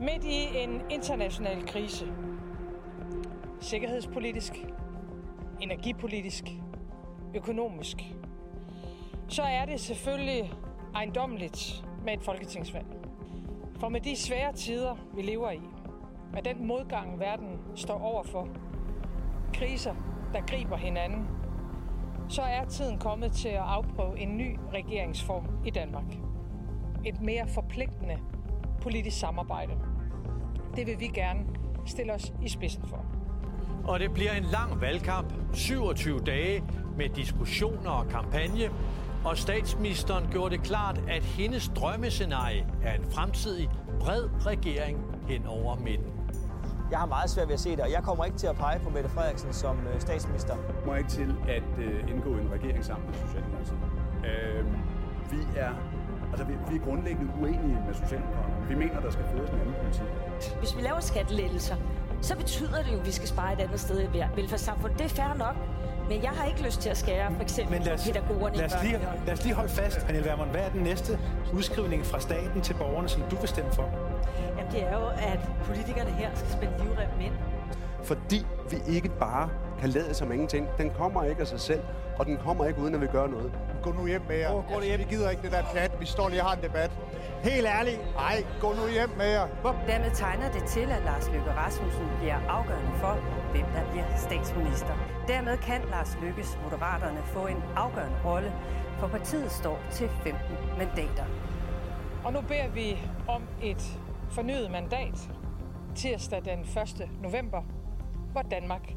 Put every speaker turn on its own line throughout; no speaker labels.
Midt i en international krise, sikkerhedspolitisk, energipolitisk, økonomisk, så er det selvfølgelig ejendommeligt med et folketingsvalg. For med de svære tider, vi lever i, med den modgang, verden står overfor, kriser, der griber hinanden, så er tiden kommet til at afprøve en ny regeringsform i Danmark. Et mere forpligtende politisk samarbejde. Det vil vi gerne stille os i spidsen for.
Og det bliver en lang valgkamp, 27 dage med diskussioner og kampagne. Og statsministeren gjorde det klart, at hendes drømmescenarie er en fremtidig bred regering hen over midten.
Jeg har meget svært ved at se det, og jeg kommer ikke til at pege på Mette Frederiksen som øh, statsminister.
Jeg kommer ikke til at øh, indgå en regering sammen med Socialdemokratiet. Øh, vi er Altså, vi, vi er grundlæggende uenige med Socialdemokraterne. Vi mener, der skal føres en anden politik.
Hvis vi laver skattelettelser, så betyder det jo, at vi skal spare et andet sted i velfærdssamfundet. Det er fair nok, men jeg har ikke lyst til at skære for eksempel Men lad os, pædagogerne
lad os, lige, lad os lige holde fast, Pernille Vermund. Hvad er den næste udskrivning fra staten til borgerne, som du vil stemme for?
Jamen, det er jo, at politikerne her skal spænde livremmen ind.
Fordi vi ikke bare kan lade som ingenting. Den kommer ikke af sig selv, og den kommer ikke uden at vi gør noget.
Gå nu hjem med jer. Altså,
Oh, gå nu hjem.
Vi gider ikke det der plat. Vi står lige og har en debat.
Helt ærligt.
Nej, gå nu hjem med jer.
Hop. Dermed tegner det til, at Lars Løkke Rasmussen bliver afgørende for, hvem der bliver statsminister. Dermed kan Lars Løkkes Moderaterne få en afgørende rolle, for partiet står til 15 mandater.
Og nu beder vi om et fornyet mandat tirsdag den 1. november, hvor Danmark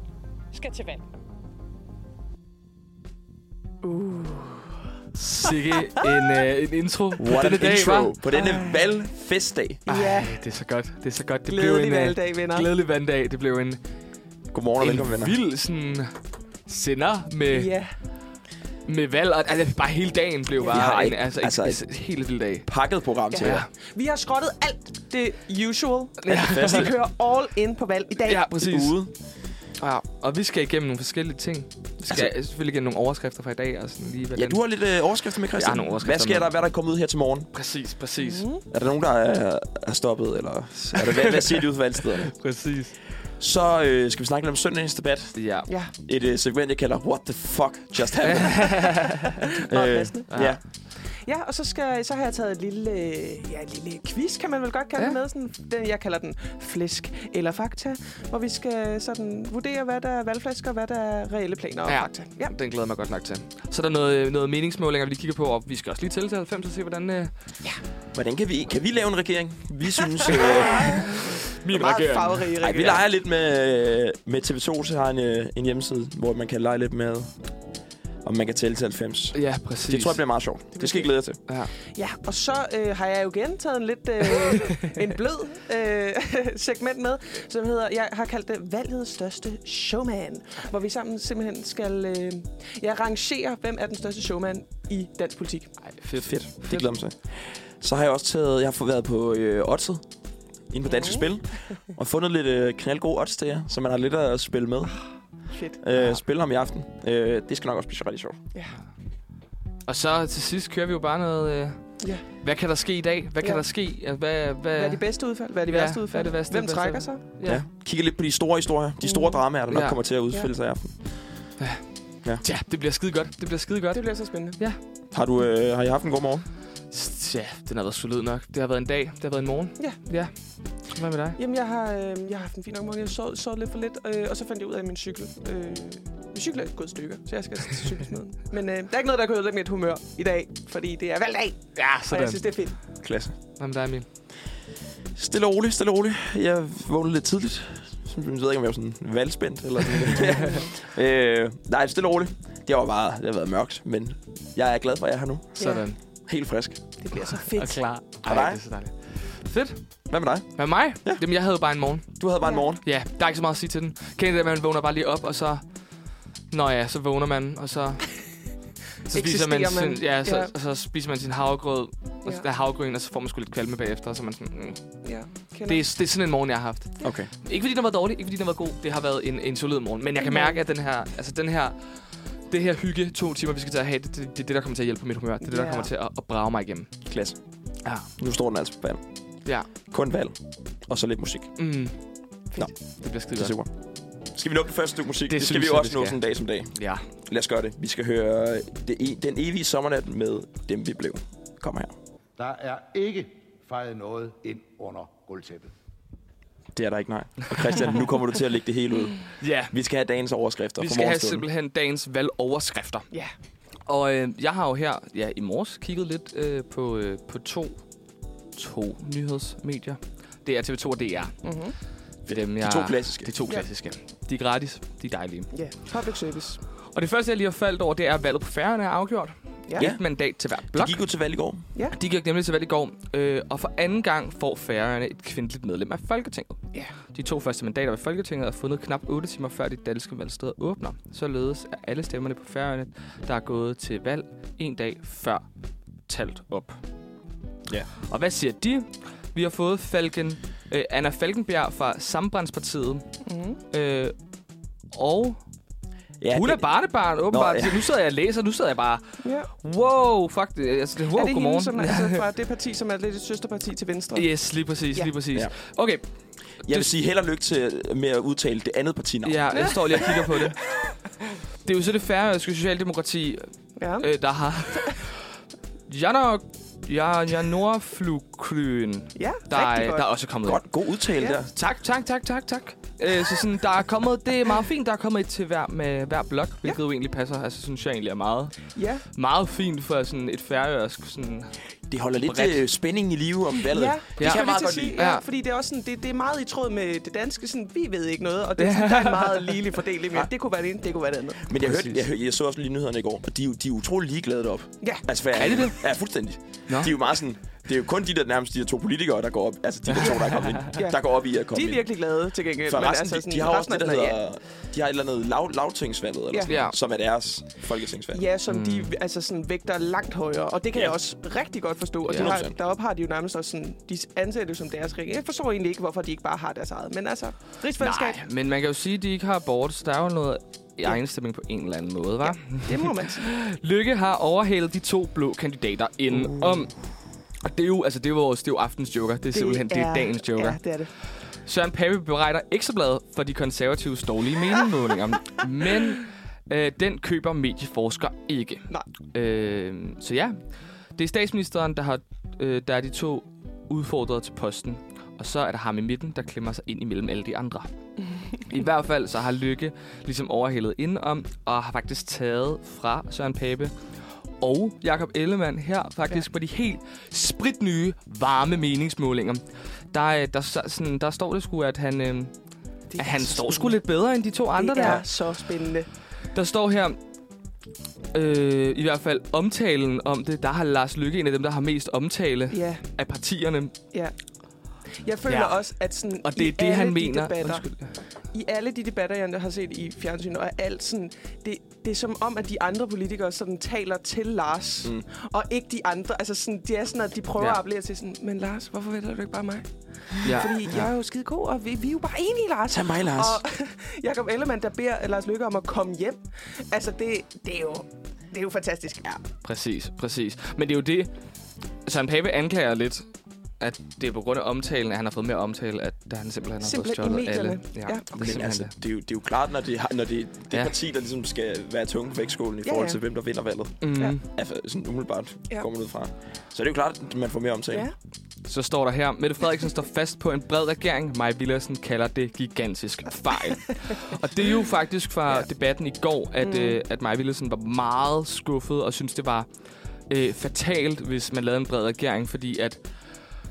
skal til valg.
Uh. Sikke en, øh, en intro
What denne dag, intro var? på denne Ej. valgfestdag.
Ej, det er så godt. Det er så godt. Det
Glædelig
blev en, øh,
valgdag, venner.
Glædelig valgdag. Det blev en,
Godmorgen og
en
velkommen, venner.
vild sådan, sender med,
Ja.
med valg. Og, altså, bare hele dagen blev bare
har
en,
ikke-
altså, en,
altså,
altså, en, en helt vild dag.
Pakket program til
Ja.
jer.
Vi har skrottet alt det usual.
Ja,
Vi kører all in på valg i dag.
ja præcis.
Ude.
Ja, og vi skal igennem nogle forskellige ting. Vi skal altså, selvfølgelig igennem nogle overskrifter fra i dag. Og sådan lige,
Ja, du har lidt øh, overskrifter med, Christian.
Jeg har nogle
Hvad
overskrifter
sker
med.
der? Hvad er der kommet ud her til morgen?
Præcis, præcis. Mm.
Er der nogen, der er, er stoppet, eller er der hvad, hvad siger de ud for valgstederne?
Præcis.
Så øh, skal vi snakke lidt om søndagens debat.
Ja.
Ja.
Et øh, segment, jeg kalder What the fuck just happened.
Øh,
Meget passende.
ja.
Ja, og så, skal, så har jeg taget et lille, øh, ja, et lille quiz, kan man vel godt kalde
Ja.
ja. det med. Sådan, den, jeg kalder den flæsk eller fakta, hvor vi skal sådan vurdere, hvad der er valgflæsk og hvad der er reelle planer og
Ja.
fakta. Ja.
Den glæder jeg mig godt nok til. Så er der noget, noget meningsmålinger, vi lige kigger på, og vi skal også lige tælle til 90 og se, hvordan øh,
Hvordan kan vi, kan vi lave en regering? Vi synes... Øh,
min
Meget farverige
ej, vi leger lidt med, øh, med TV2, så har en, øh, en hjemmeside, hvor man kan lege lidt med, om man kan tælle til 90.
Ja, præcis.
Det tror jeg bliver meget sjovt. Det skal I glæde jer til.
Ja.
Ja, og så øh, har jeg jo igen taget en lidt øh, en blød øh, segment med, som hedder, jeg har kaldt det valgets største showman, hvor vi sammen simpelthen skal øh, ja, rangere, hvem er den største showman i dansk politik.
Ej, fedt.
Fedt. Det glæder mig til. Så har jeg også taget, jeg har fået været på øh, oddset inde på
Mm.
Danske Spil, og fundet lidt øh, knaldgode odds til jer, så man har lidt at spille med.
Fedt.
Ah.
Øh, spille om i aften. Øh, det skal nok også blive rigtig sjovt.
Og så til sidst kører vi jo bare noget... Øh,
Ja.
Hvad kan der ske i dag? Hvad kan
Ja.
der ske? Altså, Hvad, hvad,
Hvad er de bedste udfald? Hvad er de
Ja,
værste
hvad er
udfald?
det værste,
Hvem
hvad er
trækker
det-
sig?
Ja.
Ja. Kigge lidt på de store historier, de store
Mm.
dramaer, der nok
Ja.
kommer til at udspille sig i aften.
ja, det bliver skide godt. Det bliver skide godt.
Det bliver så spændende.
Har, du, øh, har I haft en god morgen?
Ja, den har været solid nok. Det har været en dag. Det har været en morgen.
Ja.
Ja. Hvad med dig?
Jamen, jeg har, øh, jeg har haft en fin nok morgen. Jeg sov, sov lidt for lidt, øh, og så fandt jeg ud af, at min cykel... Øh, min cykel er gået i stykker, så jeg skal til cykelsmeden. Men øh, der er ikke noget, der kan ødelægge mit humør i dag, fordi det er valgdag,
Ja,
og jeg
sådan.
synes, det er fedt.
Klasse.
Hvad med dig, Emil?
Stille og roligt, stille og roligt. Jeg vågnede lidt tidligt. Jeg ved ikke, om jeg var sådan valgspændt eller sådan noget. øh, nej, stille og roligt. Det var bare, det har været mørkt, men jeg er glad for, at jeg er her nu.
Sådan.
Helt frisk.
Det bliver så
Og
fedt.
klar.
Og dig?
det er så dejligt. Fedt.
Hvad med dig?
Hvad med mig?
Ja.
Jamen, jeg havde jo bare en morgen.
Du havde bare en
Ja.
morgen.
Ja, der er ikke så meget at sige til den. Kender I det, at man vågner bare lige op, og så... Nå ja, så vågner man, og så... Så spiser man,
Eksisterer
sin,
man.
ja, så,
Ja.
og så spiser man sin havregrød, og så,
Ja.
der er havregryn, og så får man sgu lidt kvalme bagefter, og så er man sådan, mm.
Ja, kender.
det, er, det er sådan en morgen, jeg har haft.
Okay.
Ikke fordi den var dårlig, ikke fordi den var god. Det har været en, en solid morgen. Men jeg kan mærke, at den her, altså den her, det her hygge to timer, vi skal til at have, det, det, det er det, der kommer til at hjælpe på mit humør. Det er det, der
Ja.
kommer til at, at brage mig igennem.
Klasse.
Ja.
Nu står den altså på vand.
Ja.
Kun valg. Og så lidt musik.
Mm.
Nå,
det bliver skide
det er super.
godt.
Skal vi nå det første stykke musik? Det,
Det
det skal
synes
vi jo
jeg,
også
vi
nå
skal.
sådan en dag som dag.
Ja.
Lad os gøre det. Vi skal høre det, e- Den evige sommernat med dem, vi blev. Kom her.
Der er ikke fejret noget ind under gulvtæppet.
Det er der ikke, nej. Og Christian, nu kommer du til at lægge det hele ud.
Ja.
Vi skal have dagens overskrifter.
Vi
fra
skal have
morgenstunden.
simpelthen dagens valgoverskrifter. Ja. Og øh, jeg har jo her ja, i morges kigget lidt øh, på, øh, på to, to nyhedsmedier. Det er TV2 og DR.
Mhm.
Det er dem,
De
jeg,
to klassiske.
De to
Ja.
klassiske. De er gratis. De er dejlige.
Ja, public service.
Og det første, jeg lige har faldt over, det er, at valget på færgerne er afgjort.
Ja.
Et mandat til hver blok.
De gik jo til valg i går.
Ja.
De gik nemlig til valg i går. Øh, og for anden gang får færgerne et kvindeligt medlem af Folketinget.
Ja.
De to første mandater ved Folketinget er fundet knap 8 timer før de danske valgsteder åbner. Således er alle stemmerne på færgerne, der er gået til valg en dag før talt op.
Ja.
Og hvad siger de? Vi har fået Falken, øh, Anna Falkenbjerg fra Sambrandspartiet.
Mhm.
Øh, og
ja,
hun er
det-
barnebarn, åbenbart.
Nå, ja.
ja. Nu sidder jeg og læser, nu sidder jeg bare...
Ja.
Wow, fuck det. Altså, det wow,
er det
godmorgen.
hende, som er altså fra det parti, som er lidt et søsterparti til Venstre?
Yes, lige præcis,
Ja.
ja. lige præcis.
Ja.
Ja. Okay.
Jeg vil sige held og lykke til, med at udtale det andet partinavn.
Ja, jeg står lige og kigger på det. Det er jo så det færøske socialdemokrati,
ja.
øh, der har... Janok... Ja, Janor Fluklyen.
Ja,
der,
rigtig
er,
godt.
der er også kommet
Godt, god udtale
Ja.
der.
Tak, tak, tak, tak, tak. Øh, så sådan, der er kommet, det er meget fint, der er kommet et til hver, med hver blok, hvilket jo egentlig passer, altså synes jeg egentlig er meget,
Ja.
meget fint for sådan et færøsk sådan...
Det holder lidt
bredt.
øh, spændingen i live om valget.
Ja,
det kan jeg
lige
meget
til at
godt
sige.
lide.
Ja. Fordi det er også sådan, det, det er meget i tråd med det danske, sådan, vi ved ikke noget, og det er, sådan, der er en meget ligelig fordeling. Men det kunne være det ene, det kunne være det andet.
Men jeg, hørte, jeg, hørte, jeg så også lige nyhederne i går, og de, er jo- de er utrolig ligeglade derop.
Ja.
Altså, hvad
Er de det?
Ja, fuldstændig.
Nå.
De er jo meget sådan... Det er jo kun de der nærmest de der to politikere, der går op, altså de der to, der, er kommet ind,
Ja.
der går op i at komme
De er
ind.
virkelig glade til gengæld.
For
men
resten, altså de, de har også
resten
det,
er
der
sådan,
hedder... De har et eller andet lav, lavtingsvalget, eller
Ja.
sådan,
Ja.
noget, som er deres folketingsvalg.
Ja, som mm. de altså sådan, vægter langt højere, og det kan
Ja.
jeg også rigtig godt forstå. Og
Ja.
de har,
100%.
deroppe har de jo nærmest også sådan, de anser det som deres regering. Jeg forstår egentlig ikke, hvorfor de ikke bare har deres eget. Men altså, rigsfællesskab,
Nej, men man kan jo sige, at de ikke har abort, så der er jo noget i egenstemming på en eller anden måde, var.
det må man sige.
Lykke har overhalet de to blå kandidater
Mm.
inden om. Og det er jo, altså det er vores, det er jo aftens joker. Det er simpelthen det er dagens joker.
Ja, det er det.
Søren Pape bebrejder ekstrabladet for de konservatives dårlige meningsmålinger. men øh, den køber medieforsker ikke.
Nej.
Øh, så ja, det er statsministeren, der, har, øh, der er de to udfordrede til posten. Og så er der ham i midten, der klemmer sig ind imellem alle de andre. I hvert fald så har Lykke ligesom overhældet indenom, og har faktisk taget fra Søren Pape og Jakob Ellemann her faktisk ja. på de helt spritnye, varme meningsmålinger. Der, øh, der, så- sådan, der står det sgu, at han, øh, at han står sgu lidt bedre end de to andre
det
der.
er så spændende.
Der står her, øh, i hvert fald omtalen om det, der har Lars Lykke en af dem, der har mest omtale
Ja,
af partierne.
ja. Jeg føler
Ja.
også, at sådan,
Og det
i
er det, han
alle de
mener.
Debatter,
Undskyld.
I alle de debatter, jeg har set i fjernsyn, og alt sådan, det, det er som om, at de andre politikere sådan taler til Lars, mm. og ikke de andre. Altså sådan, det er sådan, at de prøver
Ja.
ja. at appellere til sådan, men Lars, hvorfor vælger du ikke bare mig?
Ja.
Ja. Fordi ja. jeg er jo skide god, og vi, vi er jo bare enige, Lars.
Tag mig, Lars.
Og Jakob Ellemann, der beder Lars Lykke om at komme hjem. Altså, det, det er jo... Det er jo fantastisk. Ja.
Præcis, præcis. Men det er jo det, Søren Pape anklager lidt, at det er på grund af omtalen, at han har fået mere omtale, at da han simpelthen har
Simpelthen i
fået stjålet
medierne.
alle.
Ja,
det er
okay.
Men
simpelthen
altså,
det.
det er, jo, det er jo klart, når det, har- når det er det
Ja.
parti, der ligesom skal være tunge på vægtskålen i
Ja,
forhold
ja.
til, hvem der vinder valget.
Mm. Ja.
Altså, sådan umiddelbart
Ja.
går man ud fra. Så det er jo klart, at man får mere omtale.
ja.
Så står der her, Mette Frederiksen står fast på en bred regering. Maja Villersen kalder det gigantisk fejl. og det er jo faktisk fra ja. debatten i går, at, mm. øh, at Maja Villersen var meget skuffet og synes det var øh, fatalt, hvis man lavede en bred regering, fordi at...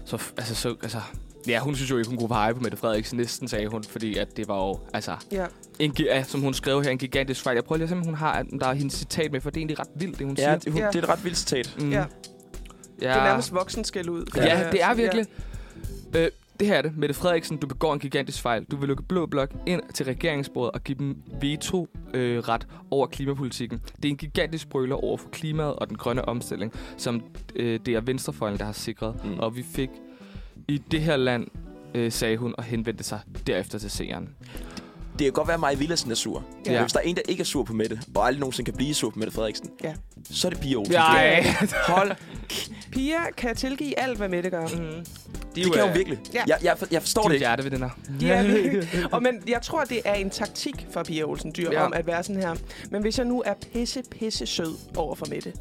Så, f- altså, så, altså, ja, hun synes jo ikke, hun kunne pege på Mette Frederiksen næsten, sagde hun, fordi at det var jo, altså,
ja.
en, gi- ja, som hun skrev her, en gigantisk fejl. Jeg prøver lige at se, om hun har, der er hendes citat med, for det er egentlig ret vildt, det hun
Ja,
siger.
det, hun,
Ja.
det er et ret vildt citat.
Mm.
ja.
ja.
Det er nærmest voksen skæld ud.
Ja, det er virkelig. Øh, det her er det. Mette Frederiksen, du begår en gigantisk fejl. Du vil lukke Blå Blok ind til regeringsbordet og give dem veto-ret over klimapolitikken. Det er en gigantisk brøler over for klimaet og den grønne omstilling, som øh, det er Venstrefløjen, der har sikret.
Mm.
Mm. Og vi fik i det her land, øh, sagde hun, og henvendte sig derefter til seeren.
Det kan godt være, at Maja Villersen er sur.
Ja.
Ja. Men hvis der er en, der ikke er sur på Mette, og aldrig nogensinde kan blive sur på Mette Frederiksen,
Ja.
så er det Pia Olsen.
Nej.
Hold.
Pia kan tilgive alt, hvad Mette gør. Mm.
de, de kan jo virkelig. Ja. Jeg, jeg, for- jeg forstår
de
det ikke.
er det ved den her.
De er virkelig. Og men jeg tror, det er en taktik for Pia Olsen Dyr
Ja.
ja. om at være sådan her. Men hvis jeg nu er pisse, pisse sød over for Mette,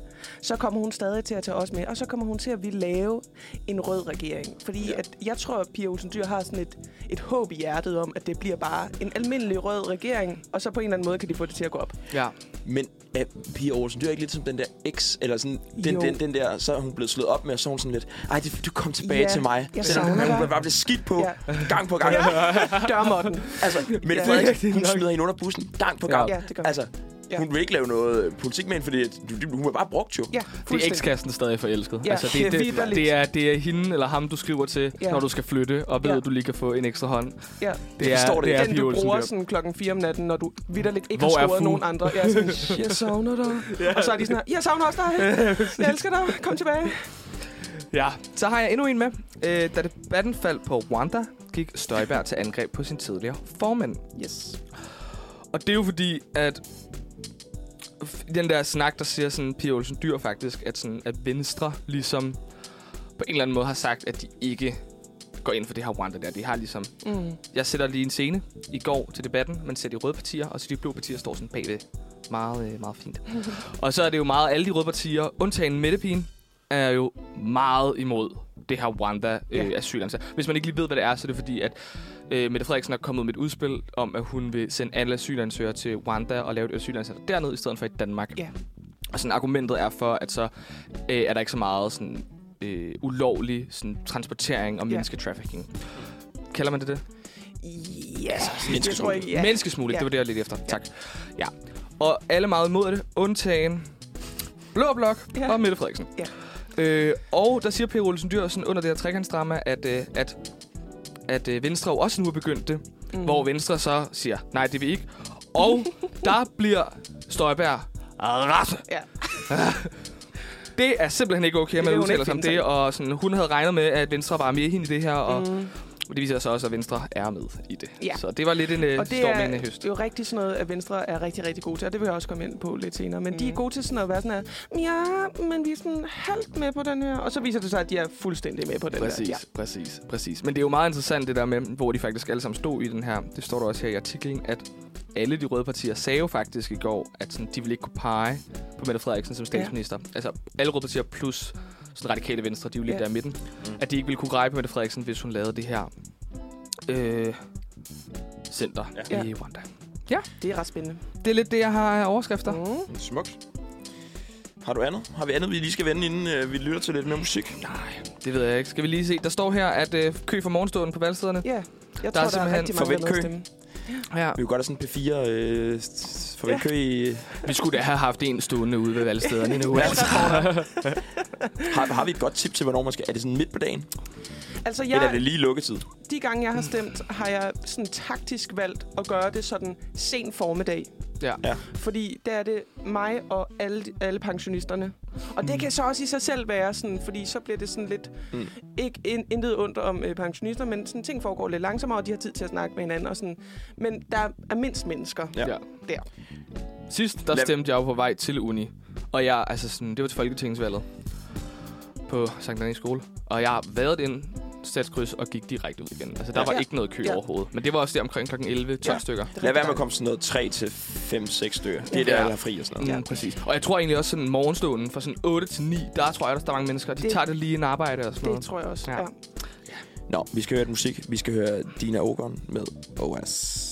så kommer hun stadig til at tage os med, og så kommer hun til at ville lave en rød regering. Fordi ja. at jeg tror, at Pia Olsen Dyr har sådan et, et håb i hjertet om, at det bliver bare en almindelig rød regering, og så på en eller anden måde kan de få det til at gå op.
Ja.
Men er Pia Olsen Dyr ikke lidt som den der ex, eller sådan,
Jo.
den, den, den der, så er hun blevet slået op med, og så er hun sådan lidt, ej, det, du kom tilbage
Ja,
til mig.
jeg
Selvom
savner
hun
dig.
bare blev skidt på,
Ja.
ja. gang på gang.
Ja. Dør den.
Altså, Mette
Ja.
Frederiksen, hun smider hende under bussen, gang på
Ja.
gang.
Ja, det gør hun.
altså,
Ja.
hun vil ikke lave noget øh, politik med hende, fordi at du- hun er bare brugt jo.
Ja,
Det er
fuldstændig.
ekskassen stadig forelsket.
Ja,
altså, det,
det er
det, det,
vitterligt.
det, er, det er hende eller ham, du skriver til,
Ja.
ja. når du skal flytte, og ved,
Ja.
ja. du lige kan få en ekstra hånd.
Ja.
Det er, det, det er
den,
Pia
du
Olsen
bruger
Dyr.
sådan klokken 4 om natten, når du vidderligt ikke
Hvor
har
er
scoret
Fu?
nogen andre. Jeg, er sådan, jeg savner dig.
Ja.
Og så er de sådan her, jeg savner også dig. Jeg elsker dig. Kom tilbage.
Ja, så har jeg endnu en med. Øh, da debatten faldt på Rwanda, gik Støjberg til angreb på sin tidligere formand.
Yes.
Og det er jo fordi, at f- den der snak, der siger sådan, Pia Olsen Dyr faktisk, at, sådan, at Venstre ligesom på en eller anden måde har sagt, at de ikke går ind for det her Rwanda der. De har ligesom...
Mm.
Jeg sætter lige en scene i går til debatten. Man ser de røde partier, og så de blå partier står sådan bagved. Meget, øh, meget fint. Og så er det jo meget, alle de røde partier, undtagen Mættepigen, er jo meget imod det her Rwanda øh,
Ja.
asylansag. Hvis man ikke lige ved, hvad det er, så er det fordi, at øh, Mette Frederiksen er kommet med et udspil om, at hun vil sende alle asylansøgere til Rwanda og lave et asylansøger dernede, i stedet for i Danmark.
Ja.
Og sådan argumentet er for, at så øh, er der ikke så meget sådan, øh, ulovlig sådan, transportering og
Ja.
mennesketrafficking. Kalder man det det?
Ja,
Menneskesmugling.
tror jeg ikke, ja.
Menneskesmugling,
Ja.
det var det, jeg lidt efter. Tak. Ja. Og alle meget imod det, undtagen Blå Blok
Ja.
ja. og Mette Frederiksen.
Ja.
Øh, og der siger Per Olsen Dyr sådan under det her trekantsdrama, at, øh, at, at øh, Venstre jo også nu er begyndt det. Mm. Hvor Venstre så siger, nej, det vil vi ikke. Og der bliver Støjberg rasse.
Ja.
Det er simpelthen ikke okay,
Det vil
at man
hun
udtaler
ikke
sig om
finde
det,
sig i.
og sådan, hun havde regnet med, at Venstre var med hende i det her, og
Mm.
mm. det viser sig også, at Venstre er med i det.
Ja.
Så det var lidt en øh,
Og det er
stormende høst.
jo rigtig sådan noget, at Venstre er rigtig, rigtig gode til, og det vil jeg også komme ind på lidt senere. Men mm. de er gode til sådan at være sådan her, ja, men vi er sådan halvt med på den her, og så viser det sig, at de er fuldstændig med på den
Præcis,
der.
ja. præcis, præcis. Men det er jo meget interessant det der med, hvor de faktisk alle sammen stod i den her. Det står der også her i artiklen, at alle de røde partier sagde jo faktisk i går, at sådan, de ville ikke kunne pege på Mette Frederiksen som statsminister. Ja. Altså alle røde partier plus sådan radikale venstre, de er jo lidt
Ja.
ja. der i midten. Mm. At de ikke ville kunne rege på Mette Frederiksen, hvis hun lavede det her øh, center
Ja.
ja. i Rwanda.
Ja. ja, det er ret spændende.
Det er lidt det, jeg har af overskrifter.
Mm.
Smukt. Har du andet? Har vi andet, vi lige skal vende, inden øh, vi lytter til lidt mere musik?
Nej, det ved jeg ikke. Skal vi lige se. Der står her, at øh, kø for morgenstunden på valgstederne.
Ja, jeg
Der
der
er
tror, der er
simpelthen
rigtig mange, der
forventkø.
har noget at stemme.
Ja.
Vi kunne godt have sådan en P4 øh, s- for ja. kø i...
Vi skulle da have haft en stående ude ved valgstederne nu. Altså.
Har, har vi et godt tip til, hvornår man skal... Er det sådan midt på dagen?
Altså,
Ja. Eller er det
jeg,
lige lukketid?
de gange, jeg har stemt, har jeg sådan taktisk valgt at gøre det sådan sen formiddag.
Ja.
Ja.
Fordi der er det mig og alle, alle pensionisterne. Og
Mm.
det kan så også i sig selv være sådan, fordi så bliver det sådan lidt, mm.
Mm.
ikke in, intet ondt om øh, pensionister, men sådan ting foregår lidt langsommere, og de har tid til at snakke med hinanden. Og sådan. Men der er mindst mennesker
Ja.
Ja.
der.
Sidst, der
Lad-
stemte jeg jo på vej til uni. Og jeg, altså sådan, det var til Folketingsvalget på Sankt Annæs skole. Og jeg vejrede ind, satte kryds og gik direkte ud igen. Altså, der
Ja.
var
Ja.
ikke noget kø
Ja.
overhovedet. Men det var også der omkring kl. 11, 12
Ja.
stykker.
Lad være med at komme sådan noget 3 til 5 6 stykker. Det er der,
Ja.
jeg har fri og sådan noget.
Mm, præcis. Og jeg tror egentlig også sådan morgenstunden fra sådan 8 til 9, der tror jeg også, der er mange mennesker. De
Det-
det, tager det lige en arbejde og sådan
Det
noget.
tror jeg også. Ja.
Ja.
Ja.
Nå, vi skal høre et musik. Vi skal høre Dina Ogon med OAS.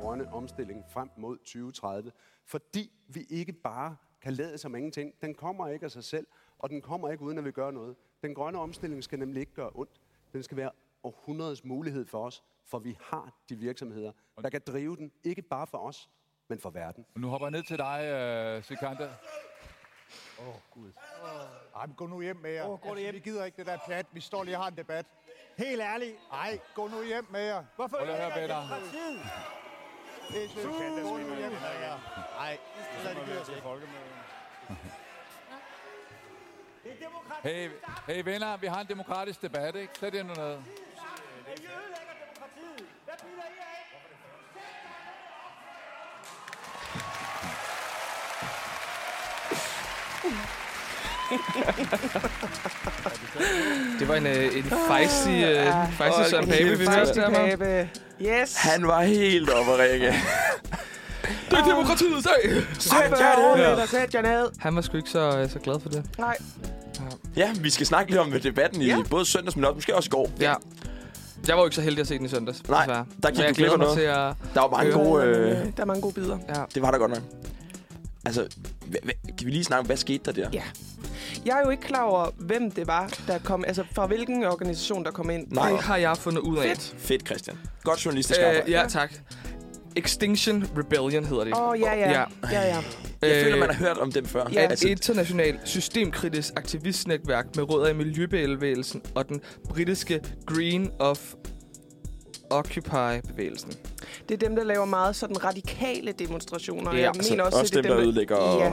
grønne omstilling frem mod 2030, fordi vi ikke bare kan lade som ingenting. Den kommer ikke af sig selv, og den kommer ikke uden at vi gør noget. Den grønne omstilling skal nemlig ikke gøre ondt. Den skal være århundredes mulighed for os, for vi har de virksomheder, der kan drive den, ikke bare for os, men for verden.
Nu hopper jeg ned til dig, øh, Sikander.
Åh, oh, Gud. Ej, men gå nu hjem med jer. Oh, gå hjem. Vi gider ikke det der plat. Vi står lige og har en debat. Helt ærligt. Nej, gå nu hjem med jer. Hvorfor
Prøv lige at høre, Peter.
Det er sødt. Gå nu hjem med jer. Nej, det er det ikke.
Hey, hey venner, vi har en demokratisk debat, ikke? Sæt ind noget.
Det var en, øh, en fejsig, øh,
Ah,
fejsig Søren
okay.
Pape, vi
Fejsig
hørte der. Pape.
Pape. Yes.
Han var helt oppe at række.
Det er demokratiets dag!
Sæt jer ned, venner, sæt jer ned.
Han var sgu ikke så, øh, så glad for det.
Nej.
Ja, vi skal snakke lidt om debatten i både søndags, men også måske også i går.
Ja. Jeg var jo ikke så heldig at se den i søndags.
Nej,
desværre.
der gik
Men
du
jeg
glip
glæder
af
mig
noget.
til at...
Der var mange
høre-
gode...
Øh,
Øh,
der er mange gode bidder.
Ja.
Det var der godt nok. Altså, hva, hva, kan vi lige snakke om, hvad skete der der?
Ja. Jeg er jo ikke klar over, hvem det var, der kom, altså fra hvilken organisation, der kom ind.
Nej.
Det har jeg fundet ud af.
Fedt.
Fedt, Christian. Godt journalistisk arbejde.
Øh, ja, tak. Extinction Rebellion hedder det.
Åh, oh, ja, ja. ja. ja, ja.
Jeg føler,
Øh,
man har hørt om dem før.
Ja. Et internationalt systemkritisk aktivistnetværk med rødder i miljøbevægelsen og den britiske Green of Occupy-bevægelsen.
Det er dem, der laver meget sådan radikale demonstrationer.
Ja,
jeg
altså,
mener også,
også
det er
dem, der ødelægger
Ja,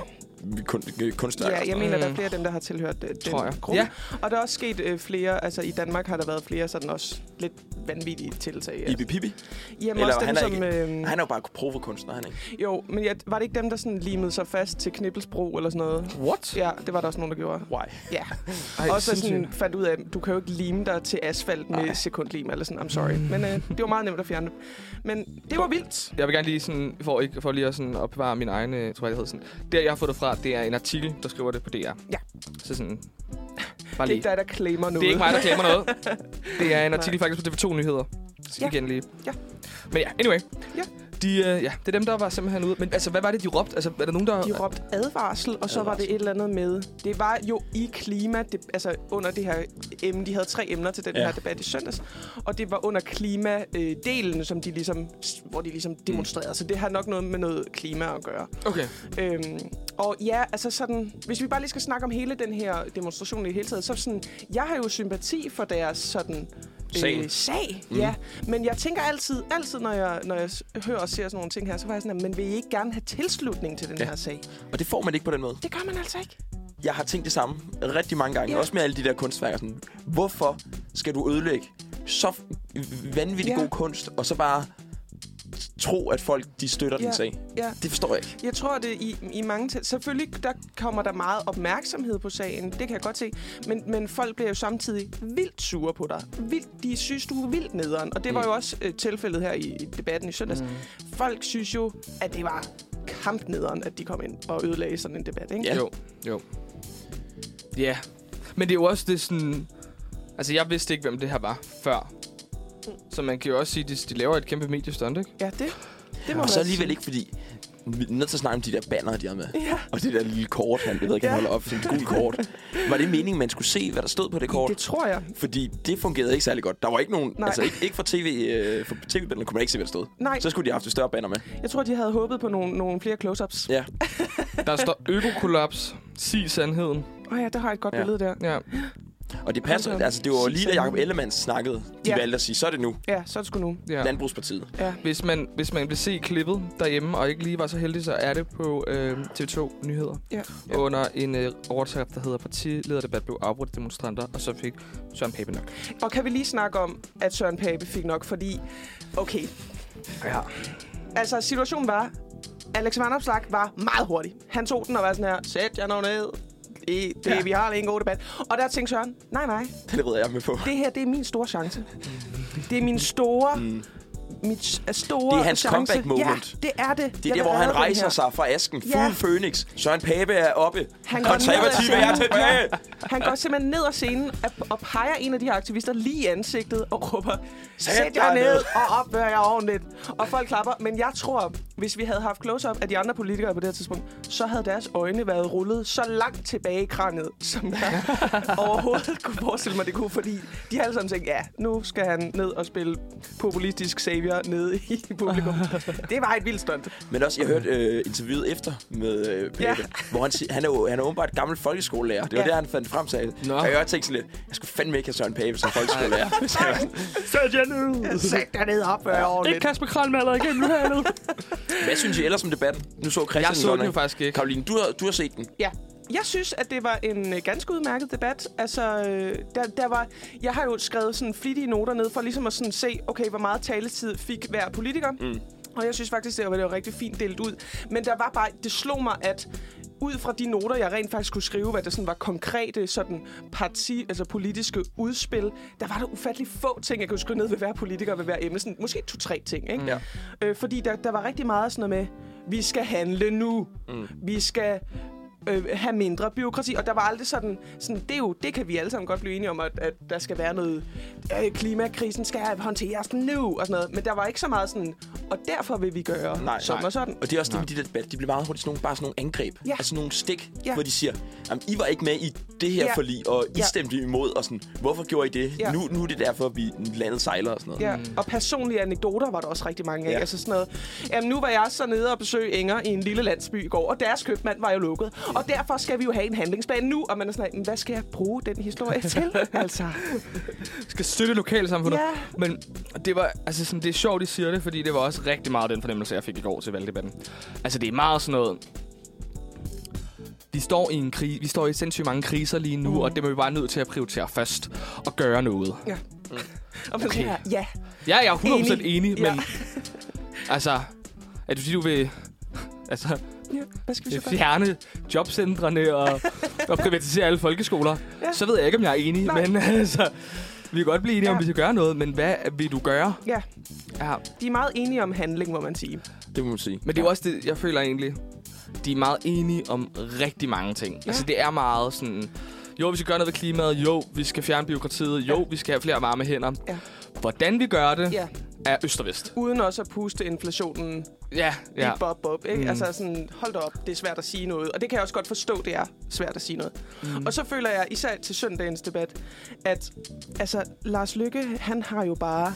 kun, kunstværker.
ja jeg mener, der er flere af dem, der har tilhørt øh, den
Tror jeg.
gruppe.
Ja.
Og der er også sket øh, flere, altså i Danmark har der været flere sådan også lidt vanvittige tiltag. altså.
Ibi Pibi?
Jamen også dem,
han er
som...
Ikke,
øh,
han er jo bare provokunstner, han ikke?
Jo, men jeg, var det ikke dem, der sådan limede sig fast til Knibbelsbro eller sådan noget?
What?
Ja, det var der også nogen, der gjorde.
Why?
Ja.
Ej,
Ej, og så sådan
sindssygt.
fandt ud af, at du kan jo ikke lime dig til asfalt med
Ej. Mm.
sekundlim eller sådan. I'm sorry. Men øh, det var meget nemt at fjerne det. Men det var vildt.
Jeg vil gerne lige sådan, for, ikke, for lige at sådan opbevare min egen øh, troværdighed. Sådan. Der, jeg har fået det fra, det er en artikel, der skriver det på DR. Ja. Så sådan, bare
Det er
lige.
ikke dig, der claimer noget.
Det er ikke mig, der klemmer noget. Det er en artikel faktisk på TV2 Nyheder.
Ja.
Ja. Igen lige.
Ja.
Men ja, anyway.
Ja.
De, øh, ja, det er dem, der var simpelthen ude. Men altså, hvad var det, de råbte? Altså, er der nogen, der...
De råbte advarsel, og så var det et eller andet med... Det var jo i klima, det, altså under det her emne. De havde tre emner til den
Ja.
ja. her debat i søndags. Og det var under klimadelen, som de ligesom, hvor de ligesom
Mm.
demonstrerede. Så det har nok noget med noget klima at gøre.
Okay.
Øhm, og ja, altså sådan, hvis vi bare lige skal snakke om hele den her demonstration i det hele taget, så sådan, jeg har jo sympati for deres sådan... øh,
Sag.
sag,
Mm.
mm. ja. Men jeg tænker altid, altid når jeg, når jeg s- hører og ser sådan nogle ting her, så var jeg sådan, at, men vil I ikke gerne have tilslutning til den ja. her sag?
Og det får man ikke på den måde.
Det gør man altså ikke.
Jeg har tænkt det samme rigtig mange gange.
Ja.
Også med alle de der kunstværker. Sådan, hvorfor skal du ødelægge så f- vanvittig
Ja.
god kunst, og så bare tro, at folk de støtter
Ja.
din sag?
Ja.
Det forstår jeg ikke.
Jeg tror, det i, i mange til... Selvfølgelig, der kommer der meget opmærksomhed på sagen. Det kan jeg godt se. Men, men folk bliver jo samtidig vildt sure på dig. Vildt, de synes, du er vildt nederen. Og det
Mm.
var jo også øh, tilfældet her i, i debatten i søndags. Mm. Folk synes jo, at det var kampnederen, at de kom ind og ødelagde sådan en debat, ikke?
Jo, jo. Ja. Yeah. Men det er jo også det sådan... Altså, jeg vidste ikke, hvem det her var før.
Mm.
Så man kan jo også sige, at de, de laver et kæmpe mediestunt, ikke?
Ja, det, det må
Og
man
så
sige.
alligevel ikke, fordi vi er nødt til at snakke om de der banner, de har med.
Ja.
Og det der lille kort, han jeg ved ikke, han
Ja.
holder op, sådan et gult kort. Var det meningen, man skulle se, hvad der stod på det kort?
Det tror jeg.
Fordi det fungerede ikke særlig godt. Der var ikke nogen...
Nej.
Altså, ikke, ikke fra tv, øh, for tv billederne kunne man ikke se, hvad der stod.
Nej.
Så skulle de have haft et større banner med.
Jeg tror, de havde håbet på nogle, nogle flere close-ups.
Ja.
Der står økokollaps. Sig sandheden.
Åh oh ja, der har jeg et godt
Ja.
ja. billede der.
Ja.
Og det passer.
Okay.
Altså, det var lige da Jacob Ellemann snakkede. De
Ja.
valgte at sige, så er det nu.
Ja, så er det sgu nu.
Ja.
Landbrugspartiet.
Ja.
Hvis man, hvis man vil se klippet derhjemme og ikke lige var så heldig, så er det på øh, TV2 Nyheder.
Ja.
Ja. Under en øh, overskrift, der hedder Partilederdebat blev afbrudt af demonstranter, og så fik Søren Pape nok.
Og kan vi lige snakke om, at Søren Pape fik nok, fordi... Okay,
Ja.
Altså, situationen var, Alex Vandopslag var meget hurtig. Han tog den og var sådan her, sæt jer nu ned. I, det,
Ja.
ja. Vi har lige en god debat. Og der tænkte Søren, nej, nej,
Det ved jeg med på.
det her, det er min store chance. Det er min store... Mm. Mit s- store
Det er hans
chance.
comeback moment.
Ja, det er det.
Det er
Jeg
der,
vil
hvor han
redde den
rejser
her.
sig fra asken. Fuld
Ja.
Phoenix. Søren Pape er oppe.
Han går
Konservative
ned ad
er
scenen.
tilbage.
Han går simpelthen ned ad scenen og- og peger en af de her aktivister lige i ansigtet og råber, sæt jer ned og opfør jer ordentligt. Og folk klapper, men jeg tror, hvis vi havde haft close-up af de andre politikere på det her tidspunkt, så havde deres øjne været rullet så langt tilbage i kraniet, som jeg overhovedet kunne forestille mig, det kunne, fordi de havde alle sammen tænkt, ja, nu skal han ned og spille populistisk savior nede i publikum. Det var et vildt stunt.
Men også, jeg hørte øh, interviewet efter med øh, Pape, ja.
Ja.
hvor han, si- han, er jo, han er åbenbart gammel folkeskolelærer. Det var ja.
Ja.
det, han fandt frem til.
Nå.
Og jeg har tænkt sådan lidt, jeg skulle fandme ikke have Søren Pape som folkeskolelærer.
Sæt jer ned! Sæt jer ned og opfør jer ordentligt.
Ikke Kasper Kralmaller igen, nu hernede.
Hvad synes I ellers om debatten? Nu så Christian
Jeg så
godt
den jo
nok.
faktisk ikke.
Karoline, du har, du har set den.
Ja. Jeg synes, at det var en øh, ganske udmærket debat. Altså, øh, der, der var, jeg har jo skrevet sådan flittige noter ned for ligesom at sådan se, okay, hvor meget taletid fik hver politiker. Mm. Og jeg synes faktisk, det var, det var rigtig fint delt ud. Men der var bare, det slog mig, at ud fra de noter, jeg rent faktisk kunne skrive, hvad der sådan var konkrete sådan parti, altså politiske udspil, der var der ufattelig få ting, jeg kunne skrive ned ved hver politiker ved hver emne. Sådan, måske to-tre ting, ikke?
Ja.
Øh, fordi der, der var rigtig meget sådan noget med, vi skal handle nu, mm. vi skal øh, have mindre byråkrati, og der var aldrig sådan, sådan det, er jo, det kan vi alle sammen godt blive enige om, at, at der skal være noget, øh, klimakrisen skal håndteres nu, og sådan noget, men der var ikke så meget sådan, og derfor vil vi gøre
Nej,
sådan
nej.
og sådan.
Og det er også det med de der debatter. De bliver meget hurtigt sådan nogle, bare sådan nogle angreb.
Ja.
Altså nogle stik,
Ja.
ja. hvor de siger, Jamen, I var ikke med i det her
Ja.
ja. forlig, og I
Ja.
ja. stemte imod, og sådan, hvorfor gjorde I det?
Ja.
Ja. Nu, nu er det derfor, vi landet sejler og sådan noget.
Ja, og personlige anekdoter var der også rigtig mange af. Ja.
Ja.
Altså sådan noget. Jamen, nu var jeg så nede og besøge Inger i en lille landsby i går, og deres købmand var jo lukket. Og derfor skal vi jo have en handlingsplan nu, og man er sådan, "Men hvad skal jeg bruge den historie til? altså,
skal støtte lokalsamfundet.
Ja.
Men det var altså sådan, det er sjovt, de siger det, fordi det var også rigtig meget den fornemmelse, jeg fik i går til valgdebatten. Altså, det er meget sådan noget... Vi står i en krig, vi står i sindssygt mange kriser lige nu, mm. og det må vi bare nødt til at prioritere først og gøre noget. Mm.
ja. Og man
Okay.
okay. ja.
Ja, jeg er 100% enig,
Enig.
enig
Ja.
men altså, er du sige, du vil altså,
ja. Hvad skal vi så gøre?
fjerne jobcentrene og, og privatisere alle folkeskoler,
Ja.
ja. så ved jeg ikke, om jeg er enig,
Nej.
Nej. men altså, vi kan godt blive enige ja.
Ja.
om, vi skal gøre noget, men hvad vil du gøre?
Ja,
Ja.
de er meget enige om handling, må man sige.
Det må man sige.
Men det er jo også det, jeg føler egentlig, de er meget enige om rigtig mange ting. Ja. Altså, det er meget sådan, jo, vi skal gøre noget ved klimaet, jo, vi skal fjerne biokratiet, jo, ja. vi skal have flere varme hænder.
Ja.
Hvordan vi gør det,
Ja.
er øst og vest.
Uden også at puste inflationen
Ja, ja.
ja. bob, bob, ikke? Mm.
Mm.
Altså sådan, hold da op, det er svært at sige noget. Og det kan jeg også godt forstå, det er svært at sige noget. Mm.
Mm.
Og så føler jeg, især til søndagens debat, at altså, Lars Lykke, han har jo bare...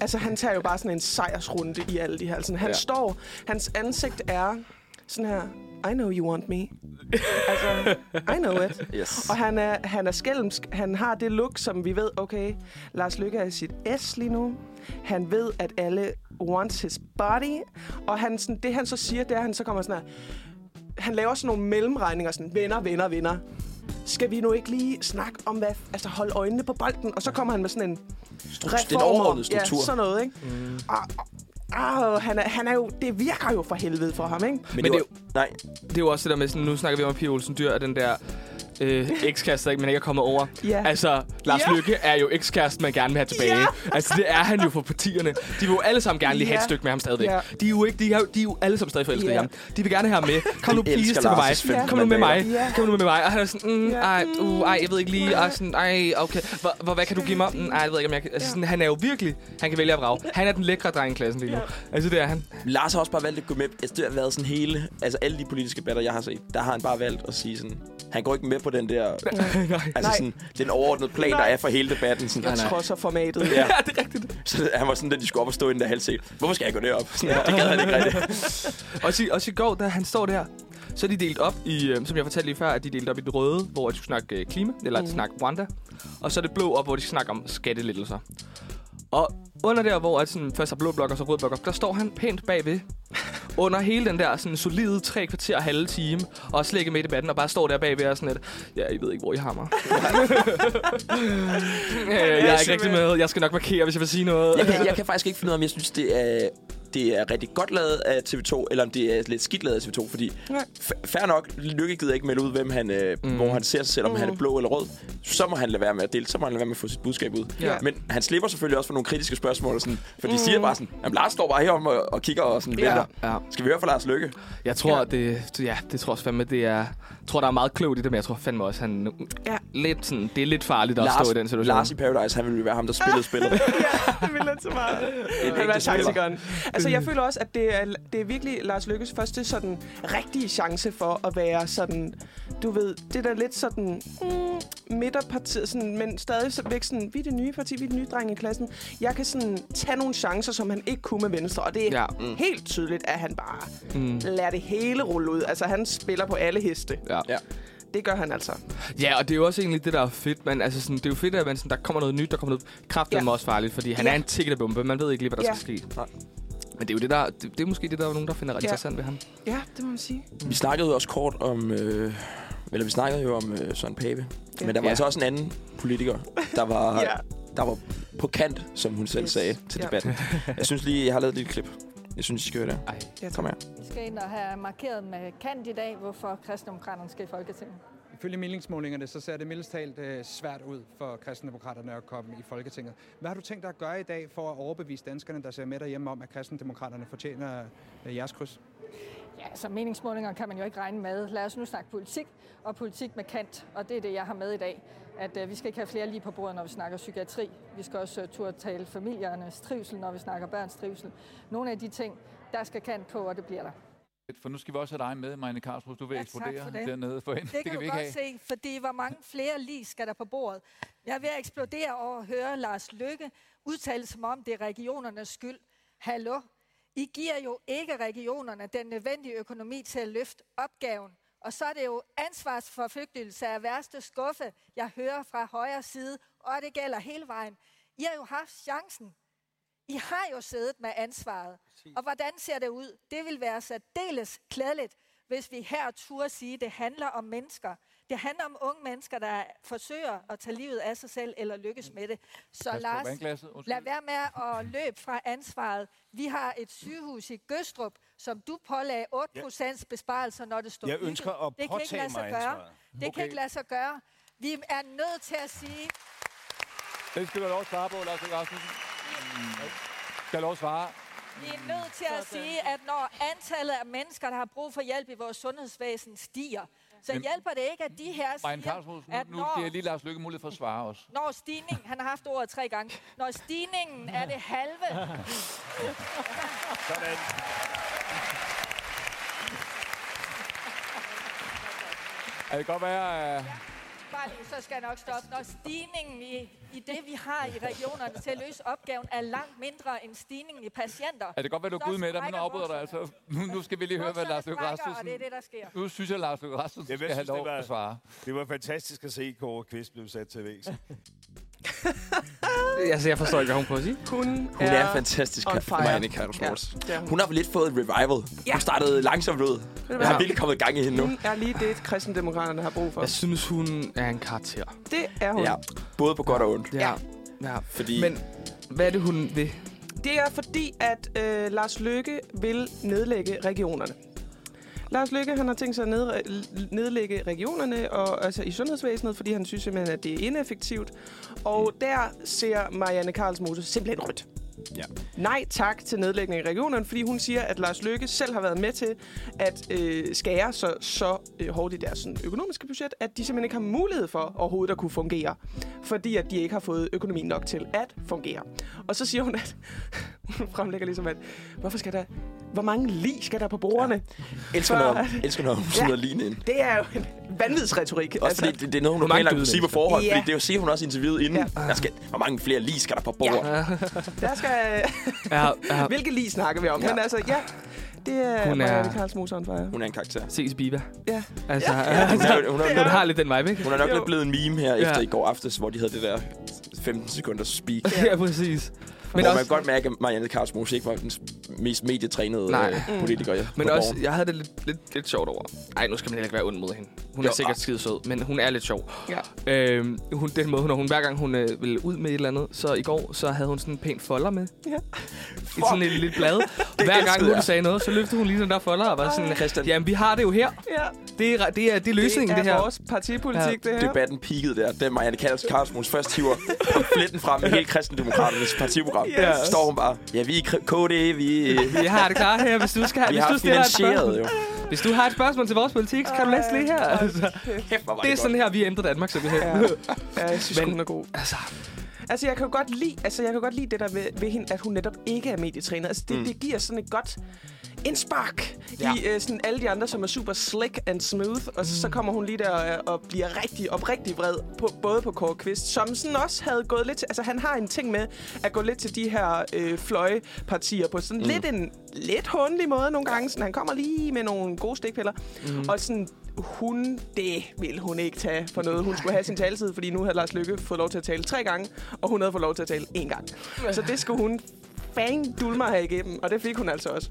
Altså, han tager jo bare sådan en sejrsrunde i alle de her. Sådan, han ja.
Ja.
står, hans ansigt er sådan her, I know you want me. altså, I know it.
Yes.
Og han er, han er skælmsk. Han har det look, som vi ved, okay, Lars Lykke er i sit S lige nu. Han ved, at alle wants his body. Og han, sådan, det, han så siger, det er, at han så kommer
Øh,
sådan her, han laver sådan nogle mellemregninger, sådan, venner, venner, venner. Skal vi nu ikke lige snakke om, hvad, altså holde øjnene på bolden? Og så kommer han med sådan en
Stru- den overordnede struktur.
Ja, sådan noget, ikke? Mm. Og, og, og, han, er, han er jo, det virker jo for helvede for ham, ikke?
Men, men det, er jo,
nej.
det er jo også det der med, sådan, nu snakker vi om, at Pia Olsen Dyr er den der øh, ekskæreste, der man ikke er kommet over.
Ja.
Altså, Lars
Ja.
yeah. Lykke er jo ekskæresten, man gerne vil have tilbage.
Ja.
Altså, det er han jo for partierne. De vil jo alle sammen gerne lige have
Ja.
et stykke med ham stadigvæk.
Ja.
De, er jo ikke, de, er jo, de er jo alle sammen stadig forelskede
Ja.
i ham. De vil gerne have ham med. Kom
De
nu, please,
elsker
til med
Lars'
mig.
femten
Kom nu med mig.
mandater. Ja.
Kom nu med mig. Og han er sådan, mm,
Ja.
ej, uh, ej, jeg ved ikke lige. Og sådan, ej, okay. Hvor, hvor, hvad kan du give mig? Mm, ej, jeg ved ikke, om jeg kan. Altså, sådan, han er jo virkelig, han kan vælge at vrage. Han er den lækre dreng i klassen lige nu. Altså, det er han.
Lars har også bare valgt at gå med. Altså, det har været sådan hele... Altså, alle de politiske batter, jeg har set, der har han bare valgt at sige sådan... Han går ikke med på den der... altså,
Nej.
sådan, den overordnede plan,
Nej.
der er for hele debatten. Sådan,
Jeg trodser formatet.
Ja. ja, det er rigtigt. Så han var sådan, da de skulle op og stå i den der halvsel. Hvorfor skal jeg gå derop? Sådan, Det gad han ikke rigtigt.
også, i, også i går, da han står der, så er de delt op i, øh, som jeg fortalte lige før, at de er delt op i det røde, hvor de skal snakke øh, klima, eller mm. snakke Rwanda. Og så er det blå op, hvor de skal snakke om skattelettelser. Og under der, hvor at sådan, først er blå blok og så rød blok op, der står han pænt bagved. Under hele den der sådan, solide tre kvarter halve time, og slet ikke med i debatten, og bare står der bagved og sådan lidt, ja, I ved ikke, hvor I har mig. Øh, jeg er ikke rigtig med. Jeg skal nok markere, hvis jeg vil sige noget.
Jeg kan, jeg kan faktisk ikke finde ud af, om jeg synes, det er, det er rigtig godt lavet af TV2, eller om det er lidt skidt lavet af TV2, fordi
Nej.
f- fair nok, Lykke gider ikke melde ud, hvem han, øh, mm. hvor han ser sig selv, om mm. han er blå eller rød. Så må han lade være med at dele, så må han lade være med at få sit budskab ud.
Ja. Mm.
Men han slipper selvfølgelig også for nogle kritiske spørgsmål, og sådan, for de siger bare sådan, at Lars står bare herom og, og kigger og sådan
Ja.
venter.
Ja.
Skal vi høre fra Lars Lykke?
Jeg tror, ja. det, ja, det tror jeg også fandme, det er... Jeg tror, der er meget klogt i det, men jeg tror fandme også, han...
Ja.
Lidt sådan, det er lidt farligt at
Lars,
stå i den situation.
Lars i Paradise, han ville være ham, der spillede spillet.
det ville han så meget. Han
ægte
var
spiller. Mm.
taktikeren. Altså, jeg føler også, at det er, det er virkelig Lars Lykkes første sådan rigtige chance for at være sådan, du ved, det der lidt sådan mm, midterpartiet, sådan, men stadig så væk sådan, vi er det nye parti, vi er det nye dreng i klassen. Jeg kan sådan tage nogle chancer, som han ikke kunne med Venstre, og det er ja.
Ja.
mm. helt tydeligt, at han bare mm.
Mm.
lader det hele rulle ud. Altså, han spiller på alle heste.
Ja.
Ja.
Det gør han altså.
ja, og det er jo også egentlig det, der er fedt. Man, altså sådan, det er jo fedt, at man, sådan, der kommer noget nyt, der kommer noget kraft,
Ja.
ja. også farligt, fordi han
Ja.
ja. er en tikkende bombe. Man ved ikke lige, hvad der
Ja.
ja. skal ske.
Nej.
Men det er jo det, der, det, det er måske det, der er nogen, der finder ret
Ja.
interessant ved ham.
Ja, det må man sige.
Vi snakkede jo også kort om... Øh, eller vi snakkede jo om øh, Søren Pape.
Ja.
Ja. Men der var
Ja.
ja. altså også en anden politiker, der var,
Ja.
ja. der var på kant, som hun selv
Yes.
yes. sagde til
Ja.
debatten. Jeg synes lige, jeg har lavet et lille klip. Jeg synes, I skal høre det.
Ej.
Kom her.
Vi skal ind og have markeret markant i dag, hvorfor kristendemokraterne skal i Folketinget.
Ifølge meningsmålingerne, så ser det mildest talt øh, svært ud for kristendemokraterne at komme i Folketinget. Hvad har du tænkt dig at gøre i dag for at overbevise danskerne, der ser med derhjemme om, at kristendemokraterne fortjener øh, jeres kryds?
Ja, altså meningsmålinger kan man jo ikke regne med. Lad os nu snakke politik, og politik med kant, og det er det, jeg har med i dag. At øh, vi skal ikke have flere lige på bordet, når vi snakker psykiatri. Vi skal også øh, turde tale familiernes trivsel, når vi snakker børns trivsel. Nogle af de ting, der skal kant på, og det bliver der.
For nu skal vi også have dig med, Marianne Karlsbro. Du vil eksplodere dernede for hende.
Det kan, det kan
vi
du
ikke
godt
have.
se, fordi hvor mange flere lige skal der på bordet. Jeg er ved at eksplodere over at høre Lars Lykke udtale som om, det er regionernes skyld. Hallo? I giver jo ikke regionerne den nødvendige økonomi til at løfte opgaven. Og så er det jo ansvarsforflygtelse af værste skuffe, jeg hører fra højre side, og det gælder hele vejen. I har jo haft chancen. I har jo siddet med ansvaret. Og hvordan ser det ud? Det vil være særdeles klædeligt, hvis vi her turde sige, at det handler om mennesker. Det handler om unge mennesker, der forsøger at tage livet af sig selv eller lykkes
Mm.
med det. Så
Pas på
Lars,
vandglasset. Undskyld.
lad være med at løbe fra ansvaret. Vi har et sygehus i Gøstrup, som du pålagde 8 besparelser, når det stod
Jeg
bygget.
ønsker at
det kan ikke
påtage
lade sig
mig
gøre.
ansvaret.
Det okay. kan
Okay.
ikke lade sig gøre. Vi er nødt til at sige,
Det skal du have lov at svare på, Lars Løkke Rasmussen. Skal lov at svare?
Vi er nødt til at sige, at når antallet af mennesker, der har brug for hjælp i vores sundhedsvæsen, stiger, så
Men-
hjælper det ikke, at de her
Marianne
siger,
Karlsbro,
at
nu, nu giver
når,
jeg lige Lars Løkke mulighed for at svare også.
når stigningen, han har haft ordet tre gange, når stigningen er det halve,
Sådan.
Ja, det kan godt være... øh,
bare lige, så skal jeg nok stoppe, når stigningen i, i det, vi har i regionerne til at løse opgaven, er langt mindre end stigningen i patienter.
Ja, det kan godt være, du er
så
gud med dig, men nu
sprækker
afbryder dig altså. Nu, nu skal vi lige høre, hvad
bukserne
Lars Løkke
sprækker, og
Rasmussen...
det er det, der sker.
Nu synes jeg, Lars Løkke Rasmussen
Jamen,
skal
jeg
have
synes,
lov
det
at svare.
var, det var fantastisk at se, at Kåre Kvist blev sat til vægs.
Altså, jeg forstår ikke, hvad hun prøver at sige.
Hun,
Hun er fantastisk,
on fire.
Marianne Carlos
Ja, det er
ja.
hun.
Hun har lidt fået et revival.
Ja.
Ja. Hun startede langsomt ud.
du
Jeg har
hvad?
virkelig kommet gang i hende nu.
Hun er lige det, kristendemokraterne har brug for.
Jeg synes, hun er en karakter.
Det er hun.
Ja, både på godt og ondt.
Ja. ja.
Fordi...
Men hvad er det, hun vil?
Det er fordi, at øh, Lars Løkke vil nedlægge regionerne. Lars Løkke han har tænkt sig at ned, nedlægge regionerne og, altså i sundhedsvæsenet, fordi han synes simpelthen, at det er ineffektivt. Og
Mm.
der ser Marianne Karlsmose simpelthen rødt.
Ja.
Nej tak til nedlægning af regionerne, fordi hun siger, at Lars Løkke selv har været med til at øh, skære så, så øh, hårdt i deres sådan, økonomiske budget, at de simpelthen ikke har mulighed for overhovedet at kunne fungere, fordi at de ikke har fået økonomien nok til at fungere. Og så siger hun, at hun fremlægger ligesom, at hvorfor skal der, hvor mange lige skal der på bordene? Ja.
Elsker, når, elsker, når hun smider lignende ind.
Det er jo en vanvidsretorik.
Også fordi det, det er noget, hun har
Hvor mange
planlagt
døde
at sige på
mennesker?
forhånd,
Ja.
ja. fordi det er jo sikkert, hun også i interviewet inden. Ja. Der skal, hvor mange flere lige skal der på bordet? Ja.
Der skal...
Ja,
ja. Hvilke lige snakker vi om? Ja.
Ja.
Men altså, ja, det er,
Hun
hun
er-
er... Marianne Karlsmoseren fra
Hun er en karakter.
Ses Biba.
Ja.
Altså,
Ja.
ja.
Hun er- hun er-
den har lidt den vibe, ikke?
Hun er nok lidt blevet en meme her
Ja.
efter i går aftes, hvor de havde det der 15 sekunders speak.
Ja, præcis.
Men hvor også... man kan godt mærke, at Marianne Karlsmos ikke var den mest medietrænede
Nej.
øh,
Mm.
politiker. Ja,
Men
på
også,
Borgen.
jeg havde det lidt, lidt, lidt sjovt over. Nej, nu skal man heller ikke være ond mod hende. Hun er
Jo,
sikkert
ah.
skide sød, men hun er lidt sjov.
Ja.
Øhm, hun, den måde, hun, når hun hver gang hun øh, ville ud med et eller andet, så i går, så havde hun sådan en pæn folder med.
Ja.
I sådan et lille blad. hver gang
elskede
hun
jeg.
sagde noget, så løftede hun lige den der folder og var sådan,
Christian.
jamen vi har det jo her.
Ja.
Det er, det er, det er løsningen, det,
er
her.
vores partipolitik, ja. det her.
Debatten peakede der, da Marianne Karls- Karlsmos først hiver kompletten frem med hele kristendemokraternes partiprogram.
Yes.
Yes. Så står hun bare, ja, vi er kri- KD, vi...
Vi har det klar her, hvis du skal
Vi
hvis
har
du stiller et
finansieret,
spørgsmål.
jo.
Hvis du har et spørgsmål til vores politik, så kan du læse lige her. Altså,
Kæft, hvor var
det er
det
sådan
godt.
her, vi ændrer Danmark, simpelthen.
Ja. Ja, jeg synes,
Men-
hun er god.
Altså,
Altså, jeg kan jo godt lide, altså, jeg kan godt lide det der ved, ved hende, at hun netop ikke er medietræner. Altså, det, mm.
Mm.
det giver sådan et godt indspark ja. Mm.
Ja.
i øh, sådan alle de andre, som er super slick and smooth. Og så, så kommer hun lige der øh, og, og bliver rigtig oprigtig vred, på, både på Kåre Kvist, som sådan også havde gået lidt til, altså han har en ting med at gå lidt til de her øh, fløjepartier på sådan mm. lidt en lidt hundelig måde nogle gange. Sådan, han kommer lige med nogle gode stikpiller. Mm. Og sådan, hun, det vil hun ikke tage for noget. Hun skulle have sin taletid, fordi nu havde Lars Lykke fået lov til at tale tre gange, og hun havde fået lov til at tale én gang. Så det skulle hun fang dulmer have igennem, og det fik hun altså også.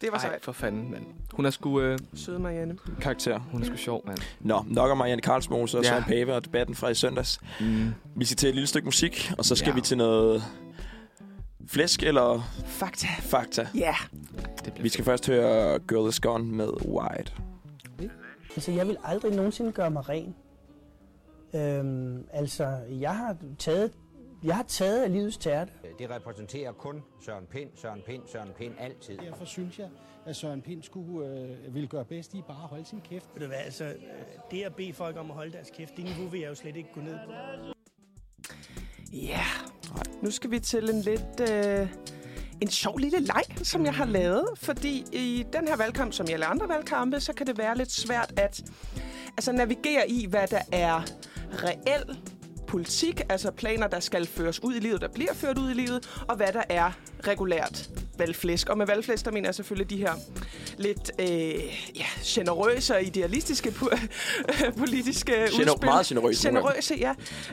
Det var
ej,
sejt.
for fanden, mand. Hun er sgu øh,
Søde Marianne.
karakter.
hun er sgu sjov, mand.
Nå, nok om Marianne Karlsmose og
Ja.
ja. Søren Pape og debatten fra i søndags.
Mm.
Vi skal til et lille stykke musik, og så skal
Ja.
vi til noget Flæsk eller...
Fakta.
Fakta.
Ja.
Vi skal først høre Girl Is Gone med White.
Altså, jeg vil aldrig nogensinde gøre mig ren. Øhm, altså, jeg har taget, jeg har taget af livets tærte.
Øh, Det repræsenterer kun Søren Pind, Søren Pind, Søren Pind altid.
Derfor synes jeg, at Søren Pind skulle, øh, ville gøre bedst i bare at holde sin kæft.
Ved du hvad, altså, øh, det at bede folk om at holde deres kæft, det niveau vil jeg jo slet ikke gå ned på.
Ja. Nu skal vi til en lidt... Øh, en sjov lille leg, som jeg har lavet. Fordi i den her valgkamp, som i alle andre valgkampe, så kan det være lidt svært at altså, navigere i, hvad der er reel politik, altså planer, der skal føres ud i livet, der bliver ført ud i livet, og hvad der er regulært valgflæsk. Og med valgflæsk, der mener jeg selvfølgelig de her lidt øh, ja, generøse og idealistiske pu- politiske
Gener-
udspil.
meget generøse nogle gange.
Generøse se,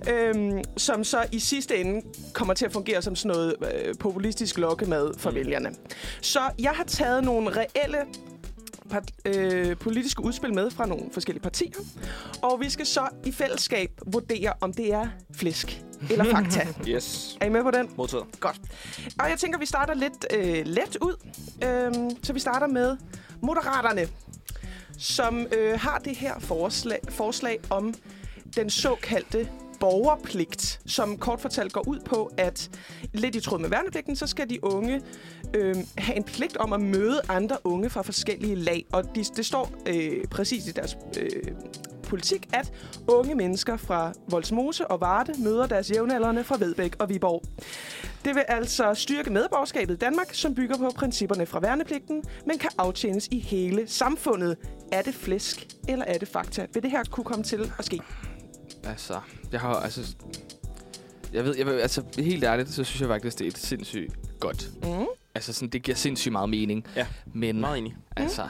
ja. Øhm, som så i sidste ende kommer til at fungere som sådan noget øh, populistisk lokkemad for mm. vælgerne. Så jeg har taget nogle reelle part, øh, politiske udspil med fra nogle forskellige partier, og vi skal så i fællesskab vurdere, om det er flæsk eller fakta.
Yes.
Er I med på den?
Modtaget.
Godt. Og jeg tænker, vi starter lidt øh, let ud. Øhm, så vi starter med Moderaterne, som øh, har det her forslag, forslag om den såkaldte borgerpligt, som kort fortalt går ud på, at lidt i tråd med værnepligten, så skal de unge øh, have en pligt om at møde andre unge fra forskellige lag. Og de, det står øh, præcis i deres øh, politik, at unge mennesker fra Voldsmose og Varde møder deres jævnaldrende fra Vedbæk og Viborg. Det vil altså styrke medborgerskabet i Danmark, som bygger på principperne fra værnepligten, men kan aftjenes i hele samfundet. Er det flæsk, eller er det fakta? Vil det her kunne komme til at ske?
Altså, jeg har altså... Jeg ved, jeg ved, altså helt ærligt, så synes jeg faktisk, det er et sindssygt godt.
Mm.
Altså, sådan, det giver sindssygt meget mening.
Ja,
men,
meget enig.
Altså,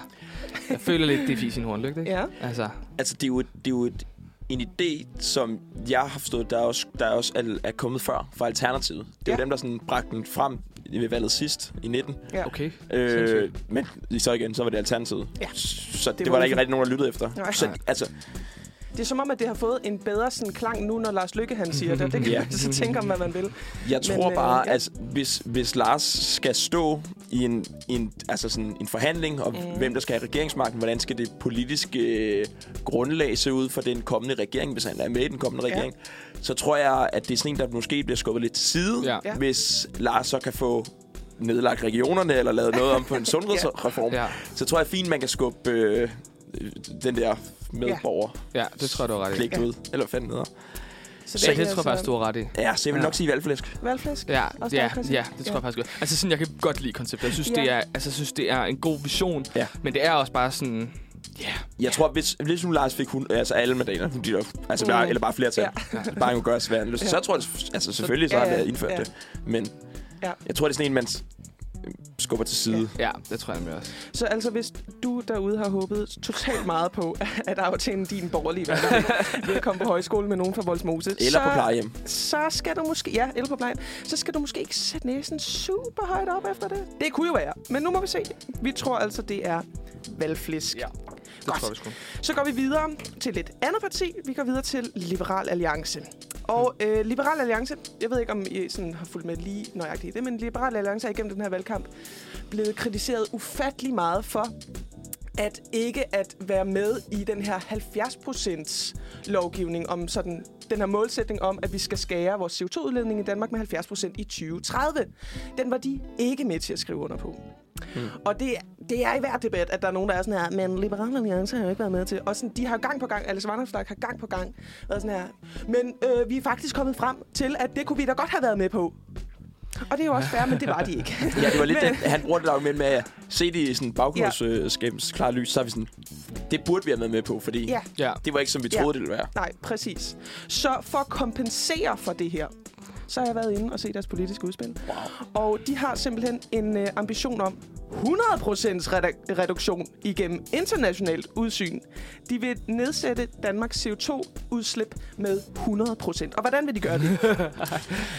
jeg føler lidt, det er fis i en hornlygte, ikke?
Ja.
Altså,
Altså, det er jo, et, det er jo et, en idé, som jeg har forstået, der er også, der er, også al, er kommet før fra Alternativet. Det er jo dem, der sådan bragte den frem ved valget sidst i 19.
Ja. Okay.
Øh,
Sindssygt.
men lige så igen, så var det Alternativet.
Ja.
Så det,
Det
det var
var
der ikke
ligesom-
rigtig nogen, der lyttede efter.
Nej.
Så
Nej.
altså,
Det er som om, at det har fået en bedre sådan, klang nu, når Lars Lykke han siger det. Det kan
Ja.
man så tænke om, hvad man vil.
Jeg tror
øh,
bare,
ja.
at hvis, hvis Lars skal stå i en, i en, altså sådan en forhandling om,
Mm.
mm. hvem der skal have regeringsmagten, hvordan skal det politiske øh, grundlag se ud for den kommende regering, hvis han er med i den kommende
Ja.
regering, så tror jeg, at det er sådan en, der måske bliver skubbet lidt til side,
Ja.
Ja.
hvis Lars så kan få nedlagt regionerne eller lavet noget om på en sundhedsreform.
Ja.
Så tror jeg fint, man kan skubbe øh, den der medborger.
Ja, det tror jeg, du har ret i.
Pligt
Ja.
ud. Eller fanden hedder.
Så
det, det tror jeg faktisk, du har ret i.
Ja, så jeg vil
Ja.
nok sige valgflæsk.
Valgflæsk?
Ja,
Også
ja,
dig, Christian?
ja, det tror jeg faktisk godt. Altså sådan, jeg kan godt lide konceptet. Jeg synes,
Ja.
det er, altså, jeg synes, det er en god vision,
ja.
men det er også bare sådan...
Jeg tror, hvis, hvis nu Lars fik hun, altså alle mandater, hun deler, altså bare,
Mm.
eller bare flertal,
Ja.
ja. bare hun gør svært lyst,
Ja.
ja. så tror jeg, altså selvfølgelig, så
Ja,
har
ja,
det indført
ja.
ja. det. Men
Ja.
ja. jeg tror, det er sådan en, man s- skubber til side.
Ja, det tror jeg også.
Så altså, hvis du derude har håbet totalt meget på, at aftjene din borgerlige hverdag ved at komme på højskole med nogen fra Voldsmose.
Eller på plejehjem.
Så skal du måske, ja, eller på plejehjem, så skal du måske ikke sætte næsen super højt op efter det. Det kunne jo være, men nu må vi se. Vi tror altså, det er valgflæsk. Ja,
Det
Godt.
tror jeg sgu.
Så går vi videre til et andet parti. Vi går videre til Liberal Alliance. Og øh, Liberal Alliance, jeg ved ikke, om I sådan har fulgt med lige nøjagtigt i det, men Liberal Alliance er igennem den her valgkamp blevet kritiseret ufattelig meget for at ikke at være med i den her 70 lovgivning om sådan den her målsætning om, at vi skal skære vores CO2-udledning i Danmark med 70 i 2030. Den var de ikke med til at skrive under på. Mm. Og det, det er i hver debat, at der er nogen, der er sådan her, men Liberale Alliance har jo ikke været med til. Og sådan, de har gang på gang, Alex Vanderflag har gang på gang været sådan her, men øh, vi er faktisk kommet frem til, at det kunne vi da godt have været med på. Og det er jo også fair, men det var de ikke.
Ja, det var lidt
Men-
det. Han bruger det argument med at se det i sådan baggrundsskabens ja. klare lys, så er vi sådan, det burde vi have været med på, fordi
Ja.
ja. det var ikke, som vi troede,
Ja.
det ville være.
Nej, præcis. Så for at kompensere for det her, så har jeg været inde og set deres politiske udspil. Wow. Og de har simpelthen en øh, ambition om 100% redak- reduktion igennem internationalt udsyn. De vil nedsætte Danmarks CO2-udslip med 100%. Og hvordan vil de gøre det?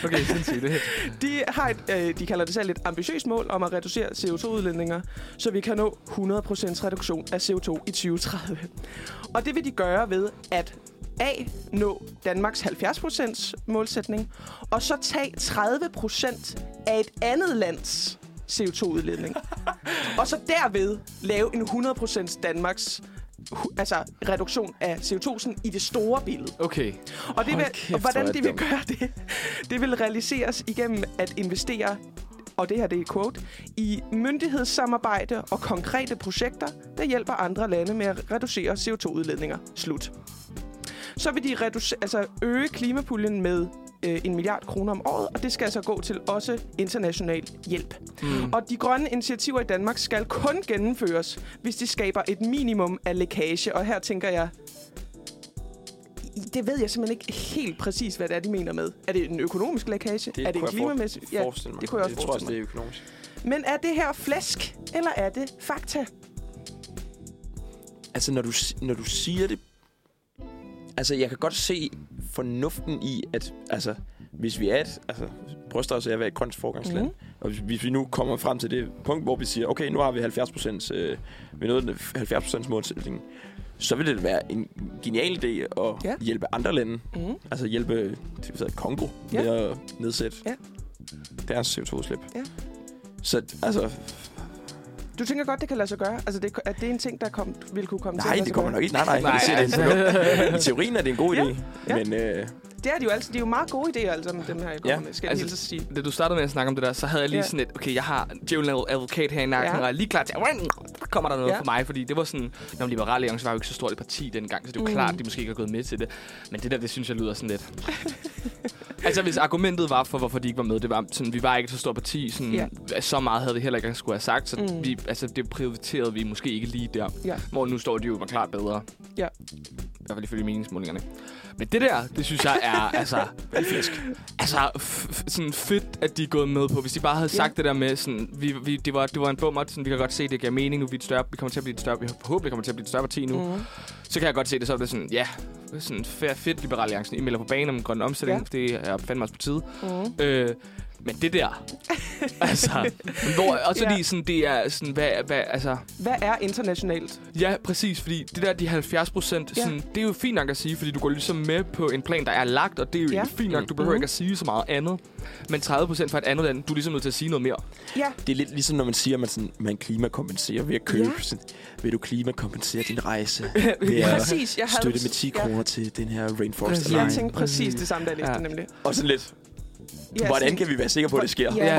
Okay, sindssygt det.
De, har et, øh, de kalder det selv et ambitiøst mål om at reducere CO2-udledninger, så vi kan nå 100% reduktion af CO2 i 2030. Og det vil de gøre ved at A. Nå Danmarks 70% målsætning, og så tage 30% af et andet lands CO2-udledning. og så derved lave en 100% Danmarks hu- altså reduktion af CO2 i det store billede.
Okay.
Og det vil,
Hold kæft, hvor
og hvordan
er
det vil
dumt.
gøre det, det vil realiseres igennem at investere, og det her det er et quote, i myndighedssamarbejde og konkrete projekter, der hjælper andre lande med at reducere CO2-udledninger. Slut. Så vil de reduce, altså øge klimapuljen med øh, en milliard kroner om året, og det skal altså gå til også international hjælp.
Mm.
Mm. Og de grønne initiativer i Danmark skal kun gennemføres, hvis de skaber et minimum af lækage. Og her tænker jeg, det ved jeg simpelthen ikke helt præcis, hvad det er, de mener med. Er det en økonomisk lækage? er det en klimamæssig?
Ja, mig.
det kunne jeg også
jeg tror også,
forestille
det er
mig.
økonomisk.
Men er det her flæsk, eller er det fakta?
Altså, når du, si- når du siger det... Altså, jeg kan godt se fornuften i, at altså, hvis vi er et... Altså, bryster os af at være et grønt forgangsland.
Mhm.
Mm. Og hvis, hvis vi nu kommer frem til det punkt, hvor vi siger, okay, nu har vi 70 procent... Øh, vi nåede 70 procents målsætning. Så vil det være en genial idé at
Ja.
ja. hjælpe andre lande.
Mhm.
Mm. Altså hjælpe det vil sige, Kongo
Ja.
ja. med at nedsætte
Ja.
deres CO2-udslip.
Ja.
Så altså,
Du tænker godt, det kan lade sig gøre? Altså, det, at det er en ting, der kom, ville kunne komme til at
Nej,
lade
det
sig
kommer
gøre?
nok ikke. Nej, nej. nej siger, det er en fornuft. I teorien er det en god idé,
Ja.
ja. men øh,
Det er de jo altid. De er jo meget gode idéer, alle sammen, dem her, jeg kommer med. Skal jeg altså,
altså, sige. Da du startede med at snakke om det der, så havde jeg lige
Ja.
sådan et, okay, jeg har djævlen er advokat her i nakken,
Ja.
ja. og jeg er lige klar til, at kommer der noget
Ja.
ja. for mig, fordi det var sådan, når Liberale Alliance var jo ikke så stort et parti dengang, så det er jo
Mm.
mm. klart, at de måske ikke har gået med til det. Men det der, det synes jeg lyder sådan lidt. altså, hvis argumentet var for, hvorfor de ikke var med, det var sådan, vi var ikke et så stort parti, sådan,
Ja.
ja. så meget havde vi heller ikke engang skulle have sagt, så
Mm.
mm. vi, altså, det prioriterede vi måske ikke lige der.
Ja.
Hvor nu står de jo klart bedre.
Ja.
I hvert fald ifølge meningsmålingerne. Men det der, det synes jeg er, altså... flæsk. Altså, f- f- sådan fedt, at de er gået med på. Hvis de bare havde
Ja.
sagt det der med, sådan, vi, vi, det, var, det var en bummer, sådan, vi kan godt se, det giver mening nu, vi, er et større, vi kommer til at blive et større, vi forhåbentlig kommer til at blive et større parti nu.
Mhm.
Mm. Så kan jeg godt se det, så er det sådan, ja, sådan fair, fedt, Liberal Alliancen, I melder på banen om en grøn omstilling, ja. det er fandme også på tide.
Mhm.
Mm. Øh, men det der, altså, hvor, også
Ja.
fordi sådan, det er sådan, hvad, hvad, altså,
Hvad er internationalt?
Ja, præcis, fordi det der, de 70 procent,
Ja.
ja. det er jo fint nok at sige, fordi du går ligesom med på en plan, der er lagt, og det er jo
Ja.
ja. fint nok, du behøver
Mhm.
mm. ikke at sige så meget andet. Men 30 procent fra et andet land, du er ligesom nødt til at sige noget mere.
Ja.
det er lidt ligesom, når man siger, at man, sådan, man klimakompenserer ved at købe.
Ja.
Ja. Sådan, vil du klimakompensere din rejse?
Præcis, jeg havde-
støtte med 10
ja.
kroner til den her Rainforest
Præcis. Jeg tænkte præcis det samme, da jeg læste den nemlig.
Og sådan lidt,
Ja,
ja, hvordan
sådan-
kan vi være sikre på, at det sker? Og hvad,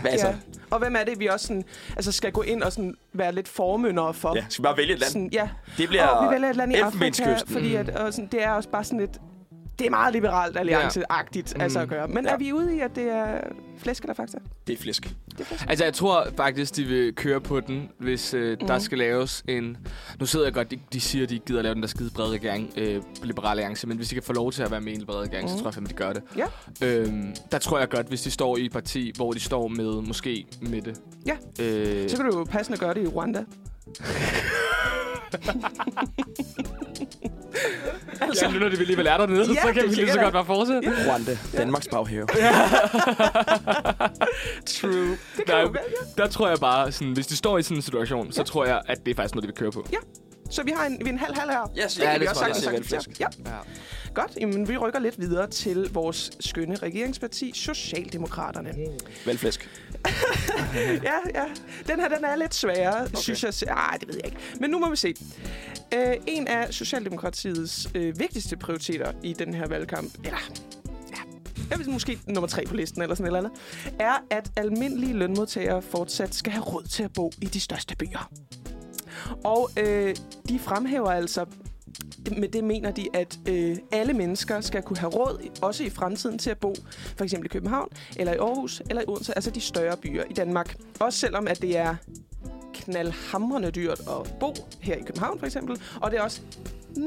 Hvad, altså,
Og hvem er det, vi også sådan, altså skal gå ind og sådan være lidt formyndere for?
Ja, skal vi bare vælge et land?
Sådan, ja.
Det bliver
og vi vælger et land i Afrika,
Elfenbenskysten.
fordi
Mm.
at, og sådan, det er også bare sådan lidt... Det er meget liberalt allianceagtigt
Ja.
altså
Mm.
at gøre. Men
Ja.
er vi ude i, at det er flæsk eller fakta?
det er flæsk.
Altså, jeg tror faktisk, de vil køre på den, hvis øh, mm. der
Mhm.
skal laves en... Nu sidder jeg godt, de, de siger, de ikke gider lave den der skide brede regering, øh, Liberale Alliance, men hvis de kan få lov til at være med i en brede regering, mm.
Mhm.
så tror jeg fandme, de gør det.
Ja.
Øhm, der tror jeg godt, hvis de står i et parti, hvor de står med måske Mette.
Ja.
Øh,
Så kan du jo passende gøre det i Rwanda.
altså. Ja, nu når de alligevel er dernede,
Ja,
ja, så
det
kan vi lige så
tænker jeg.
godt bare fortsætte.
Ja.
Rwanda, Danmarks baghave.
True. Det der, der tror jeg bare, sådan, hvis de står i sådan en situation, så tror jeg, at det er faktisk noget, de vil køre på.
Ja. Så vi har en, vi er en halv halv her.
Yes,
det
ja,
kan vi
det
også
tror jeg,
sagtens
det er
acceptere.
velflæsk.
Ja. Godt, jamen, vi rykker lidt videre til vores skønne regeringsparti, Socialdemokraterne.
Valgflæsk.
ja, ja. Den her, den er lidt sværere, okay. synes jeg. se- Ah, det ved jeg ikke. Men nu må vi se. Øh, en af Socialdemokratiets øh, vigtigste prioriteter i den her valgkamp, eller ja, jeg ved, måske nummer tre på listen eller sådan et eller andet, er, at almindelige lønmodtagere fortsat skal have råd til at bo i de største byer. Og øh, de fremhæver altså, med det mener de, at øh, alle mennesker skal kunne have råd, i- også i fremtiden, til at bo for eksempel i København, eller i Aarhus, eller i Odense, altså de større byer i Danmark. Også selvom, at det er knaldhamrende dyrt at bo her i København for eksempel, og det er også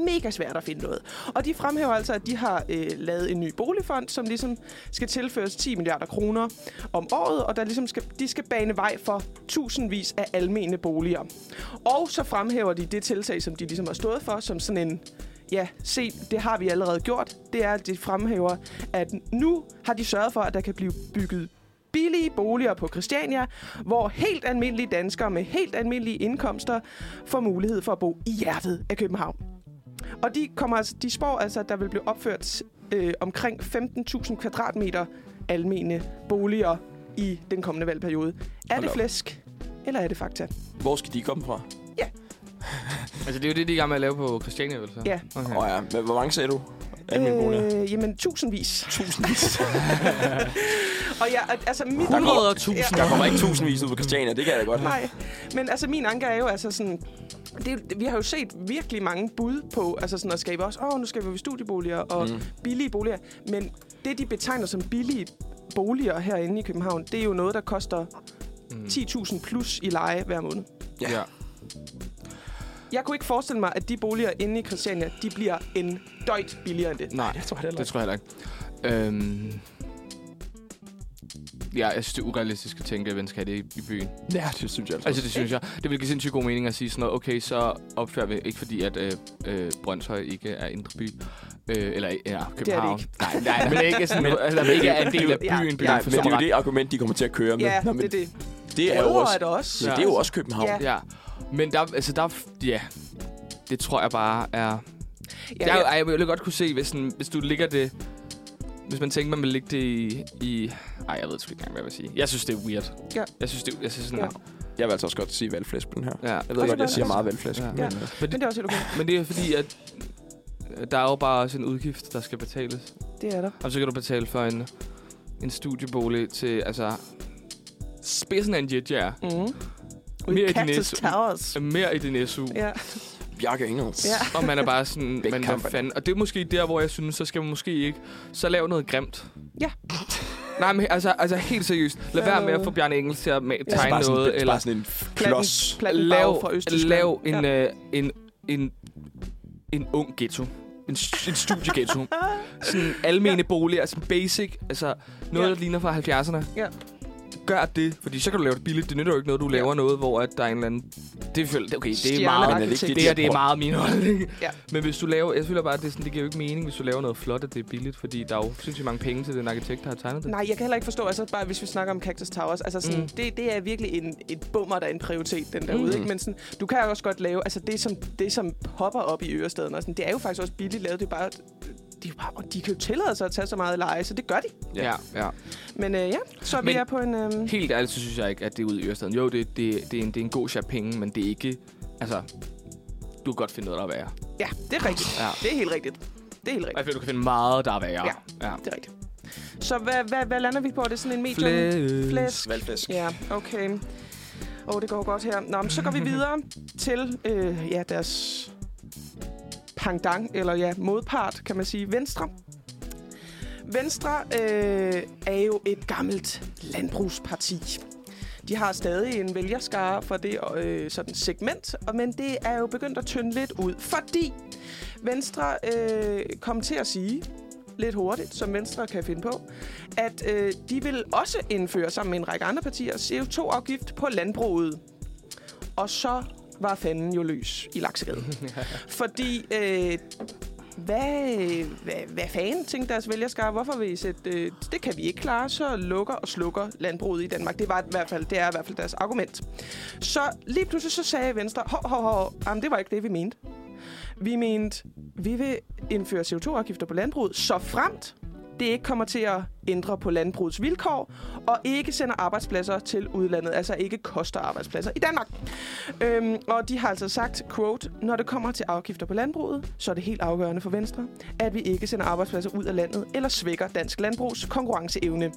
mega svært at finde noget. Og de fremhæver altså, at de har øh, lavet en ny boligfond, som ligesom skal tilføres 10 milliarder kroner om året, og der ligesom skal, de skal bane vej for tusindvis af almene boliger. Og så fremhæver de det tiltag, som de ligesom har stået for, som sådan en Ja, se, det har vi allerede gjort. Det er, at de fremhæver, at nu har de sørget for, at der kan blive bygget billige boliger på Christiania, hvor helt almindelige danskere med helt almindelige indkomster får mulighed for at bo i hjertet af København. Og de, kommer altså, de spår altså, at der vil blive opført øh, omkring 15.000 kvadratmeter almene boliger i den kommende valgperiode. Er
Hold
det
op.
flæsk, eller er det fakta?
Hvor skal de komme fra?
Altså, det er jo det, de er i gang med at lave på Christiania, vel? Så?
Ja.
Åh oh, ja, Hva- hvor mange sagde du? Almen bolig.
Øh, jamen, tusindvis.
Tusindvis.
og ja, altså, mit...
Der kommer,
Ja.
der kommer ikke tusindvis ud på Christiania, det kan jeg da godt.
Nej, men altså min anke er jo altså sådan... Det, er jo- vi har jo set virkelig mange bud på altså sådan at skabe også, åh, nu skaber vi studieboliger og
Mm.
mm. billige boliger. Men det, de betegner som billige boliger herinde i København, det er jo noget, der koster
Mm.
10.000 plus i leje hver måned.
Ja. ja.
Jeg kunne ikke forestille mig, at de boliger inde i Christiania, de bliver en døjt billigere end det.
Nej,
jeg tror
det tror jeg heller ikke. Øhm... Ja, jeg synes, det er urealistisk at tænke, at hvem skal have det i, i byen.
Ja, det synes jeg altså.
Altså, det synes jeg. Det vil give sindssygt god mening at sige sådan noget, okay, så opfører vi ikke fordi, at øh, øh, Brøndshøj ikke er indre by. Øh, eller ja, København.
ikke.
Nej, nej, men ikke sådan, altså, der vil ikke er en del af byen.
Ja,
byen
ja, men det er jo
forstår
det argument, de kommer til at køre med.
Ja,
Nå, men
det er
det. Det er jo også, Ja, det er jo også København.
Ja. ja. Men der, altså der, ja, det tror jeg bare er... Ja,
Ja,
jeg,
ja.
ej, jeg ville godt kunne se, hvis, sådan, hvis du ligger det... Hvis man tænker, man vil ligge det i... i ej, jeg ved sgu ikke engang, hvad jeg vil sige. Jeg synes, det er weird.
Ja.
Jeg synes, det, jeg synes sådan,
Ja.
ja.
Jeg vil altså også godt sige valgflæsk på den her.
Ja.
Jeg ved godt, jeg siger meget valgflæsk.
Ja.
men,
Ja.
øh,
Men, det,
er også helt okay.
men det er fordi, at øh, der er jo bare også en udgift, der skal betales.
Det er der.
Og så kan du betale for en, en studiebolig til, altså... Spidsen af en jetjager.
Mm.
Ude i Cactus
SU.
Towers.
Mere i din SU.
Ja.
Bjarke Engels.
Ja. Og man er bare sådan, men hvad
kamperne.
fanden? Og det er måske der, hvor jeg synes, så skal man måske ikke... Så lave noget grimt.
Ja.
Nej, men altså, altså helt seriøst. Lad være med at få Bjarne Engels til at ma-
Ja.
tegne
Bare sådan-
noget.
bare
eller
sådan en f- klods.
Platten- platten bag fra Østtyskland.
lav en,
Ja.
ja. øh, en, en, en ung ghetto. En, s- en studieghetto. sådan almene ja. boliger, sådan basic. Altså noget,
Ja.
der ligner fra 70'erne.
Ja.
Gør det, fordi så kan du lave det billigt. Det nytter jo ikke noget, du laver noget, hvor at der er en eller anden... Det, føler, okay, det er
Stjernearkitekt.
meget,
Men er det
det,
ikke
det,
det,
det, her,
de-
det er meget min holdning.
Ja.
Men hvis du laver, jeg føler bare, at det, er sådan, det giver jo ikke mening, hvis du laver noget flot, at det er billigt, fordi der er jo sindssygt mange penge til den arkitekt, der har tegnet det.
Nej, jeg kan heller ikke forstå, altså bare hvis vi snakker om Cactus Towers, altså sådan,
Mm.
mm. det, det er virkelig en, et bummer, der er en prioritet, den derude,
Mm.
mm. ikke? Men sådan, du kan jo også godt lave, altså det som, det som popper op i Ørestaden, og sådan, det er jo faktisk også billigt lavet, det er bare, de, er jo bare, de kan jo tillade sig at tage så meget leje, så det gør de.
Ja, ja.
Men øh, ja, så er vi
Men-
er på en... Øh,
Helt ærligt, så synes jeg ikke, at det er ude i Ørestaden. Jo, det, det, det, er, en, det er en god chat penge, men det er ikke... Altså, du kan godt finde noget, der er værre.
ja, det er rigtigt.
Ja.
Ja. Det er helt rigtigt. Det er helt
Jeg
rigtigt.
føler, du kan finde meget, der er værre.
Ja,
ja.
det er rigtigt. Så hvad, hvad, hvad lander vi på? Er det sådan en medium?
Flæsk.
Flæsk.
Valgflæsk.
Ja, okay. Åh, oh, det går godt her. Nå, men så går vi videre til øh, ja, deres pangdang, eller ja, modpart, kan man sige. Venstre. Venstre øh, er jo et gammelt landbrugsparti. De har stadig en vælgerskare for det øh, sådan segment, og men det er jo begyndt at tynde lidt ud, fordi Venstre øh, kom til at sige lidt hurtigt, som Venstre kan finde på, at øh, de vil også indføre, sammen med en række andre partier, CO2-afgift på landbruget. Og så var fanden jo løs i Laksegade. Fordi, øh, hvad, hvad, hvad Øh, fanden, tænkte deres vælgerskare, hvorfor vil I sætte, øh, det kan vi ikke klare, så lukker og slukker landbruget i Danmark. Det, var i hvert fald, det er i hvert fald deres argument. Så lige pludselig så sagde Venstre, hov, hov, hov, jamen, det var ikke det, vi mente. Vi mente, vi vil indføre CO2-afgifter på landbruget, så fremt det ikke kommer til at ændre på landbrugets vilkår, og ikke sender arbejdspladser til udlandet, altså ikke koster arbejdspladser i Danmark. Øhm, og de har altså sagt, quote, når det kommer til afgifter på landbruget, så er det helt afgørende for Venstre, at vi ikke sender arbejdspladser ud af landet eller svækker dansk landbrugs konkurrenceevne.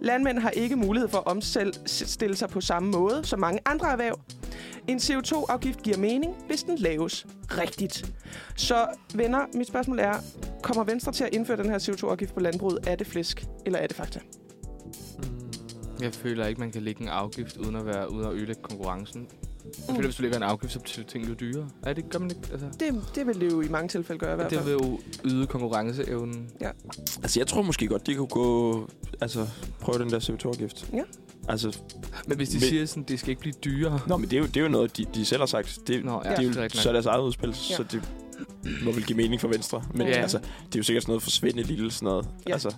Landmænd har ikke mulighed for at omstille sig på samme måde som mange andre erhverv. En CO2-afgift giver mening, hvis den laves rigtigt. Så venner, mit spørgsmål er, kommer Venstre til at indføre den her CO2-afgift på landbruget? Er det flæsk, eller er det fakta?
Mm, Jeg føler ikke, man kan lægge en afgift, uden at, være, uden at ødelægge konkurrencen. Jeg
Mm.
føler, hvis du lægger en afgift, så bliver ting jo dyrere. Er det, gør man ikke? Altså,
Det, det vil det jo i mange tilfælde gøre i hvert
det
fald.
vil jo yde konkurrenceevnen.
Ja.
Altså, jeg tror måske godt, de kunne gå... Altså, prøve den der CO2-afgift.
Ja.
Altså,
Men hvis de
men-
siger sådan, det skal ikke blive dyrere.
Nå, men det er jo, det er jo noget, de, de selv har sagt. Det, Nå,
ja,
ja, det er jo
det er rigtigt nok.
så er deres eget udspil, ja.
Ja.
så det må vel give mening for Venstre. Men
Ja.
ja. altså, det er jo sikkert sådan noget forsvindende lille sådan noget.
Ja.
Ja. Altså,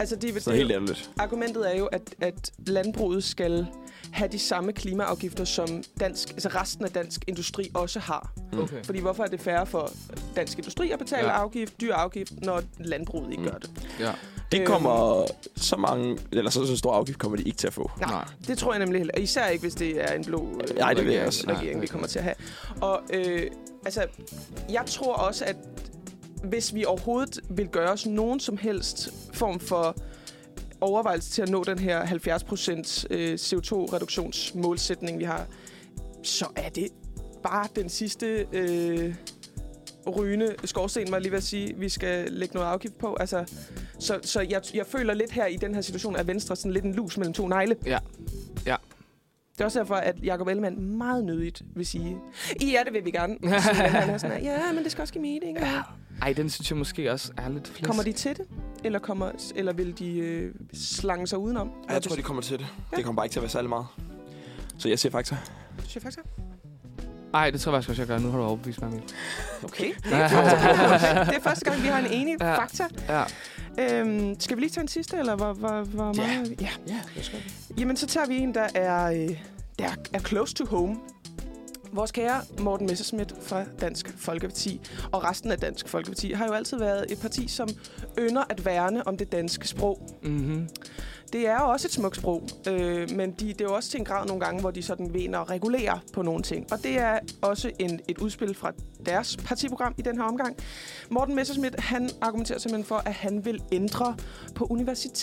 Altså, det, er-
Så helt ærligt.
Argumentet er jo, at, at landbruget skal have de samme klimaafgifter, som dansk, altså resten af dansk industri også har.
Mm.
Okay.
Fordi hvorfor er det færre for dansk industri at betale
Ja.
ja. afgift, dyr afgift, når landbruget ikke mm. gør det?
Ja.
Det kommer så mange, eller så, så stor afgift kommer de ikke til at få.
Nej, det tror jeg nemlig heller. Især ikke, hvis det er en blå øh,
Nej, det vil jeg
regering,
også. Nej,
regering
det
vi
vil
kommer
jeg
til at have. Og øh, altså, jeg tror også, at hvis vi overhovedet vil gøre os nogen som helst form for overvejelse til at nå den her 70% øh, CO2-reduktionsmålsætning, vi har, så er det bare den sidste øh, rygende skorsten, var jeg lige ved at sige, vi skal lægge noget afgift på. Altså, så så jeg, jeg føler lidt her i den her situation, at Venstre sådan lidt en lus mellem to negle.
Ja. Ja.
Det er også derfor, at Jacob Ellemann meget nødigt vil sige, I er det, vil vi gerne. Sige, at han er sådan her, ja, men det skal også give mening. Ja.
Ej, den synes jeg måske også er lidt flæsk.
Kommer de til det? Eller, kommer, eller vil de øh, slange sig udenom?
Ej, Jeg tror, de kommer til det. Det kommer bare ikke til at være særlig meget. Så jeg siger faktisk.
Chef Faxa?
Ej, det tror jeg faktisk også, jeg gør. Nu har du overbevist mig, Emil.
Okay. Det er, første, det er første gang, vi har en enig ja. fakta.
Ja.
Øhm, skal vi lige tage en sidste, eller hvor, hvor, hvor
Ja.
meget? Ja. ja. Jamen, så tager vi en, der er, øh, der er close to home. Vores kære Morten Messerschmidt fra Dansk Folkeparti og resten af Dansk Folkeparti har jo altid været et parti, som ynder at værne om det danske sprog.
Mm-hmm.
Det er jo også et smukt sprog, øh, men de, det er jo også til en grad nogle gange, hvor de sådan vener og regulerer på nogle ting. Og det er også en, et udspil fra deres partiprogram i den her omgang. Morten Messerschmidt, han argumenterer simpelthen for, at han vil ændre på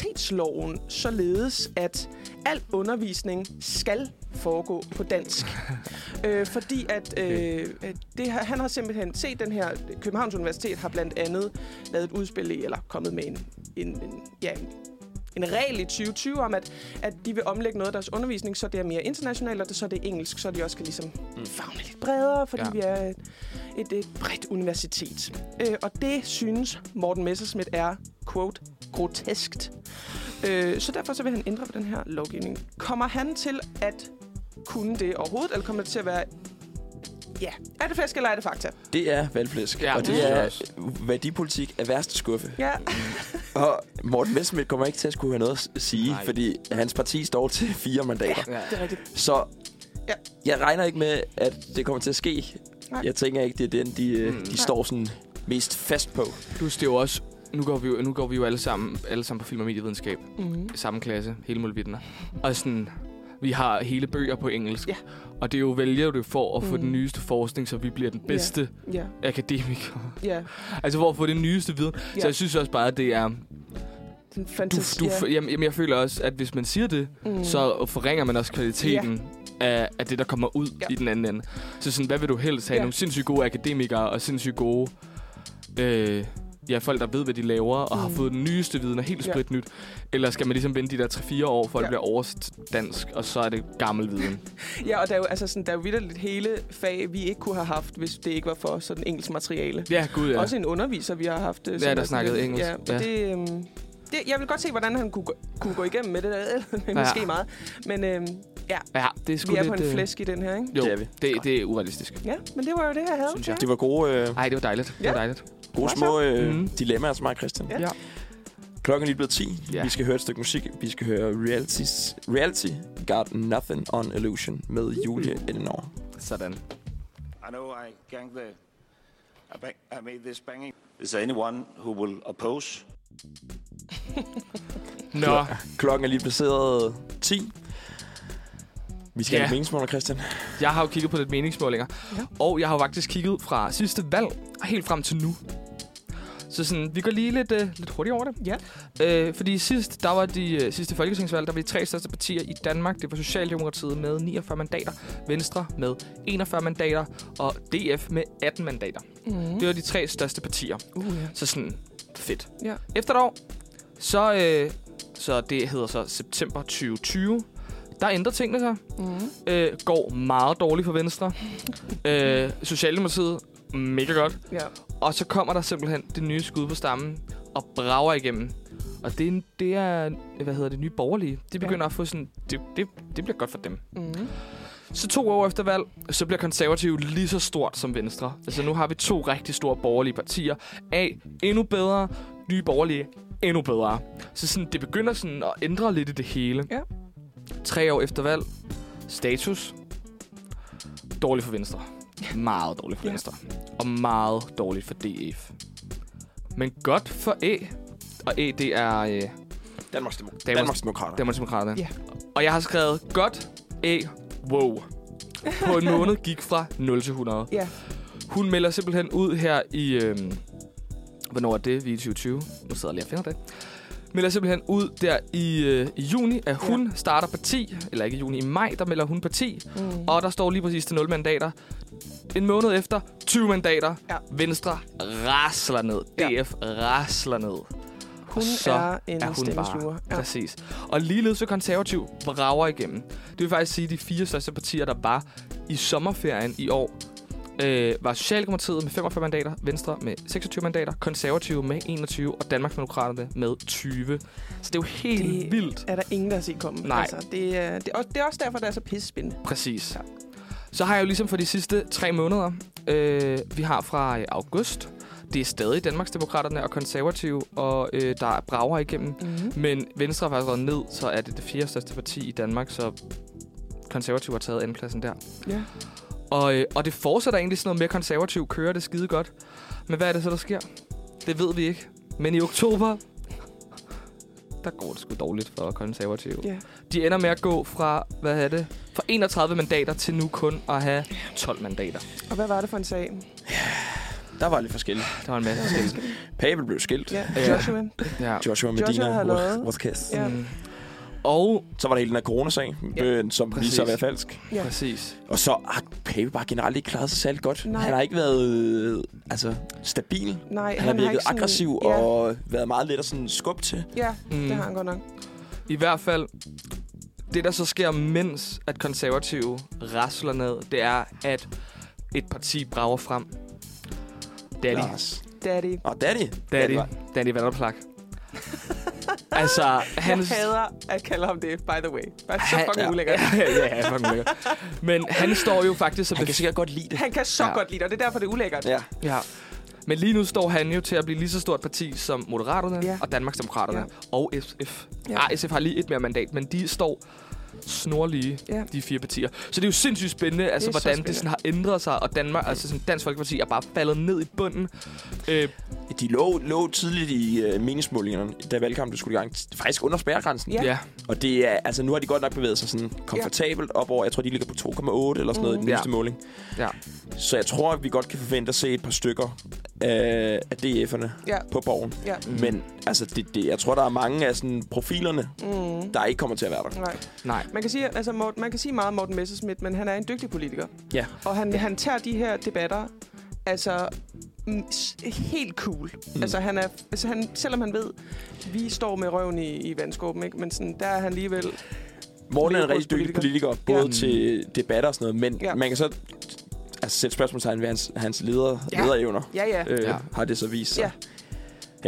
universitetsloven, således at al undervisning skal foregå på dansk. øh, fordi at øh, det, her- han har simpelthen set den her, Københavns Universitet har blandt andet lavet et udspil i, eller kommet med en, en, en, ja, en en regel i 2020 om, at, at de vil omlægge noget af deres undervisning, så det er mere internationalt, og det, så er det engelsk, så de også kan ligesom mm. fagne lidt bredere, fordi
Ja.
ja. vi er et, et, et bredt universitet. Øh, og det synes Morten Messerschmidt er, quote, groteskt. Øh, så derfor så vil han ændre på den her lovgivning. Kommer han til at kunne det overhovedet, eller kommer det til at være... Ja, er det flæsk eller er det fakta?
Det er valgflæsk,
Ja,
ja, og
det synes
det
jeg
er
også.
værdipolitik af værste skuffe.
Ja.
Og Morten Messerschmidt kommer ikke til at skulle have noget at s- sige, Nej. fordi hans parti står til fire mandater.
Ja, det er rigtigt.
Så
ja.
jeg regner ikke med, at det kommer til at ske.
Nej.
Nej. Jeg tænker ikke, det er den, de, øh,
Mm.
de står sådan mest fast på.
Plus, det er jo også... Nu går vi jo, nu går vi jo alle, sammen, alle sammen på film- og medievidenskab.
Mhm.
Samme klasse, hele muligheden. Og sådan, vi har hele bøger på engelsk.
Ja.
Og det er jo vælger du for at få
Mhm.
den nyeste forskning, så vi bliver den bedste
Ja.
akademiker.
Ja.
Altså for at få den nyeste viden.
Ja.
Så jeg synes også bare, at det er...
Den
Du,
fantastisk,
du,
ja.
jamen, jamen, jeg føler også, at hvis man siger det,
Mm.
mm. så forringer man også kvaliteten ja. af, af det, der kommer ud
Ja.
ja. i den anden ende. Så sådan, hvad vil du helst have?
Ja.
Ja. Nogle sindssygt gode akademikere og sindssygt gode øh, ja, folk, der ved, hvad de laver og har
Mm.
fået den nyeste viden og helt
Ja.
sprit nyt. Eller skal man ligesom vente de der 3-4 år, for ja.
Ja.
det bliver overdansk, og så er det gammel viden?
Ja, og der er jo, altså sådan, der er jo vitterligt hele fag, vi ikke kunne have haft, hvis det ikke var for sådan engelsk materiale.
Ja, gud, ja.
Også en underviser, vi har haft. øh, som
Ja, der
er sådan
snakkede
lidt-
engelsk.
Ja, og
Ja.
det, øhm, det, jeg vil godt se, hvordan han kunne, gå- kunne gå igennem med det der, men
Ja.
måske meget. Men øhm, ja,
Ja, det er sgu
vi er
lidt,
på en
øh,
flæsk i den her, ikke?
Jo, det er, vi. Det, det er urealistisk.
Ja, men det var jo det, jeg havde. Synes
Det var gode... Nej, øh,
Ej, det var dejligt. Det var dejligt.
Gode
Hvad så?
små øh,
Mhm.
mm. dilemmaer til mig, og Christian.
Ja. Ja.
Klokken er lige blevet 10.
Ja.
Vi skal høre et stykke musik. Vi skal høre Realities, Reality Got Nothing on Illusion med
Uh.
Julie mm. Elenor.
Sådan.
I know I ganked the. I, bang, I made this banging. Is there anyone who will oppose?
Nå.
Klokken er lige placeret 10. Vi skal
Ja.
have meningsmåler, Christian.
Jeg har jo kigget på lidt meningsmålinger. Ja. Og jeg har jo faktisk kigget fra sidste valg og helt frem til nu. Så sådan, vi går lige lidt, øh, lidt hurtigt over det.
Ja.
Øh, fordi sidst, der var de øh, sidste folketingsvalg, der var de tre største partier i Danmark. Det var Socialdemokratiet med 49 mandater, Venstre med 41 mandater og DF med 18 mandater.
Mhm.
Det var de tre største partier.
Uh, ja.
Så sådan, fedt.
Ja.
Efter et år, så, øh, så det hedder så september 2020, der ændrer tingene sig.
Mhm.
Øh, går meget dårligt for Venstre. øh, Socialdemokratiet, mega godt.
Ja.
Og så kommer der simpelthen det nye skud på stammen og brager igennem. Og det, er en- det er, hvad hedder det, nye borgerlige. Det begynder ja. at få sådan, det, det, det bliver godt for dem.
Mm.
Så to år efter valg, så bliver konservative lige så stort som Venstre. Altså nu har vi to rigtig store borgerlige partier. A, endnu bedre. Nye borgerlige, endnu bedre. Så sådan, det begynder sådan at ændre lidt i det hele.
Ja.
Tre år efter valg, status. Dårligt for Venstre. Meget dårligt for Venstre. Og meget dårligt for DF. Men godt for A. Og E, det er... Øh,
Danmarks, Demo- Danmarks Demokrater.
Danmarks Demokrater.
Ja.
Og jeg har skrevet, godt E, wow. På en måned gik fra 0 til 100.
Ja.
Hun melder simpelthen ud her i... Øh, hvornår er det? Vi er i 2020. Nu sidder jeg lige og finder det. Melder simpelthen ud der i, øh, i juni, at hun ja. starter parti. Eller ikke i juni, i maj, der melder hun parti.
Mm.
Mm. Og der står lige præcis til 0 mandater. En måned efter, 20 mandater. Ja. Venstre rasler ned. DF rasler ned.
Hun
og så
er en
er hun
stemmesluger.
bare,
Ja.
ja. Præcis. Og ligeledes så konservativ brager igennem. Det vil faktisk sige, at de fire største partier, der var i sommerferien i år, øh, var Socialdemokratiet med 45 mandater, Venstre med 26 mandater, Konservative med 21 og Danmarksdemokraterne med 20. Så det er jo helt
Det
vildt.
er der ingen, der har set komme.
Nej.
Altså, det, er, det, er også, det er også derfor, det er så pissespændende.
Præcis. Så har jeg jo ligesom for de sidste tre måneder, øh, vi har fra øh, august, det er stadig Danmarksdemokraterne og konservative, og øh, der er brager igennem.
Mhm.
Mm-hmm. Men Venstre er faktisk røget ned, så er det det fjerde største parti i Danmark, så konservative har taget andenpladsen der.
Ja.
Og, øh, og det fortsætter egentlig sådan noget med, at konservativ kører det skide godt. Men hvad er det så, der sker? Det ved vi ikke. Men i oktober, der går det sgu dårligt for konservative.
Ja.
De ender med at gå fra, hvad er det, fra 31 mandater til nu kun at have 12 mandater.
Og hvad var det for en sag?
Der var lidt forskelligt.
Ah, Der var en masse forskellige.
Pavel blev skilt.
Ja, Joshua.
Ja.
Joshua
Joshua
Medina.
har
Joshua
løjet.
Rothkess.
Ja.
Ja.
Mm.
Og
så var der hele den her coronasag, ja. som Præcis. viser sig at være falsk.
Ja.
Præcis.
Og så har Pape bare generelt ikke klaret sig særlig godt.
Nej.
Nej. Han har ikke været øh, altså, stabil.
Nej,
han,
han
har
har
virket
ikke sådan-
aggressiv
ja.
og været meget let at sådan skubbe til.
Ja, mm.
Mm.
det har han godt nok.
I hvert fald, det der så sker, mens at konservative rasler ned, det er, at et parti brager frem. Daddy.
Lars.
Daddy.
Og Daddy.
Daddy. Daddy Vanderplak. altså,
Han
hans...
hader at kalde ham det, by the way. Bare så
Han-
fucking
ja.
ulækkert.
ja, ja, fucking ulækkert. Men han står jo faktisk... Som han kan
sikkert godt lide det.
Han kan så ja. godt lide det, og det er derfor, det er ulækkert.
Ja.
Ja. Men lige nu står han jo til at blive lige så stort parti som Moderaterne ja. og Danmarksdemokraterne
Ja.
ja. og SF.
Ja.
Ja. Ah, SF har lige et mere mandat, men de står snorlige,
Ja.
ja. de fire partier. Så det er jo sindssygt spændende, altså
så
hvordan
spændende.
det sådan har ændret sig, og Danmark, altså sådan Dansk Folkeparti er bare faldet ned i bunden. Øh,
De lå, lå tidligt i øh, meningsmålingerne, da valgkampen skulle i gang. Faktisk under spærregrænsen.
Ja. Ja.
Og det er, altså, nu har de godt nok bevæget sig sådan komfortabelt op over. Jeg tror, de ligger på 2,8 eller sådan noget i den
Mhm. Ja.
nyeste måling.
Ja.
Så jeg tror, at vi godt kan forvente at se et par stykker af, af DF'erne
Ja.
på borgen.
Ja.
Mm.
Men altså, det, det, jeg tror, der er mange af sådan, profilerne,
Mm.
der ikke kommer til at være der.
Nej.
Nej.
Man kan, sige, altså Morten, man kan sige meget om Morten Messerschmidt, men han er en dygtig politiker.
Ja.
Og han, han tager de her debatter, altså mm, s- helt cool. Mm. Altså, han er, altså han, selvom han ved, vi står med røven i, i vandskåben, ikke? men sådan, der er han alligevel...
Morten er en rigtig dygtig politiker, både
Ja.
ja. til debatter og sådan noget, men
Ja.
ja. man kan så altså, sætte spørgsmålstegn ved hans, hans leder,
Ja.
ja. lederevner.
Ja, ja.
Øh,
Ja.
Har det så vist sig.
Ja.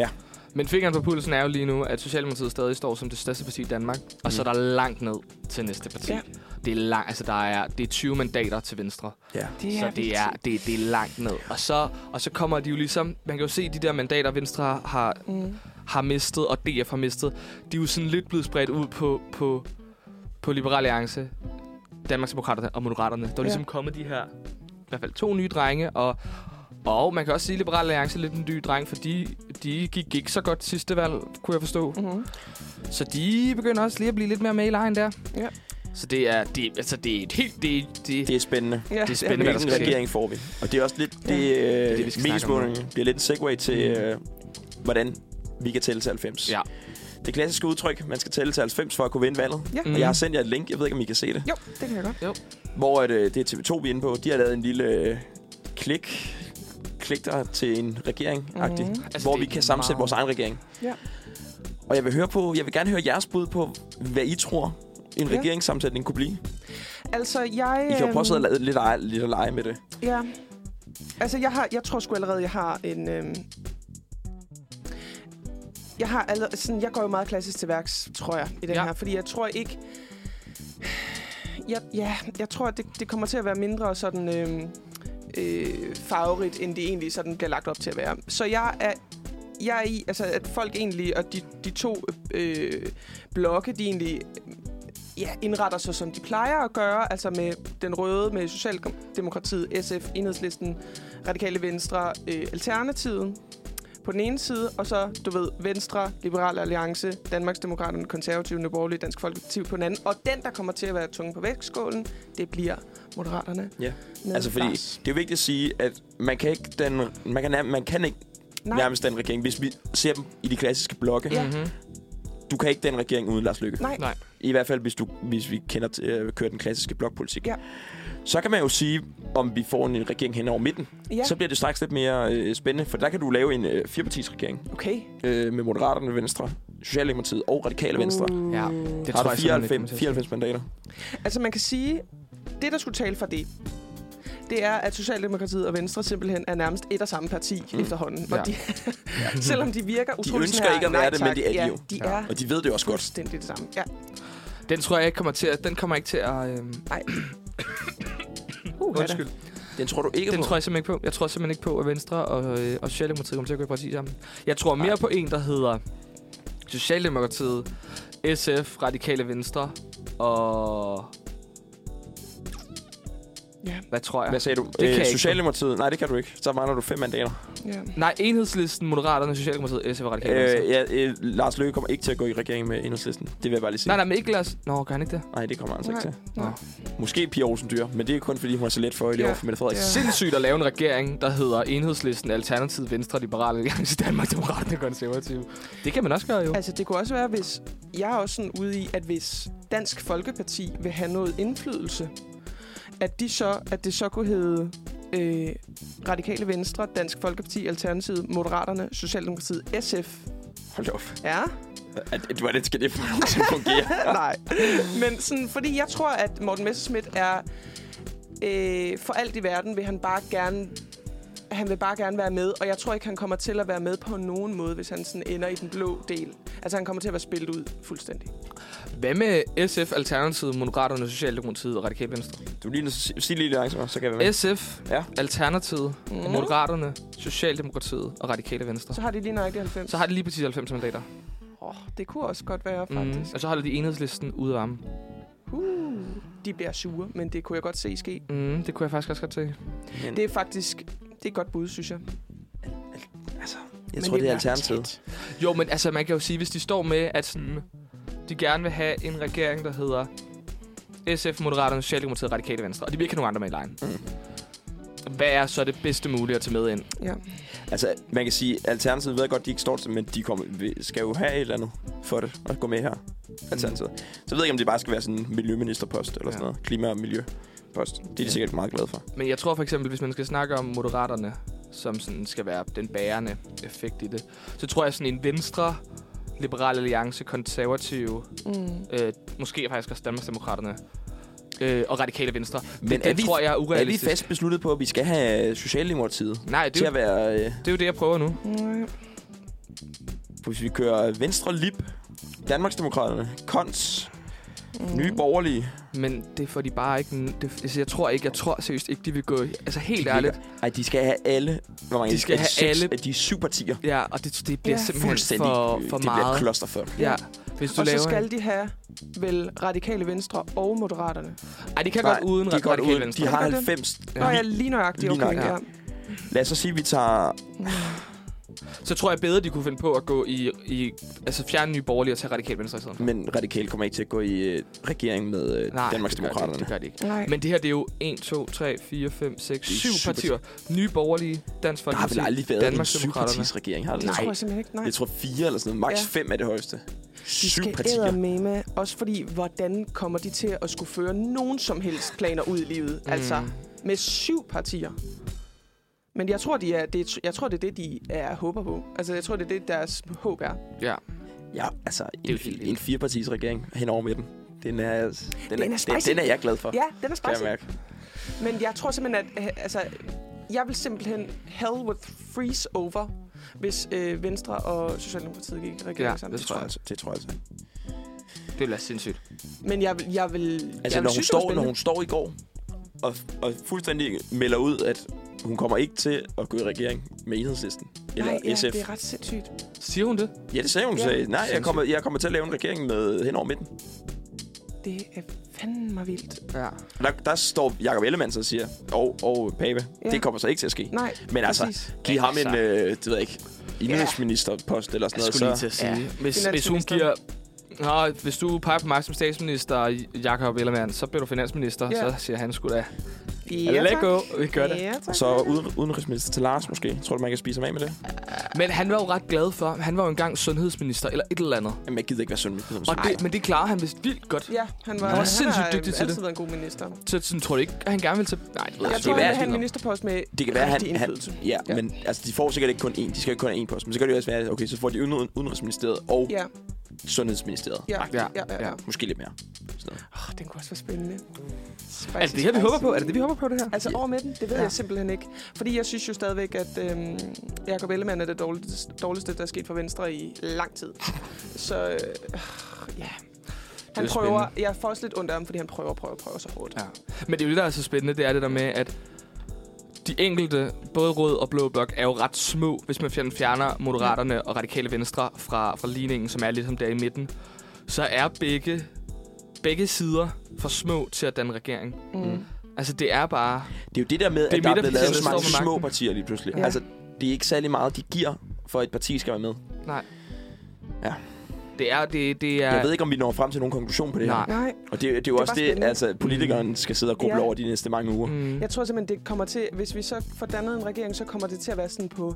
ja.
Men fingeren på pulsen er jo lige nu, at Socialdemokratiet stadig står som det største parti i Danmark, og så er der langt ned til næste parti.
Ja.
Ja. Det er lang, altså der er, det er 20 mandater til venstre.
Ja.
Det er
så det er, det, det er langt ned. Og så, og så kommer de jo ligesom, man kan jo se de der mandater, Venstre har,
Mm.
mm. har mistet, og DF har mistet, de er jo sådan lidt blevet spredt ud på, på, på Liberal Alliance, Danmarksdemokraterne og Moderaterne. Der er
Ja.
ja. ligesom kommet de her, i hvert fald to nye drenge, og, og man kan også sige, at Liberal Alliance er lidt en ny dreng, for de, de gik ikke så godt sidste valg, kunne jeg forstå.
Mm-hmm.
Så de begynder også lige at blive lidt mere med i lejen der.
Ja.
Så det er, det, altså det er et helt... Det, det,
Det er spændende.
Ja, det er spændende, hvad der
Hvilken
skal ske.
regering får vi? Og det er også lidt
Ja.
det,
Det er
øh,
det, vi
det,
skal
det
snakke om
meningsmålingen
nu. Mm.
bliver lidt en segue til, øh, hvordan vi kan tælle til 90.
Ja.
Det klassiske udtryk, man skal tælle til 90 for at kunne vinde valget.
Ja.
Og jeg har sendt jer et link, jeg ved ikke, om I kan se det.
Jo, det kan jeg godt.
Mm. Jo.
Hvor at, øh, det er TV2, vi er inde på. De har lavet en lille øh, klik, klik der til en regering mm.
Mhm.
altså, hvor vi kan sammensætte vores egen regering.
Ja.
Og jeg vil, høre på, jeg vil gerne høre jeres bud på, hvad I tror, en
Ja.
regeringssammensætning kunne blive.
Altså, jeg...
I kan jo prøve at
øhm,
sidde og lade- lidt, lege, lidt at lege med det.
Ja. Altså, jeg, har, jeg tror sgu allerede, jeg har en... Øhm, jeg, har allerede, sådan, jeg går jo meget klassisk til værks, tror jeg, i den ja.
Ja.
her. Fordi jeg tror ikke... Jeg, ja, jeg tror, at det, det kommer til at være mindre sådan... Øhm, øh, farverigt, end det egentlig sådan bliver lagt op til at være. Så jeg er jeg er i, altså at folk egentlig, og de, de to øh, blokke, de egentlig ja, indretter sig, som de plejer at gøre, altså med den røde, med Socialdemokratiet, SF, Enhedslisten, Radikale Venstre, øh, Alternativet, på den ene side, og så, du ved, Venstre, Liberale Alliance, Danmarksdemokraterne, Konservative, Nyborgerlige, Dansk Folkeparti på den anden. Og den, der kommer til at være tunge på vægtskålen, det bliver Moderaterne.
Ja.
Med
Altså, fordi
Lars.
det er jo vigtigt at sige, at man kan ikke, den, man kan, nær- man kan ikke
Nej.
nærmest den regering, hvis vi ser dem i de klassiske blokke.
Ja. Mhm.
Du kan ikke den regering uden Lars Lykke.
Nej. Nej.
I hvert fald, hvis, du, hvis vi kender til, øh, kører den klassiske blokpolitik. Ja. Så kan man jo sige, om vi får en regering hen over midten.
Ja.
Så bliver det straks lidt mere øh, spændende, for der kan du lave en øh, firepartisregering.
Okay.
Øh, med Moderaterne Venstre, Socialdemokratiet og Radikale Venstre.
Uh. Ja,
det
det
har
tror
du
jeg simpelthen ikke,
94,
man skal
94 mandater.
Altså, man kan sige, det, der skulle tale for det, det er, at Socialdemokratiet og Venstre simpelthen er nærmest et og samme parti mm. efterhånden. Ja.
Ja.
Og de, selvom de virker
De
utrolig
ønsker ikke at være det, men det er de
ja,
jo.
De er
Og de ved det jo også godt.
fuldstændig det samme. Ja.
Den tror jeg ikke kommer til at... Den kommer ikke til at... Øh... Nej.
Uh,
Undskyld.
Den tror du ikke
Den
på?
tror jeg simpelthen ikke på. Jeg tror simpelthen ikke på, at Venstre og, øh, og Socialdemokratiet kommer til at gå i parti sammen. Jeg tror mere på en, der hedder Socialdemokratiet, SF, Radikale Venstre og...
Ja.
Hvad tror jeg?
Hvad sagde du?
Det kan jeg ikke.
Socialdemokratiet? Nej, det kan du ikke. Så mangler du fem mandater.
Ja.
Nej, Enhedslisten, Moderaterne, Socialdemokratiet, SF og Radikale Venstre.
Øh, ja, øh, Lars Løkke kommer ikke til at gå i regering med enhedslisten. Det vil jeg bare lige sige.
Nej, nej, men ikke Lars... Nå, gør han ikke det?
Nej, det kommer han altså ikke
Nej,
til. Nej. Måske Pia Olsen Dyr, men det er kun fordi, hun er så let for i det
Ja,
år for Mette
Det er
Frederiksen.
sindssygt at lave en regering, der hedder Enhedslisten, Alternativet, Venstre, Liberale Alliance, Danmark, Demokraterne, Konservative. Det kan man også gøre, jo.
Altså, det kunne også være, hvis... Jeg er også sådan ude i, at hvis Dansk Folkeparti vil have noget indflydelse, at, de så, at det så kunne hedde øh, Radikale Venstre, Dansk Folkeparti, Alternativet, Moderaterne, Socialdemokratiet, SF.
Hold da op.
Ja.
At- at- Hvordan skal det til at fungere?
Nej. Men sådan, fordi jeg tror, at Morten Messerschmidt er... Øh, for alt i verden vil han bare gerne han vil bare gerne være med, og jeg tror ikke, han kommer til at være med på nogen måde, hvis han sådan ender i den blå del. Altså, han kommer til at være spillet ud fuldstændig.
Hvad med SF, Alternativet, Moderaterne, Socialdemokratiet og Radikale Venstre?
Du lige sige, sig lige det, så kan jeg være med.
SF,
ja.
Alternativet,
Mm.
mm. Moderaterne, Socialdemokratiet og Radikale Venstre.
Så
Så,
har de lige nøjagtigt 90.
så har de lige præcis 90 mandater.
Oh, det kunne også godt være, faktisk.
Mm. Og så holder de enhedslisten ude af armen.
Mm. Uh, de bliver sure, men det kunne jeg godt se ske.
Mm, det kunne jeg faktisk også godt se.
Men. Det er faktisk det er et godt bud, synes jeg.
Altså,
Men det bliver Jo, men altså, man kan jo sige, hvis de står med, at sådan, de gerne vil have en regering, der hedder SF, Moderaterne, Socialdemokratiet, Radikale Venstre, og de vil ikke have nogen andre med i lejen. Mm. Hvad er så det bedste mulige at tage med ind?
Ja.
Altså, man kan sige, Alternativet ved godt, de ikke står til, men de kommer, vi skal jo have et eller andet for det, og gå med her. Alternativet. Mm. Så ved jeg ikke, om det bare skal være sådan en miljøministerpost, eller ja. sådan noget. Klima- og miljøpost. Det er de ja. sikkert meget glade for.
Men jeg tror for eksempel, hvis man skal snakke om Moderaterne, som sådan skal være den bærende effekt i det, så tror jeg sådan en venstre, liberal alliance, konservative,
Mm.
øh, måske faktisk også Danmarksdemokraterne, øh, og radikale venstre.
Men
Men det,
er
det
vi,
tror jeg er
er vi
urealistisk.
fast besluttet på, at vi skal have øh, Socialdemokratiet
Nej, det
til
er
at
jo-
være... Øh,
Det er jo det, jeg prøver nu.
Mm.
Hvis vi kører Venstre Lib, Danmarksdemokraterne, Kons, mm. Nye Borgerlige.
Men det får de bare ikke... n- Det, altså, jeg tror ikke, jeg tror seriøst ikke, de vil gå... Altså, helt
de
ærligt.
Nej, de skal have alle... Hvor mange
De skal
er
have
seks
alle-
af de syv partier.
Ja, og det, det bliver
Ja.
ja. simpelthen
Fuldstændig,
for,
øh,
for
det bliver
meget.
clusterfuck.
Ja. Hvis du
og
laver
så skal
en...
de have vel Radikale Venstre og Moderaterne.
Ej, de kan Nej, godt uden
de er godt
radikale
uden.
venstre.
De har
Kan de
90.
Ja. Nå, ja, lige nøjagtigt. Okay,
nøjagtigt.
ja.
Lad os så sige, at vi tager...
Så tror jeg bedre, de kunne finde på at gå i... i altså, fjerne nye borgerlige og tage radikale venstre i stedet.
Men Radikale kommer ikke til at gå i øh, regering med øh,
Nej,
Danmarksdemokraterne.
det gør de ikke. Det gør de
Nej.
ikke. Men det her, det er jo 1, 2, 3, 4, 5, 6,
Det er
7
syv
partier. Nye borgerlige, Dansk
Der har
Folkeparti,
vel aldrig været en
Danmarksdemokraterne.
syvpartisregering, har der?
Det tror jeg simpelthen ikke, nej.
Jeg tror fire eller sådan noget. Max
Ja.
fem er det højeste.
De
Syv
skal
partier.
med med, også fordi, hvordan kommer de til at skulle føre nogen som helst planer ud i livet? Mm. Altså, med syv partier. Men jeg tror, de er, det, jeg tror, det er det, de er, håber på. Altså, jeg tror, det er det, deres håb er.
Ja.
Ja, altså
er jo
en,
helt vildt.
en firepartisregering hen over midten. Den er, den,
Den er
den,
spicy.
den er jeg glad for.
Ja, den er
Kan jeg
spicy.
mærke.
Men jeg tror simpelthen, at øh, altså, jeg vil simpelthen hell with freeze over, hvis øh, Venstre og Socialdemokratiet gik i regering
Ja,
sammen.
det tror jeg.
Det tror jeg altså.
Det ville være sindssygt.
Men jeg vil, jeg vil,
Altså, når
jeg vil
hun,
synes, det
står,
var
når
spændende.
hun står i går og, og fuldstændig melder ud, at hun kommer ikke til at gå i regering med enhedslisten. Eller
Nej, ja,
SF.
det er ret sindssygt.
Siger hun det?
Ja, det sagde hun.
Ja.
Ja. Sagde, nej, jeg
Sindssygt.
kommer, jeg kommer til at lave en regering med hen over midten.
Det er fandme vildt.
Ja.
Og Der, der står Jacob Ellemann så og siger, og, og Pape,
Ja.
ja. det kommer så ikke til at ske.
Nej,
Men altså,
præcis.
giv ham en,
Altså.
øh, det ved jeg ikke, indrigsministerpost eller sådan
Jeg
noget.
skulle lige
så-
til at sige. Ja. Hvis, hvis hun giver... Nå, hvis du peger på mig som statsminister, Jakob Ellemann, så bliver du finansminister.
Ja.
Ja. Så siger han sgu da...
Ja,
Let
tak.
go, vi gør det.
Ja, Så uden, udenrigsminister til Lars måske. Tror du, man kan spise ham af med det?
Men han var jo ret glad for, han var jo engang sundhedsminister eller et eller andet.
Jamen, jeg gider ikke være sundhedsminister.
Og det, men det klarer han vist vildt godt.
Ja, han var,
han var sindssygt dygtig til
altid
det.
været en god minister.
Så sådan, tror du ikke, at han gerne vil tage... Nej, det ved
Jeg
sgu
tror,
ikke.
han vil have en ministerpost med
Det kan være,
rigtig
han, han
indflydelse.
ja, ja, men altså, de får sikkert ikke kun én. De skal ikke kun have én post. Men så kan det jo også være, at okay, så får de uden, udenrigsministeriet og
Ja.
sundhedsministeriet.
Ja,
Agtigt.
ja, ja, ja.
Måske lidt mere. Sådan noget.
Åh, den kunne også være spændende. Spicy,
Er det det her, vi håber på? Er det det, vi håber på, det her?
Altså over med den, det ved
Ja.
ja. jeg simpelthen ikke. Fordi jeg synes jo stadigvæk, at øhm, Jacob Ellemann er det dårligste, dårligste, der er sket for Venstre i lang tid. Så øh, ja, han
jo
prøver.
spændende.
Jeg får også lidt ondt af ham, fordi han prøver, prøver, prøver så hårdt.
Ja. Men det er jo det, der er så spændende, det er det der med, at de enkelte, både rød og blå blok, er jo ret små, hvis man fjerner- fjerner Moderaterne og Radikale Venstre fra, fra ligningen, som er ligesom der i midten. Så er begge, begge sider for små til at danne regering.
Mm.
Altså, det er bare...
Det er jo det der med,
Det er
at der er blevet lavet
midterpartierne,
så
der
mange
står ved
små
magten.
partier lige pludselig.
Ja.
Ja. Altså, det er ikke særlig meget, de giver for at et parti skal være med.
Nej.
Ja.
Det er... Det, det er
Jeg ved ikke, om vi når frem til nogen konklusion på det
Nej.
her.
Nej.
Og det, det er jo
er
også
bare
det,
spændende.
altså,
Mm.
politikeren skal sidde og gruble
Ja.
over de næste mange uger. Mm.
Jeg tror simpelthen, det kommer til, hvis vi så får dannet en regering, så kommer det til at være sådan på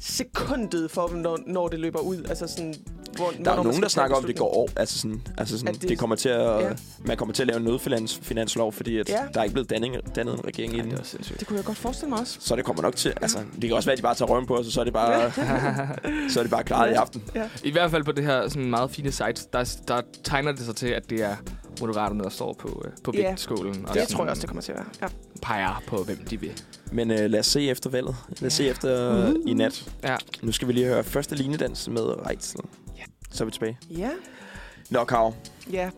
sekundet for, når, når det løber ud. Altså sådan, hvor,
Der er jo nogen, der snakker om, at det går over. Altså sådan, altså sådan,
At det-
det, det kommer til at,
Ja.
ja. man kommer til at lave en nødfinans- finanslov, fordi at
Ja.
ja. der er ikke blevet dannet, dannet en regering inden.
Det kunne jeg godt forestille mig også.
Så det kommer nok til. Altså, det kan også være, at de bare tager røven på os, og så er det bare, så er det bare klaret i aften.
Ja.
I hvert fald på det her sådan meget fine site, der, der tegner det sig til, at det er Moderaterne, der står på, øh, på
Ja.
vægtskålen.
Det tror jeg også, det kommer til at være. Ja.
Peger på, hvem de vil.
Men øh, lad os se efter valget. Lad os se efter øh, i nat.
Ja.
Nu skal vi lige høre første linedans med Reitzel. Ja. Så er vi tilbage.
Ja,
Nå, Karo.
ja.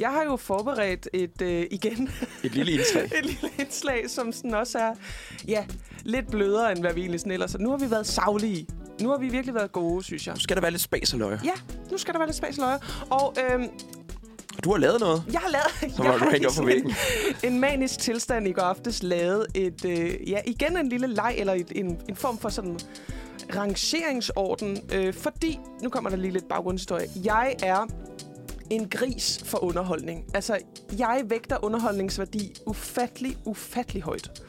Jeg har jo forberedt et, øh, igen,
Et lille indslag.
et lille indslag, som sådan også er, ja, lidt blødere, end hvad vi egentlig sådan ellers er. Nu har vi været savlige. Nu har vi virkelig været gode, synes jeg. Nu
skal der være lidt spas og løje.
Ja, nu skal der være lidt spas og løje. Og øhm,
Du har lavet noget.
Jeg har lavet...
Så
jeg
var du
har
hængt op på
i
væggen.
En, en manisk tilstand i går aftes lavet et... Øh, ja, igen en lille leg, eller et, en, en form for sådan rangeringsorden. Øh, fordi, nu kommer der lige lidt baggrundshistorie. Jeg er en gris for underholdning. Altså, jeg vægter underholdningsværdi ufattelig, ufattelig højt.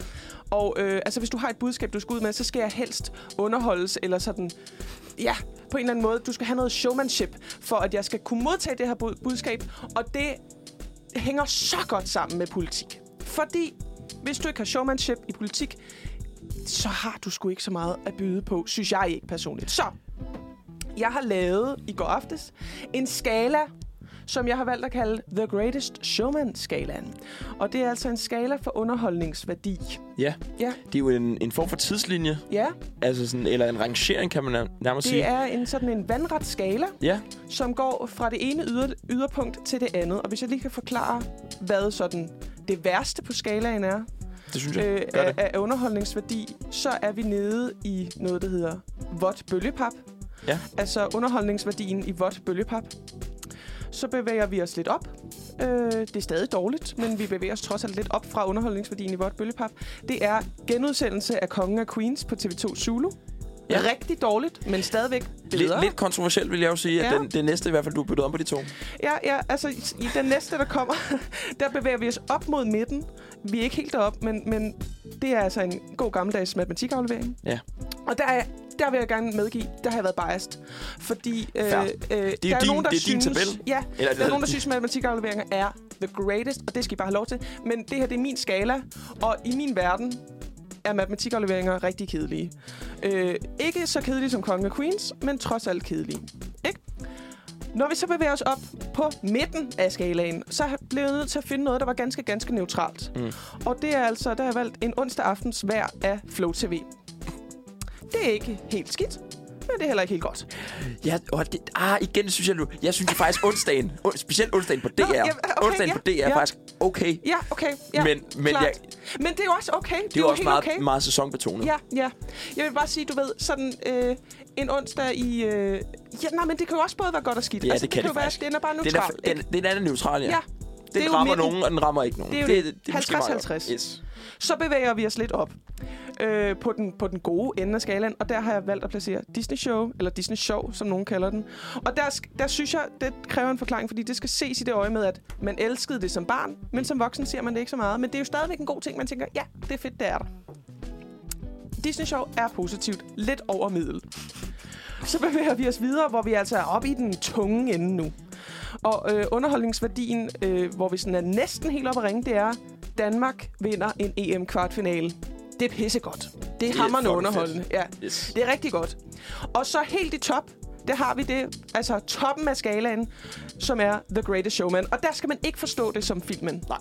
Og øh, altså, hvis du har et budskab, du skal ud med, så skal jeg helst underholdes, eller sådan, ja, på en eller anden måde. Du skal have noget showmanship, for at jeg skal kunne modtage det her bud- budskab. Og det hænger så godt sammen med politik. Fordi hvis du ikke har showmanship i politik, så har du sgu ikke så meget at byde på, synes jeg ikke personligt. Så, jeg har lavet i går aftes en skala, som jeg har valgt at kalde The Greatest Showman-skalaen. Og det er altså en skala for underholdningsværdi.
Ja.
Ja.
Det er jo en, en form for tidslinje.
Ja,
Altså sådan, eller en rangering, kan man nær- nærmest sige.
det er en sådan en vandret skala.
Ja.
som går fra det ene yder, yderpunkt til det andet. Og hvis jeg lige kan forklare, hvad sådan det værste på skalaen er, øh,
Det synes jeg. Gør
af,
det.
af underholdningsværdi, så er vi nede i noget, der hedder vådt bølgepap.
Ja.
Altså underholdningsværdien i vådt bølgepap. Så bevæger vi os lidt op. Øh, det er stadig dårligt, men vi bevæger os trods alt lidt op fra underholdningsværdien i vådt bølgepap. Det er genudsendelse af Kongen af Queens på TV2 Zulu. Ja. Rigtig dårligt, men stadigvæk bedre.
Lidt, lidt kontroversielt, vil jeg jo sige, at
Ja.
den, det næste i hvert fald, du har byttet om på de to.
Ja, ja, altså i den næste, der kommer, der bevæger vi os op mod midten. Vi er ikke helt derop, men, men det er altså en god gammeldags matematikaflevering.
Ja.
Og der, er, der vil jeg gerne medgive, der har jeg været biased. Fordi øh, øh,
Fair.
der
Det er jo
er
din-
nogen, der
det er din
synes...
tabel.
Ja,
Eller-
der er nogen, der synes, at matematikafleveringer er the greatest, og det skal I bare have lov til. Men det her, det er min skala, og i min verden er matematikafleveringer rigtig kedelige. Øh, ikke så kedelige som Kongen af Queens, men trods alt kedelige. Ikke? Når vi så bevæger os op på midten af skalaen, så blev jeg nødt til at finde noget, der var ganske, ganske neutralt. Mm. Og det er altså, der har jeg valgt en onsdag aftens vær af Flow TV. Det er ikke helt skidt, men det er heller ikke helt godt.
Ja, og det, ah, igen synes jeg nu. Jeg synes jo faktisk onsdagen, on, specielt onsdagen på DR.
ja, okay,
onsdagen på DR
ja,
er
ja.
faktisk okay.
Ja, okay. Ja,
Men- men
klart.
jeg-
men det er jo også okay. Det,
Det er jo også
helt
meget,
okay.
meget sæsonbetonet.
Ja, ja. Jeg vil bare sige, du ved, sådan øh, en onsdag i... Øh, ja, nej, men det kan jo også både være godt og skidt. Altså,
Ja, det kan
det
det
kan jo være,
faktisk.
den er bare
Den er,
neutral.
den, den, den anden neutral, ja.
Ja, det er
Den
jo
rammer
midten.
nogen, og den rammer ikke nogen.
Det er jo det.
måske meget godt.
50-50.
Yes.
Så bevæger vi os lidt op. øh, på, den, på den gode ende af skalaen, og der har jeg valgt at placere Disney Show, eller Disney Show, som nogen kalder den. Og der, sk- der synes jeg, det kræver en forklaring, fordi det skal ses i det øje med, at man elskede det som barn, men som voksen ser man det ikke så meget. Men det er jo stadigvæk en god ting, man tænker, ja, det er fedt, det er der. Disney Show er positivt, lidt over middel. Så bevæger vi os videre, hvor vi altså er oppe i den tunge ende nu. Og øh, underholdningsværdien, øh, hvor vi sådan er næsten helt oppe at ringe, det er, Danmark vinder en EM-kvartfinale. Det er pissegodt. Det er
Det er
hammerende
fucking
underholdende.
fedt.
Ja,
Yes.
det er rigtig godt. Og så helt i top, der har vi det, altså toppen af skalaen, som er The Greatest Showman. Og der skal man ikke forstå det som filmen. Nej.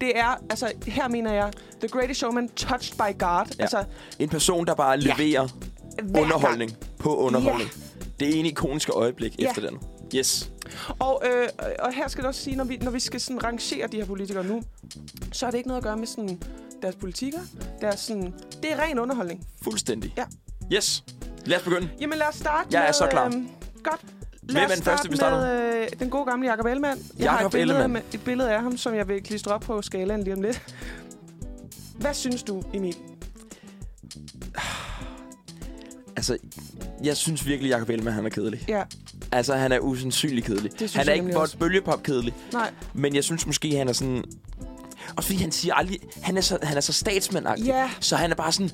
Det er, altså her mener jeg, The Greatest Showman Touched by God. Ja. Altså,
En person, der bare
Ja.
leverer
Hver
underholdning på underholdning.
Ja.
Det ene ikoniske øjeblik
Ja.
efter den. Yes.
Og, øh, og her skal det også sige, når vi, når vi skal sådan rangere de her politikere nu, så har det ikke noget at gøre med sådan deres politikker. Deres sådan, det er ren underholdning.
Fuldstændig.
Ja.
Yes. Lad os begynde.
Jamen lad os starte
Jeg er
med,
så klar.
øhm, godt.
Hvem er den første, vi starter
med? Øh, den gode gamle Jacob Ellemann. Jeg har et
Jakob
billede, af,
Ellemann.
et billede af ham, som jeg vil klistre op på skalaen lige om lidt. Hvad synes du, Emil?
Altså, jeg synes virkelig, Jacob Ellemann, han er kedelig.
Ja.
Altså, han er usandsynlig kedelig.
synes
Han er
jeg
ikke
nemlig
for
også.
et bølgepop kedelig.
Nej.
Men jeg synes måske, han er sådan... Også fordi han siger aldrig... Han er så, han er så statsmand
Ja.
Så han er bare sådan...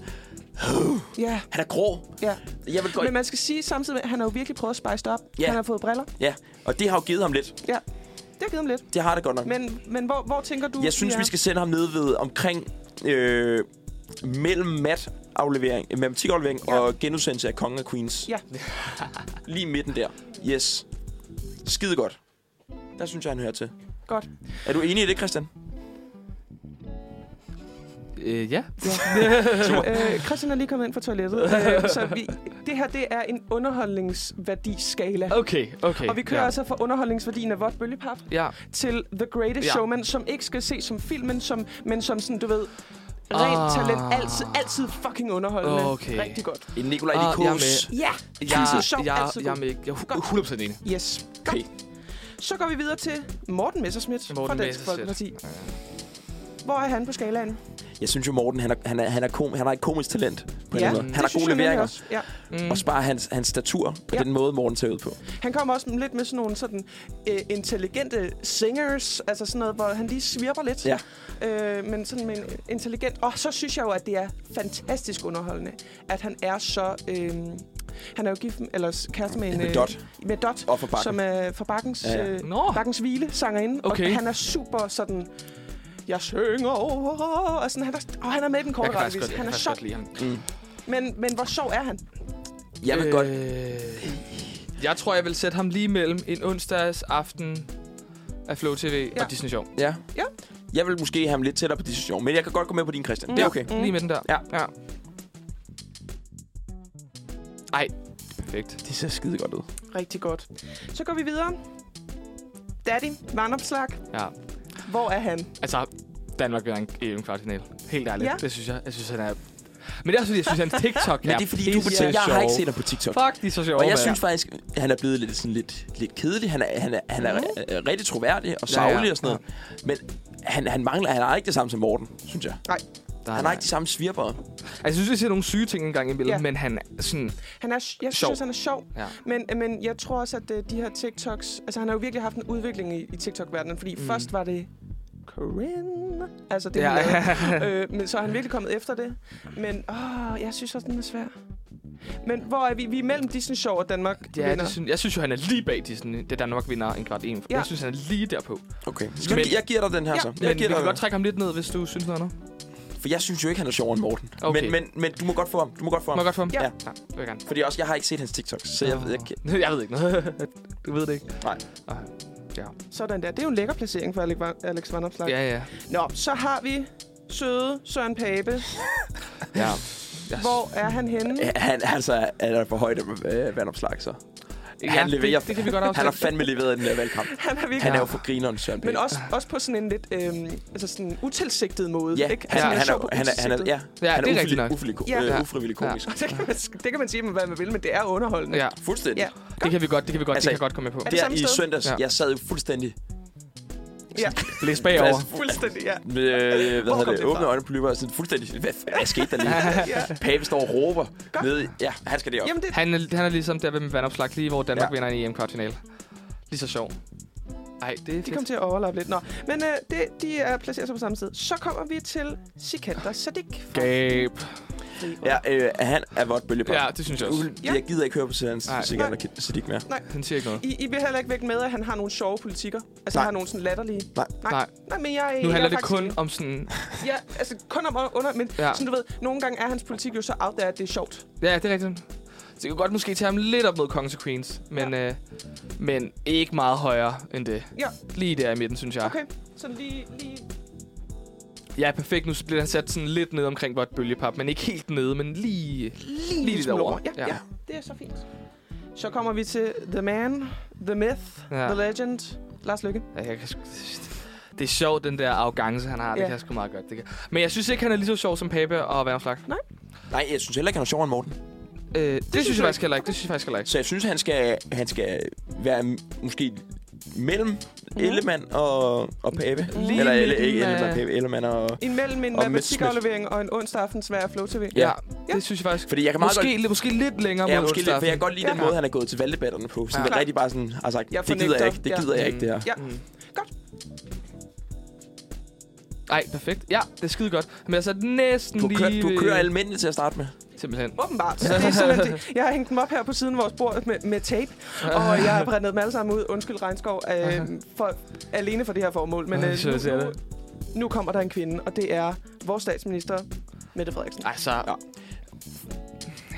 Ja.
Han er grå.
Ja.
Jeg vil godt...
Men man skal sige samtidig med, at han har jo virkelig prøvet at spice det op.
Ja.
Han har fået briller.
Ja, og det har jo givet ham lidt.
Ja, det har givet ham lidt.
Det har det godt nok.
Men, men hvor, hvor tænker du?
Jeg synes,
er?
vi skal sende ham ned ved omkring... Øh, mellem mat aflevering, øh, matematikaflevering ja. og genudsendelse af Kongen og Queens.
Ja.
Lige midten der. Yes. Skide godt. Der synes jeg, han hører til.
Godt.
Er du enig i det, Christian?
Øh, ja. Super.
øh, Christian er lige kommet ind fra toilettet. Øh, så vi, det her, det er en underholdningsværdiskala.
Okay, okay,
Og vi kører
ja.
altså fra underholdningsværdien af vådt bølgepap
Ja.
til The Greatest
Ja.
Showman, som ikke skal ses som filmen, som, men som sådan, du ved, rent
Ah.
talent. Altid, altid fucking underholdende.
Okay.
Rigtig godt.
En Nikolaj
Ah, jeg er
Likos.
med.
Ja,
Jeg,
altid
jeg,
sjov,
jeg,
altid
jeg er
god.
med. Jeg er hu- 100% enig.
Yes. Okay. Så går vi videre til Morten Messerschmidt
Morten
fra Dansk Folkeparti.
Messerschmidt.
Hvor er han på skalaen?
Jeg synes jo, Morten, han, er, han, er, han, er kom, han har et komisk talent. På
Ja,
ja, måde.
det
Han har
synes
gode
jeg nemlig
leveringer.
også, ja.
Mm. Og bare hans, hans statur på
Ja.
ja. den måde, Morten ser ud på.
Han kommer også lidt med sådan nogle sådan, øh, intelligente singers, altså sådan noget, hvor han lige svirper lidt.
Ja.
Øh, men sådan med en intelligent... Og så synes jeg jo, at det er fantastisk underholdende, at han er så... Øh, han er jo gift, eller s- kæreste med en...
Med
øh,
Dot.
Med Dot.
Og fra Bakken.
Som er fra Bakkens,
Ja,
ja,
ja.
ja. Øh, Bakkens Hvile, sangerinde.
Okay.
Og han er super sådan... Jeg synger over... Og, sådan, han, er, og han er med i den
Jeg
korte
kan faktisk godt,
rækkevis.
jeg
Han
kan
er
faktisk
sjov.
godt lide ham.
Mm.
Men, men hvor sjov er han?
Jeg vil øh... godt...
Jeg tror, jeg vil sætte ham lige mellem en onsdags aften af Flow TV ja. og Disney Show.
Ja.
ja.
Jeg vil måske have ham lidt tættere på de sessioner, men jeg kan godt gå med på din, Christian.
Mm.
Det er okay.
Ja, mm. Lige med den der.
Ja.
ja. Ej, perfekt.
De ser skide godt ud.
Rigtig godt. Så går vi videre. Daddy, vandopslag.
Ja.
Hvor er han?
Altså, Danmark bliver en EM kvartfinal. Helt ærligt.
Ja.
Ja. Det synes jeg. Jeg synes, han er... Men det er også fordi, jeg synes, hans TikTok
Men
er
det er fordi, du er på
pisse
TikTok. Jeg har
sjov.
ikke set ham på TikTok.
Fuck, de er så sjove.
Og jeg
mand.
synes faktisk, han er blevet lidt, sådan lidt, lidt kedelig. Han er, han er, han er
Mhm.
mm. rigtig troværdig og
Ja, ja.
savlig og sådan noget. Men han, han mangler... Han har ikke det samme som Morten, synes jeg.
Nej.
Han har ikke de samme svirpere.
Altså, jeg synes, vi ser nogle syge ting engang imellem,
Ja.
ja. men han er sådan...
Han er, sj- jeg synes,
Sjov.
også, han er sjov.
Ja.
Men, men jeg tror også, at øh, de her TikToks... Altså, han har jo virkelig haft en udvikling i, i TikTok-verdenen, fordi mm.
Mm.
først var det Corinne. Altså, det
Ja.
ja. øh, men så er han virkelig kommet efter det. Men åh, jeg synes også, den er svær. Men hvor er vi? Vi er mellem Disney Show og Danmark
Ja,
vinder.
det synes, jeg synes jo, han er lige bag Disney, da Danmark vinder en kvart EM.
Ja.
Ja. Jeg synes, han er lige derpå.
Okay. Jeg, gi- jeg giver dig den her
ja,
så. Jeg
men
giver
vi kan
dig den.
godt trække ham lidt ned, hvis du synes noget andet.
For jeg synes jo ikke, han er sjovere end Morten.
Okay.
Men, men, men du må godt få ham. Du må godt få ham.
Må jeg godt få ham?
Ja.
Ja.
ja.
ja det vil jeg gerne.
Fordi også, jeg har ikke set hans TikTok, så jeg, jeg,
jeg, jeg ved ikke noget. du ved det ikke.
Nej.
Nej. Ja.
Sådan der. Det er jo en lækker placering for Alex, Van- Alex Vandopslag.
Ja, ja.
Nå, så har vi søde Søren Pape.
ja.
Hvor er han henne?
Han, altså, han er på højde med øh, vandopslag, så.
Ja,
han
det-
leverer,
det kan vi godt
Han har
afsætte.
fandme leveret i den der valgkamp.
Han er virkelig-
han er jo
Ja.
for grineren, Søren Pape.
Men også, også på sådan en lidt øhm, altså sådan utilsigtet måde.
Ja,
ikke?
han-
Altså,
han er-
sjov på
han er- han er-
utilsigtet.
ja, Ja, han er det er ufrivillig- rigtigt nok. ufrivillig- øh, ufrivillig komisk.
Og Det kan, man, det kan man sige, hvad man vil, men det er underholdende.
Ja.
Fuldstændig.
Ja.
Det kan vi godt, det kan vi godt,
Altså,
altså, det kan jeg godt komme med på.
Er det
Der
samme
i
sted?
søndags,
Ja.
jeg sad jo fuldstændig
Ja.
Læs bagover.
altså-
Fast- Fuldstændig, ja.
Med, øh, hvad
Hvor
hedder
kom
det?
det
Åbne
fra?
øjenpolyper og sådan fuldstændig... Hvad, hvad skete der lige?
Ja.
ja. Pape står og råber. Ned, ja, han skal derop.
Jamen, det... han, er, han er ligesom der ved med vandopslag, lige hvor Danmark ja. vinder en E EM-kvartfinale. Lige så sjov. Ej, det er
De kom til at overlappe lidt. Nå. Men øh, det, de er placeret sig på samme sted. Så kommer vi til Sikander Sadik.
Gab. Ja, øh, han er vådt bølgebånd.
Ja, det synes jeg også.
Ul- Jeg gider ikke høre på Sirens Sikander Siddiq mere.
Nej.
Han siger ikke noget.
I, I vil heller ikke vække med, at han har nogle sjove politikker. Altså,
Nej.
han har nogle sådan latterlige...
Nej.
Nej.
Nej, men jeg,
Nu
jeg
handler
er
det
faktisk
kun om sådan...
Ja, altså kun om under, men
Ja.
ja. sådan, du ved, nogle gange er hans politik jo så out there, at det er sjovt.
Ja, det er rigtigt. Så jeg kunne godt måske tage ham lidt op mod Kongs og Queens, men, ja. øh, men ikke meget højere end det.
Ja.
Lige der i midten, synes jeg.
Okay, så lige, lige
Ja, perfekt. Nu bliver han sat sådan lidt ned omkring vort bølgepap, men ikke helt nede, men lige...
lige, lige
derovre.
Ja, ja, ja, det er så fint. Så kommer vi til The Man, The Myth,
Ja.
ja. The Legend, Lars Lykke.
Ja, jeg kan sgu... Det er sjovt, den der arrogance, han har. Det
Ja.
kan jeg sgu meget godt. Det kan... Men jeg synes ikke, han er lige så sjov som Pape og Vandflag.
Nej.
Nej, jeg synes heller ikke, han er sjovere end Morten.
Øh, det, det, synes jeg faktisk heller ikke. Det synes jeg faktisk heller ikke.
Så jeg synes, han skal, han skal være m- måske mellem Ellemann og, og Pape.
Mhm. Lige
Eller elle,
midten
ikke
af-
Ellemann, Pape, Ellemann og...
Imellem en
Og Messerschmidt.
matematikaflevering og en onsdag aften svær Flow TV.
Ja.
ja. Det synes jeg faktisk.
Fordi jeg kan meget
Måske,
godt-
lidt, måske lidt længere
ja,
mod
måske lidt, for
Oldstaffen.
jeg kan godt lide den
Ja.
måde, han er gået til valgdebatterne på. Så
Ja.
ja.
Klart.
rigtig bare sådan, har sagt,
Jeg
det gider
fornægter.
jeg ikke, det
Ja.
gider jeg ikke, det her.
Ja.
Mm. Ej, perfekt. Ja, det er skide godt. Men altså næsten
Du kører-
lige...
du kører
almindeligt til at starte med. Simpelthen.
Åbenbart. Så det er simpelthen det. Jeg har hængt dem op her på siden af vores bord med, med tape, og jeg har brændt dem alle sammen ud. Undskyld, Regnskov, øh, for, alene for det her formål. Men
Ej,
øh,
så
nu,
ser jeg
nu, nu kommer der en kvinde, og det er vores statsminister, Mette Frederiksen.
Altså... Ja.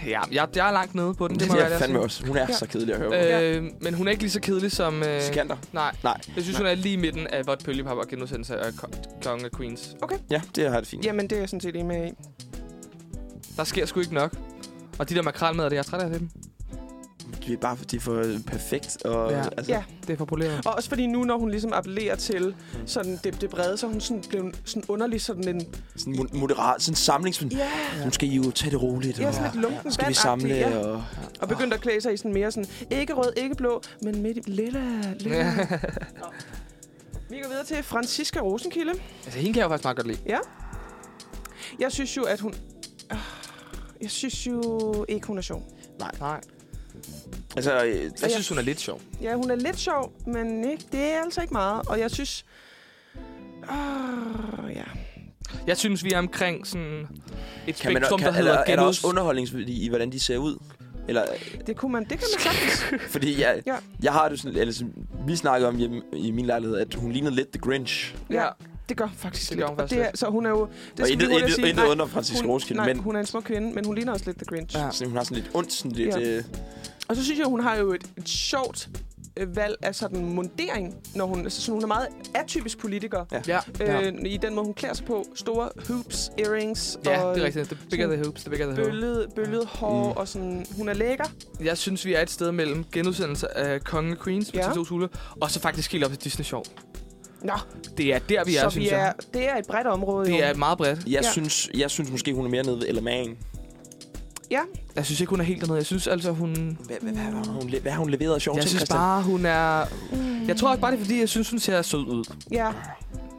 Ja, jeg, jeg er langt nede på den.
Det
Det må
er
jeg være,
fandme
sige.
også. Hun er så kedelig at høre på.
Øh, men hun er ikke lige så kedelig som... Øh,
Sikander.
Nej.
Nej.
Jeg synes, hun er lige i midten af vort bølgepap og genudsendelse af Ko- Kongen af Queens.
Okay.
Ja, det har det fint.
Jamen, det er jeg sådan set enig med i.
Der sker sgu ikke nok. Og de der makralmader, det er jeg træt af dem.
Det er bare, fordi de er for perfekt. Og,
Ja.
altså,
Ja.
Det er for poleret.
Og også fordi nu, når hun ligesom appellerer til sådan det, det brede, så er hun sådan blev sådan underlig sådan en...
Sådan mo- moderat, sådan samling. Sådan,
Ja.
Nu skal I jo tage det roligt.
Ja,
og
sådan lidt lunken
Skal vi
vandagtig,
samle?
ja.
Og,
Og begyndte at klæde sig i sådan mere sådan, ikke rød, ikke blå, men midt i lilla, lilla.
Ja.
Nå. Vi går videre til Franziska Rosenkilde.
Altså, hende kan jeg jo faktisk meget godt lide.
Ja. Jeg synes jo, at hun... Ah, Jeg synes jo ikke, hun er sjov.
Nej.
Nej.
Altså, øh,
Jeg synes, hun er lidt sjov.
Ja, hun er lidt sjov, men ikke, det er altså ikke meget. Og jeg synes... Oh, ja.
Jeg synes, vi er omkring sådan et
kan man,
spektrum,
kan,
der
eller, er
hedder
der
genus.
også underholdningsværdi i, hvordan de ser ud? Eller,
Det, kunne man, det kan man sagtens.
fordi jeg,
Ja.
ja. jeg har det sådan, eller sådan, vi snakkede om hjemme i min lejlighed, at hun lignede lidt The Grinch.
Ja, det gør hun faktisk
Det
det
gør
lidt.
hun
Gør
faktisk
faktisk og det
lidt.
er, så hun er jo... Det
Og
skal vi
intet-
hurtigt
intet-
sige.
intet
Nej,
under Francis
hun-
Rosenkilde,
Nej,
men-
hun er en smuk kvinde, men hun ligner også lidt The Grinch.
Ja. Så hun har sådan lidt ondt, sådan lidt...
Ja.
Ja. Øh,
Og så synes jeg, hun har jo et, et sjovt øh, valg af sådan mundering, når hun, altså, sådan, hun er meget atypisk politiker.
Ja. Ja.
Øh, I den måde, hun klæder sig på. Store hoops, earrings.
Ja,
og
det er rigtigt. The bigger
sådan
the hoops, the bigger the hoops.
Bøllet, bøllet hår,
Mm.
og sådan, hun er lækker.
Jeg synes, vi er et sted mellem genudsendelse af Kongen af Queens på
Ja.
TV2 Sule, og så faktisk helt op til Disney Show.
Nå,
Det er der, vi er,
så
synes
vi er,
jeg.
det er et bredt område.
Det
jo.
er meget bredt.
jeg, ja. synes, jeg synes måske, hun er mere nede ved Ellemann.
Ja,
Jeg synes ikke, hun er helt dernede. Jeg synes altså, hun...
Hvad, hvad, hvad, har hun le- hvad har hun leveret af sjov
Jeg
ting,
synes
Christian?
bare, hun er... Jeg tror også bare, det er fordi, jeg synes, hun ser sød ud.
ja.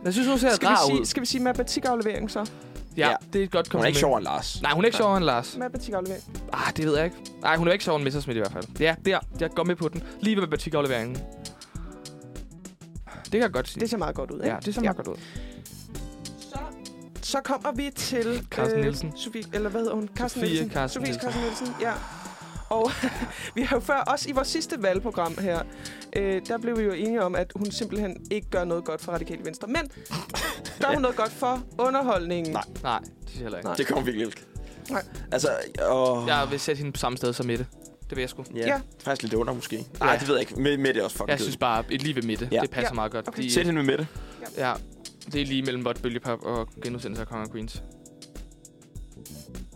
Jeg synes, hun ser
Skal vi,
rar ud.
sige, skal vi sige matematikaflevering så?
Ja,
Ja.
det er et godt kompliment.
Hun er ikke sjovere end Lars.
Nej, hun er ikke sjovere end Lars.
Matematikaflevering.
Ah, det ved jeg ikke. Nej, hun er ikke sjovere end Messersmith i hvert fald. Ja, der. Jeg går med på den. Lige ved matematikafleveringen. Det kan jeg godt sige.
Det ser meget godt ud, ikke?
Ja, det ser meget godt ud.
Så kommer vi til... øh,
Carsten Nielsen.
Sofie, eller hvad hedder hun? Carsten
Sofie
Nielsen.
Carsten
Sofie
Nielsen.
Carsten Nielsen, ja. Og vi har jo før, også i vores sidste valgprogram her, øh, der blev vi jo enige om, at hun simpelthen ikke gør noget godt for Radikale Venstre. Men gør hun noget godt for underholdningen? Nej.
Nej, det synes jeg heller ikke.
Det kommer virkelig ikke.
Nej.
Altså, åh,
Jeg vil sætte hende på samme sted som Mette. Det vil jeg sgu.
ja, ja. Faktisk lidt under, måske. Nej,
Ja.
det ved jeg ikke. Med, med det er også fucking
Jeg synes bare, et lige ved Mette.
Ja.
Det passer
Ja.
meget godt.
Okay. Sæt hende med Mette.
Ja, det er lige mellem Bot Bølgepop og genudsendelse af Kong og Queens.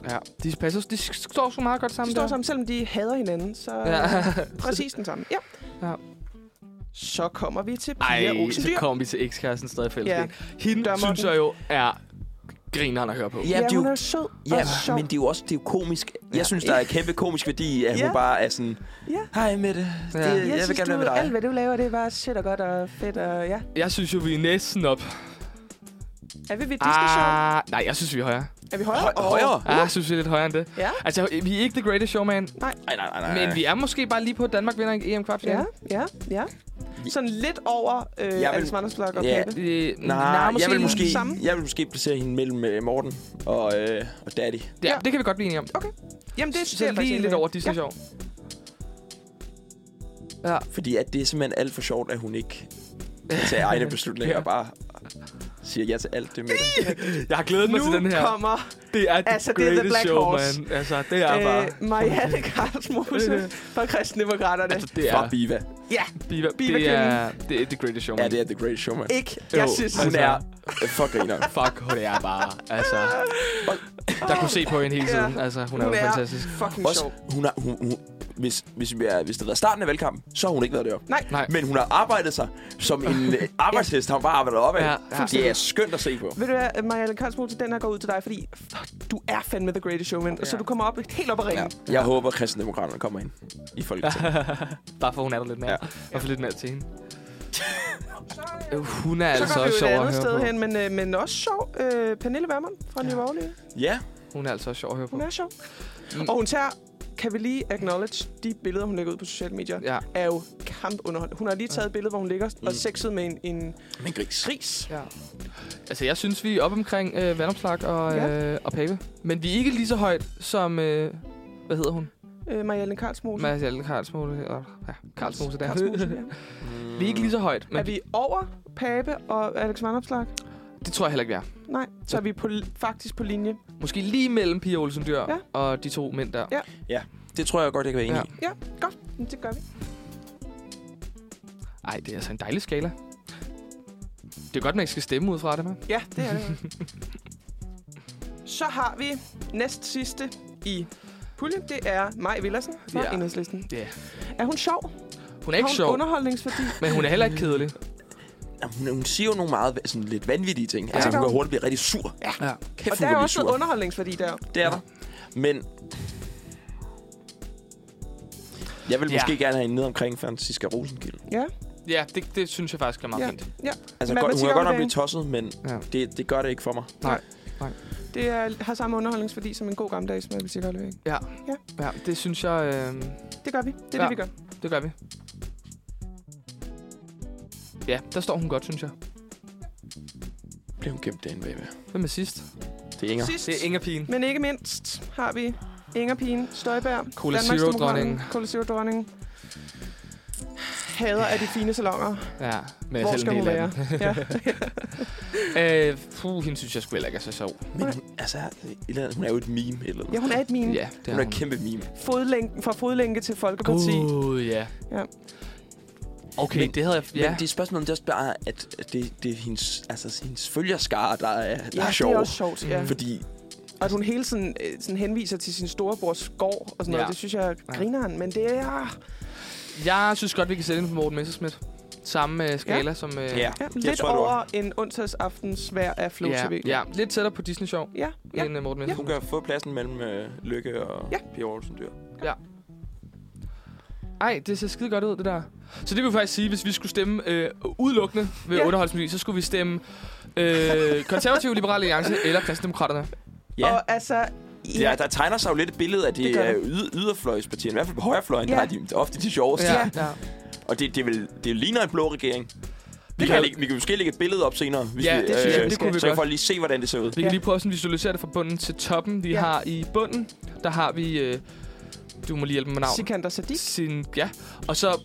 Ja, de passer, de står så meget godt
De
sammen
står
der.
sammen, selvom de hader hinanden, så
Ja.
ja. præcis den samme. Ja.
Ja.
Så kommer vi til Pia
Ej,
Olsen
så
Dyhr.
kommer vi til ekskæresten stadig fællesskab. Ja.
Ja.
Hende
Dømmer
synes
den.
jeg jo er grineren at høre på.
Ja, Ja, det er hun jo- er sød Ja,
og sjov.
men det er jo også det er jo komisk. Jeg
Ja.
synes, der er kæmpe komisk værdi, at
Ja.
hun bare er sådan...
Ja.
Hej Mette. Det,
Jeg,
jeg, jeg vil
synes,
gerne være med
du,
dig.
alt hvad du laver, det er bare sødt og godt og fedt og ja.
Jeg synes jo, vi er næsten op. Ah,
Er vi ved Disney-show?
nej, jeg synes, vi er højere.
Er vi højere?
Høj- højere? Ja, jeg synes, vi er lidt højere end det.
Ja.
Altså, vi er ikke The Greatest Showman. Nej.
Nej, nej, nej,
Men vi er måske bare lige på, at Danmark vinder en E em
Ja,
kvartfinale.
ja, ja. Sådan lidt over øh,
Jeg vil-
Alice Vanderslok og
ja,
Pape.
Øh,
Nej, jeg vil,
den
måske,
samme.
jeg vil måske placere hende mellem øh, Morten og, øh, og Daddy.
Ja, det kan vi godt blive enige om. Okay.
Jamen, det,
Så
det er jeg faktisk
lige
enig
lidt
i.
over Disney Show. Ja.
Fordi at det er simpelthen alt for sjovt, at hun ikke kan tage egne beslutninger
Ja.
og bare siger ja til alt det med det.
Jeg har glædet mig
Nu
til den her.
kommer-
Det er
Altså,
altså,
det er The
the greatest
Black
show,
Horse.
man. Altså, det er bare...
Øh, Marianne Karlsmose fra Kristendemokraterne. Altså,
det
Fra Biva.
Ja,
Biva,
Biva
det, er, det er The Greatest Showman.
Ja, det er The Greatest Showman.
Ikke? Jeg synes-
Hun
Altså-
er... Fuck, griner.
Fuck, hun er bare... Altså, der kunne se på hende hele tiden. Altså, hun er jo fantastisk.
Også, hun har, hun, hun, hvis, hvis, vi er, hvis det har været starten af valgkampen, så har hun ikke været deroppe.
Nej.
Nej.
Men hun har arbejdet sig som en øh, arbejdshest. Har hun bare arbejdet op af.
Ja,
Ja,
ja.
Det er skønt at se på.
Ved du hvad, Marianne Karlsmose, den her går ud til dig, fordi fuck, du er fandme The Greatest Showman, ja. så du kommer op helt op ad ringen.
Jeg ja. håber, at kristendemokraterne kommer ind i Folketinget.
Bare for, hun er der lidt mere. Ja. Bare for lidt mere til hende. hun er
Så
altså
går vi
også
jo
sjov
et
at
andet
høre
sted
på.
hen, men, øh, men også sjov. Øh, Pernille Vermund fra New Orleans.
Ja.
Hun er altså også sjov at høre på. Mm.
Hun er sjov. Og hun tager, kan vi lige acknowledge, de billeder, hun lægger ud på sociale medier,
Ja.
er jo kampunderhold. Hun har lige taget et billede, hvor hun ligger og sexet med en... en
Men gris.
Gris.
Ja. Altså, jeg synes, vi er oppe omkring øh, Vandomslag og,
Ja.
ja. øh, og Pape. Men vi er ikke lige så højt som... Øh, hvad hedder hun?
Øh, Marianne Karlsmose.
Mads Hjalte Karlsmose. Og, ja, Karlsmose der.
Karlsmose, ja.
vi er ikke lige så højt. Men
er vi over Pape og Alex Vandopslag?
Det tror jeg heller ikke, vi er.
Nej, så er vi på, faktisk på linje.
Måske lige mellem Pia Olsen Dyr
Ja.
ja. og de to mænd der.
Ja.
ja, det tror jeg godt, jeg kan være enig i.
Ja, godt. Men Mm, Det gør vi.
Ej, det er altså en dejlig skala. Det er godt, man ikke skal stemme ud fra det, med.
Ja, det er det. så har vi næst sidste i puljen. Det er Maj Villersen fra
Ja.
ja. Enhedslisten.
Ja.
Er hun sjov?
Hun er ikke
har hun
sjov.
underholdningsværdi?
Men hun er heller ikke kedelig.
Jamen, Hun, hun siger jo nogle meget sådan lidt vanvittige ting. Ja. Altså,
det gør
hun kan
hun.
hurtigt blive rigtig sur. Ja.
ja.
Kæft, hun
og der
kan
er
blive
også noget
sur.
underholdningsværdi der.
Det er der. Men... Jeg vil
Ja.
måske gerne have hende ned omkring Franziska Rosenkilde.
Ja.
Ja, det, det synes jeg faktisk er meget
Ja.
fint.
ja.
Altså,
Men
godt,
hvad
hun
siger
kan godt nok
dagen?
blive tosset, men ja. det, det gør det ikke for mig.
Nej. Nej.
Det er, har samme underholdningsværdi som en god gammeldags med Lucia Koldeving.
Ja.
Ja.
ja, det synes jeg... Øh...
Det gør vi. Det er ja.
ja,
det, vi gør.
Det gør vi. Ja, der står hun godt, synes jeg.
Blev hun gemt derinde, baby.
Hvem er sidst?
Det er Inger.
Sidst.
Det er Ingerpigen.
Men ikke mindst har vi Inger Pigen Støjberg.
Cola
Danmarksdemokraterne,
Zero-dronningen.
Cola Zero dronningen. Hader af de fine salonger.
Ja, men
Hvor skal
jeg selv en
hun
del
være?
af den. øh, puh, hende synes jeg sgu heller ikke er så sjov.
Men hun, altså, et eller andet, hun er jo et meme. Et eller andet
Ja, hun er et meme.
Ja, det
hun er et kæmpe meme.
Fodlænken, fra fodlænke til Folkeparti.
Gud, ja.
Ja.
Okay,
Men-
det havde jeg...
Ja.
Ja.
Men det er spørgsmålet, om det er også bare, at at det, det er hendes, altså, hendes følgerskare, der er, der
det
er
er
sjov.
også sjovt, ja.
Fordi
Og at hun hele tiden, øh, sådan henviser til sin storebrors gård og sådan noget.
Ja.
Det synes jeg er grineren, men det er...
Jeg synes godt, vi kan sætte ind på Morten Messerschmidt. Samme øh, skala
Ja.
som... Øh,
Ja, lidt over en onsdagsaftens vær af Flow
ja,
TV.
ja, lidt tættere på Disney Show.
Ja, ja.
End øh, Morten
hun
Messerschmidt.
kan få pladsen mellem øh, Lykke og ja. Pia Olsen Dyr.
Ja. Ej, det ser skide godt ud, det der. Så det vil faktisk sige, hvis vi skulle stemme øh, udelukkende ved
Ja.
ja. underholdsmiddel, så skulle vi stemme øh, Konservative Liberale Alliance eller Kristendemokraterne.
Ja.
Og altså...
Ja, der tegner sig jo lidt et billede af de
Det gør der.
øh, yder, yderfløjspartierne, i hvert fald på højrefløjen,
Ja.
ja. der er de, ofte de sjoveste.
Ja. Ja.
Og det, det, vil, det ligner en blå regering. Vi,
kan-
kan, lægge, vi kan måske lægge et billede op senere, hvis
Ja,
vi, øh,
det synes jeg, det kunne vi
så kan
godt.
folk lige se, hvordan det ser ud.
Vi kan lige prøve at sådan visualisere det fra bunden til toppen. Vi
Ja.
ja. har i bunden, der har vi... Øh, du må lige hjælpe mig med navnet.
Sikander Sadik.
Sin, ja. Og så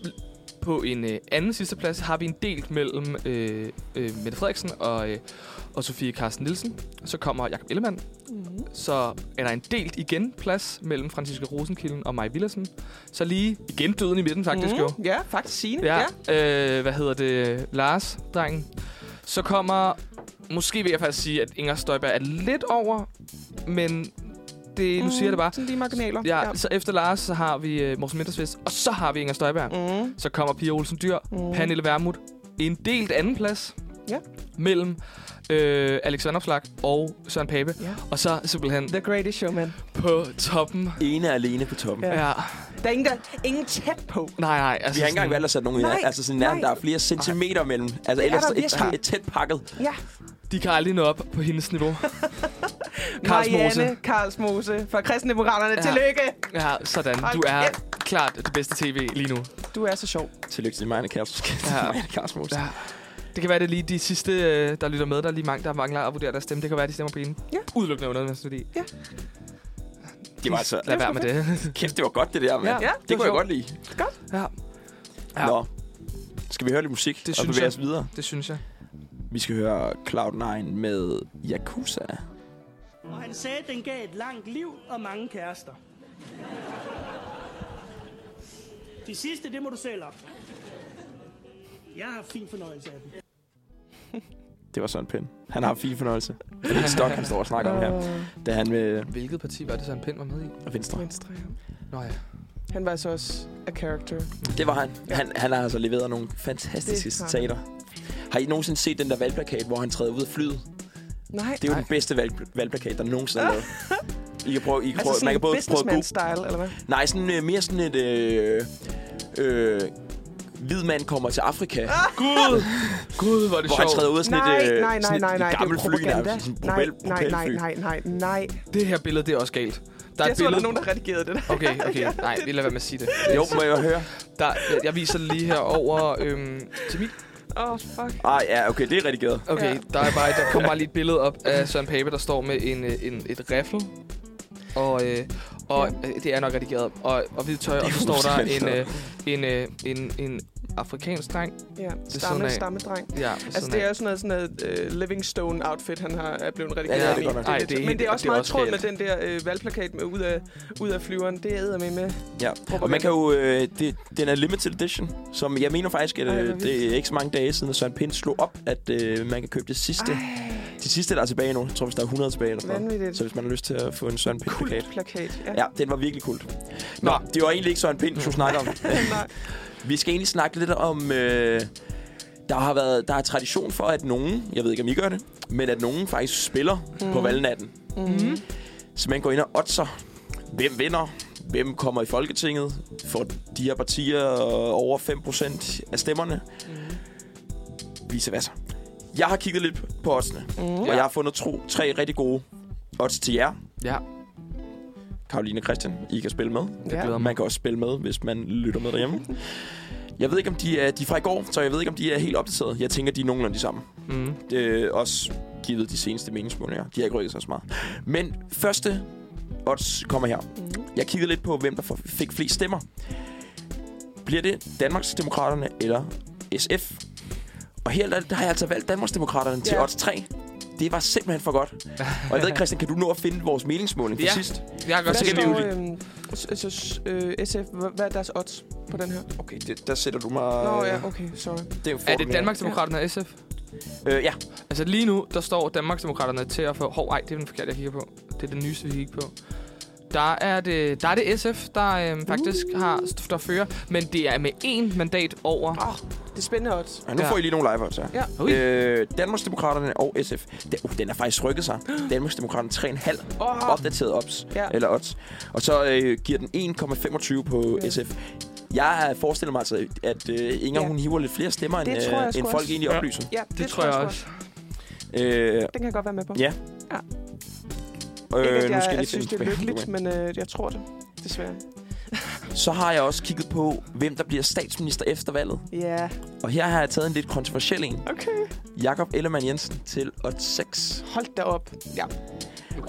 på en øh, anden sidste plads har vi en delt mellem øh, øh, Mette Frederiksen og, øh, og Sofie Carsten Nielsen. Så kommer Jakob Ellemann.
Mhm.
Mm-hmm. Så er der en delt igen plads mellem Franziska Rosenkilden og Maja Villersen. Så lige igen døden i midten faktisk jo.
Mhm. Ja, faktisk Signe.
Ja. ja. Øh, hvad hedder det? Lars, drengen. Så kommer... Måske vil jeg faktisk sige, at Inger Støjberg er lidt over, men det, nu
Mhm,
siger jeg det bare.
sådan lige marginaler.
Ja,
Ja.
ja, så efter Lars, så har vi uh, Morten Mindersvist, og så har vi Inger Støjberg.
Mm.
Så kommer Pia Olsen Dyr,
Mhm.
Pernille Vermut. En delt anden plads
Ja.
mellem
øh, Alex Vandopslag og Søren Pape. Ja. Og så simpelthen... The
Greatest Showman.
På toppen.
Ene alene på toppen.
Ja. ja.
Der er ingen, der, ingen tæt på.
Nej, nej.
Altså vi har ikke engang valgt at sætte nogen i
Nej,
nær- altså sådan nærmest, der er flere centimeter mellem. Altså
Det er
ellers
der
et,
virkelig.
et, tæt pakket.
Ja.
De kan aldrig nå op på hendes niveau.
Marianne Karlsmose fra Kristendemokraterne. Ja. Tillykke!
Ja, sådan.
Hold
Du er
kæft.
klart det bedste tv lige nu.
Du er så sjov.
Tillykke til Marianne Kærsmus. Ja. Marianne Kærsmus. Ja.
Det kan være, det er lige de sidste, øh, der lytter med. Der er lige mange, der mangler at vurdere deres stemme. Det kan være, de stemmer på hende.
Ja.
Udelukkende undervandsmelodi.
Ja.
Det var altså...
Lad være med det.
Kæft, det var godt det der, mand.
Ja, det
Ja, det,
var
det kunne jeg
sjovt.
godt lide.
Godt.
Ja.
Ja. Nå. Skal vi høre lidt musik
Det
og
synes
bevæge
jeg.
os videre?
Det synes jeg.
Vi skal høre Cloud9 med Yakuza.
Og han sagde, at den gav et langt liv og mange kærester. De sidste, det må du selv op. Jeg har fin fornøjelse af den.
Det var Søren Pind. Han har haft fin fornøjelse. Det er en stok, han står og snakker om her. Da han med
Hvilket parti var det, Søren Pind var med i?
Venstre.
Venstre, ja.
Nå ja.
Han var altså også a character.
Det var han. Han, han har altså leveret nogle fantastiske
Det har han.
citater. Har I nogensinde set den der valgplakat, hvor han træder ud af flyet?
Nej.
Det er jo den bedste valg, valgplakat, der nogensinde er lavet. I kan prøve, I kan
Altså
prøve,
sådan
man kan både prøve at
businessman style, eller hvad?
Nej, sådan øh, mere sådan et... Øh, øh, hvid mand kommer til Afrika.
Gud! Gud, hvor er det
Hvor han
sjovt.
træder ud af sådan
Ah! nej,
et, øh,
nej, nej,
sådan et
nej, nej, det er jo
gammelt fly, der er
propaganda.
sådan et
nej,
propel-
nej, nej,
propelfly.
nej, nej, nej.
Det her billede, det er også galt. Der er
Jeg
et
tror, der
billede...
er nogen, der redigerede det der.
Okay, okay. Nej, vi lader være med at sige det.
Jo, må jeg høre?
Der, jeg viser det lige her over øhm, til mit.
Åh, oh, fuck.
Ah, ja, okay, det er redigeret.
Okay, ja. der, er bare, der kommer bare lige et billede op af Søren Pape, der står med en, øh, en, et rifle. Og, øh, og øh, det er nok redigeret op. Og, og hvidt tøj, og så står der en, øh, en, øh, en, en afrikansk dreng.
Ja,
ved siden
stamme,
af.
stammedreng.
Ja, ved
altså
siden
det er
af.
jo sådan noget, sådan noget uh, Livingstone-outfit, han har er blevet redigeret
Ja, ja,
ind
det er
i.
godt nok. Ej,
lidt-
det er
Men det
helt-
er også
det er
meget
også
tråd med
galt.
den der uh, valgplakat med ud af, ud af flyveren. Det æder med med.
Ja, og man kan jo... Øh, det, den er limited edition, som jeg mener faktisk, at
Ej, hvor
øh,
vildt.
det er ikke så mange dage siden, at Søren Pind slog op, at øh, man kan købe det sidste. De sidste, der er tilbage nu. Jeg tror, hvis der er 100 tilbage. Eller sådan noget.
Vanvittigt.
Så hvis man har lyst til at få en Søren Pind-plakat.
Plakat, ja.
Ja, den var virkelig kult. Nå, det var egentlig ikke Søren Pind, vi skulle snakke om. vi skal egentlig snakke lidt om... Øh, der har været der er tradition for, at nogen, jeg ved ikke om I gør det, men at nogen faktisk spiller mm. på
Mhm.
valgnatten.
Mhm.
Så man går ind og oddser. Hvem vinder? Hvem kommer i Folketinget? Får de her partier øh, over 5% af stemmerne?
Mhm.
Mm. Vice versa. Jeg har kigget lidt på oddsene, mm. og jeg har fundet tro, tre rigtig gode odds til jer.
Ja.
Karoline og Christian, I kan spille med. Det
glæder mig. Mhm.
Man kan også spille med, hvis man lytter med derhjemme. Jeg ved ikke, om de er, de er fra i går, så jeg ved ikke, om de er helt opdateret. Jeg tænker, de er nogenlunde de samme.
Mm.
Det er også givet de seneste meningsmålinger. De har ikke rykket sig så meget. Men første odds kommer her.
Mhm.
Mm. Jeg kiggede lidt på, hvem der får- fik flest stemmer. Bliver det Danmarksdemokraterne eller SF? Og her der, der har jeg altså valgt Danmarksdemokraterne til
Ja.
odds 3. Det var simpelthen for godt. Og jeg ved ikke, Christian, kan du nå at finde vores meningsmåling til sidst?
Jeg kan
For
godt
så
se
kan vi
det.
jo
Og,
lige-
øhm, s- s- øh, SF, hva- hvad er deres odds på den her?
Okay, det, der sætter du mig...
Nå ja, okay, sorry.
Det er,
Er det Danmarksdemokraterne og SF?
Øh, ja.
Altså lige nu, der står Danmarksdemokraterne til at få... Hov, ej, det er den forkerte, jeg kigger på. Det er den nyeste, vi kigger på. Der er det, der er det SF, der øhm, faktisk
Uh.
har, der fører, men det er med én mandat over.
Oh, det er spændende odds.
Ja, nu ja. får I lige nogle live altså.
Ja.
Øh, Danmarksdemokraterne og SF. Den, uh, den er faktisk rykket sig. Danmarksdemokraterne 3,5
Åh.
oh. opdateret ops,
Ja.
ja. eller odds. Og så øh, giver den 1,25 på ja. SF. Jeg forestiller mig altså, at øh, Inger
Ja.
hun hiver lidt flere stemmer, end,
Det tror jeg
øh,
sgu
end folk
også.
egentlig
Ja.
oplyser.
Ja, det Det tror tror jeg jeg også.
Øh,
Den kan jeg godt være med på.
Ja.
Ja.
Øh,
Ikke, at
nu skal jeg
jeg,
lige
jeg
finde
synes, det er
tilbage.
lykkeligt, men øh, jeg tror det, desværre.
Så har jeg også kigget på, hvem der bliver statsminister efter valget.
Ja.
Og her har jeg taget en lidt kontroversiel en.
Okay.
Jakob Ellemann Jensen til odds 6.
Hold da op. Ja.
Okay,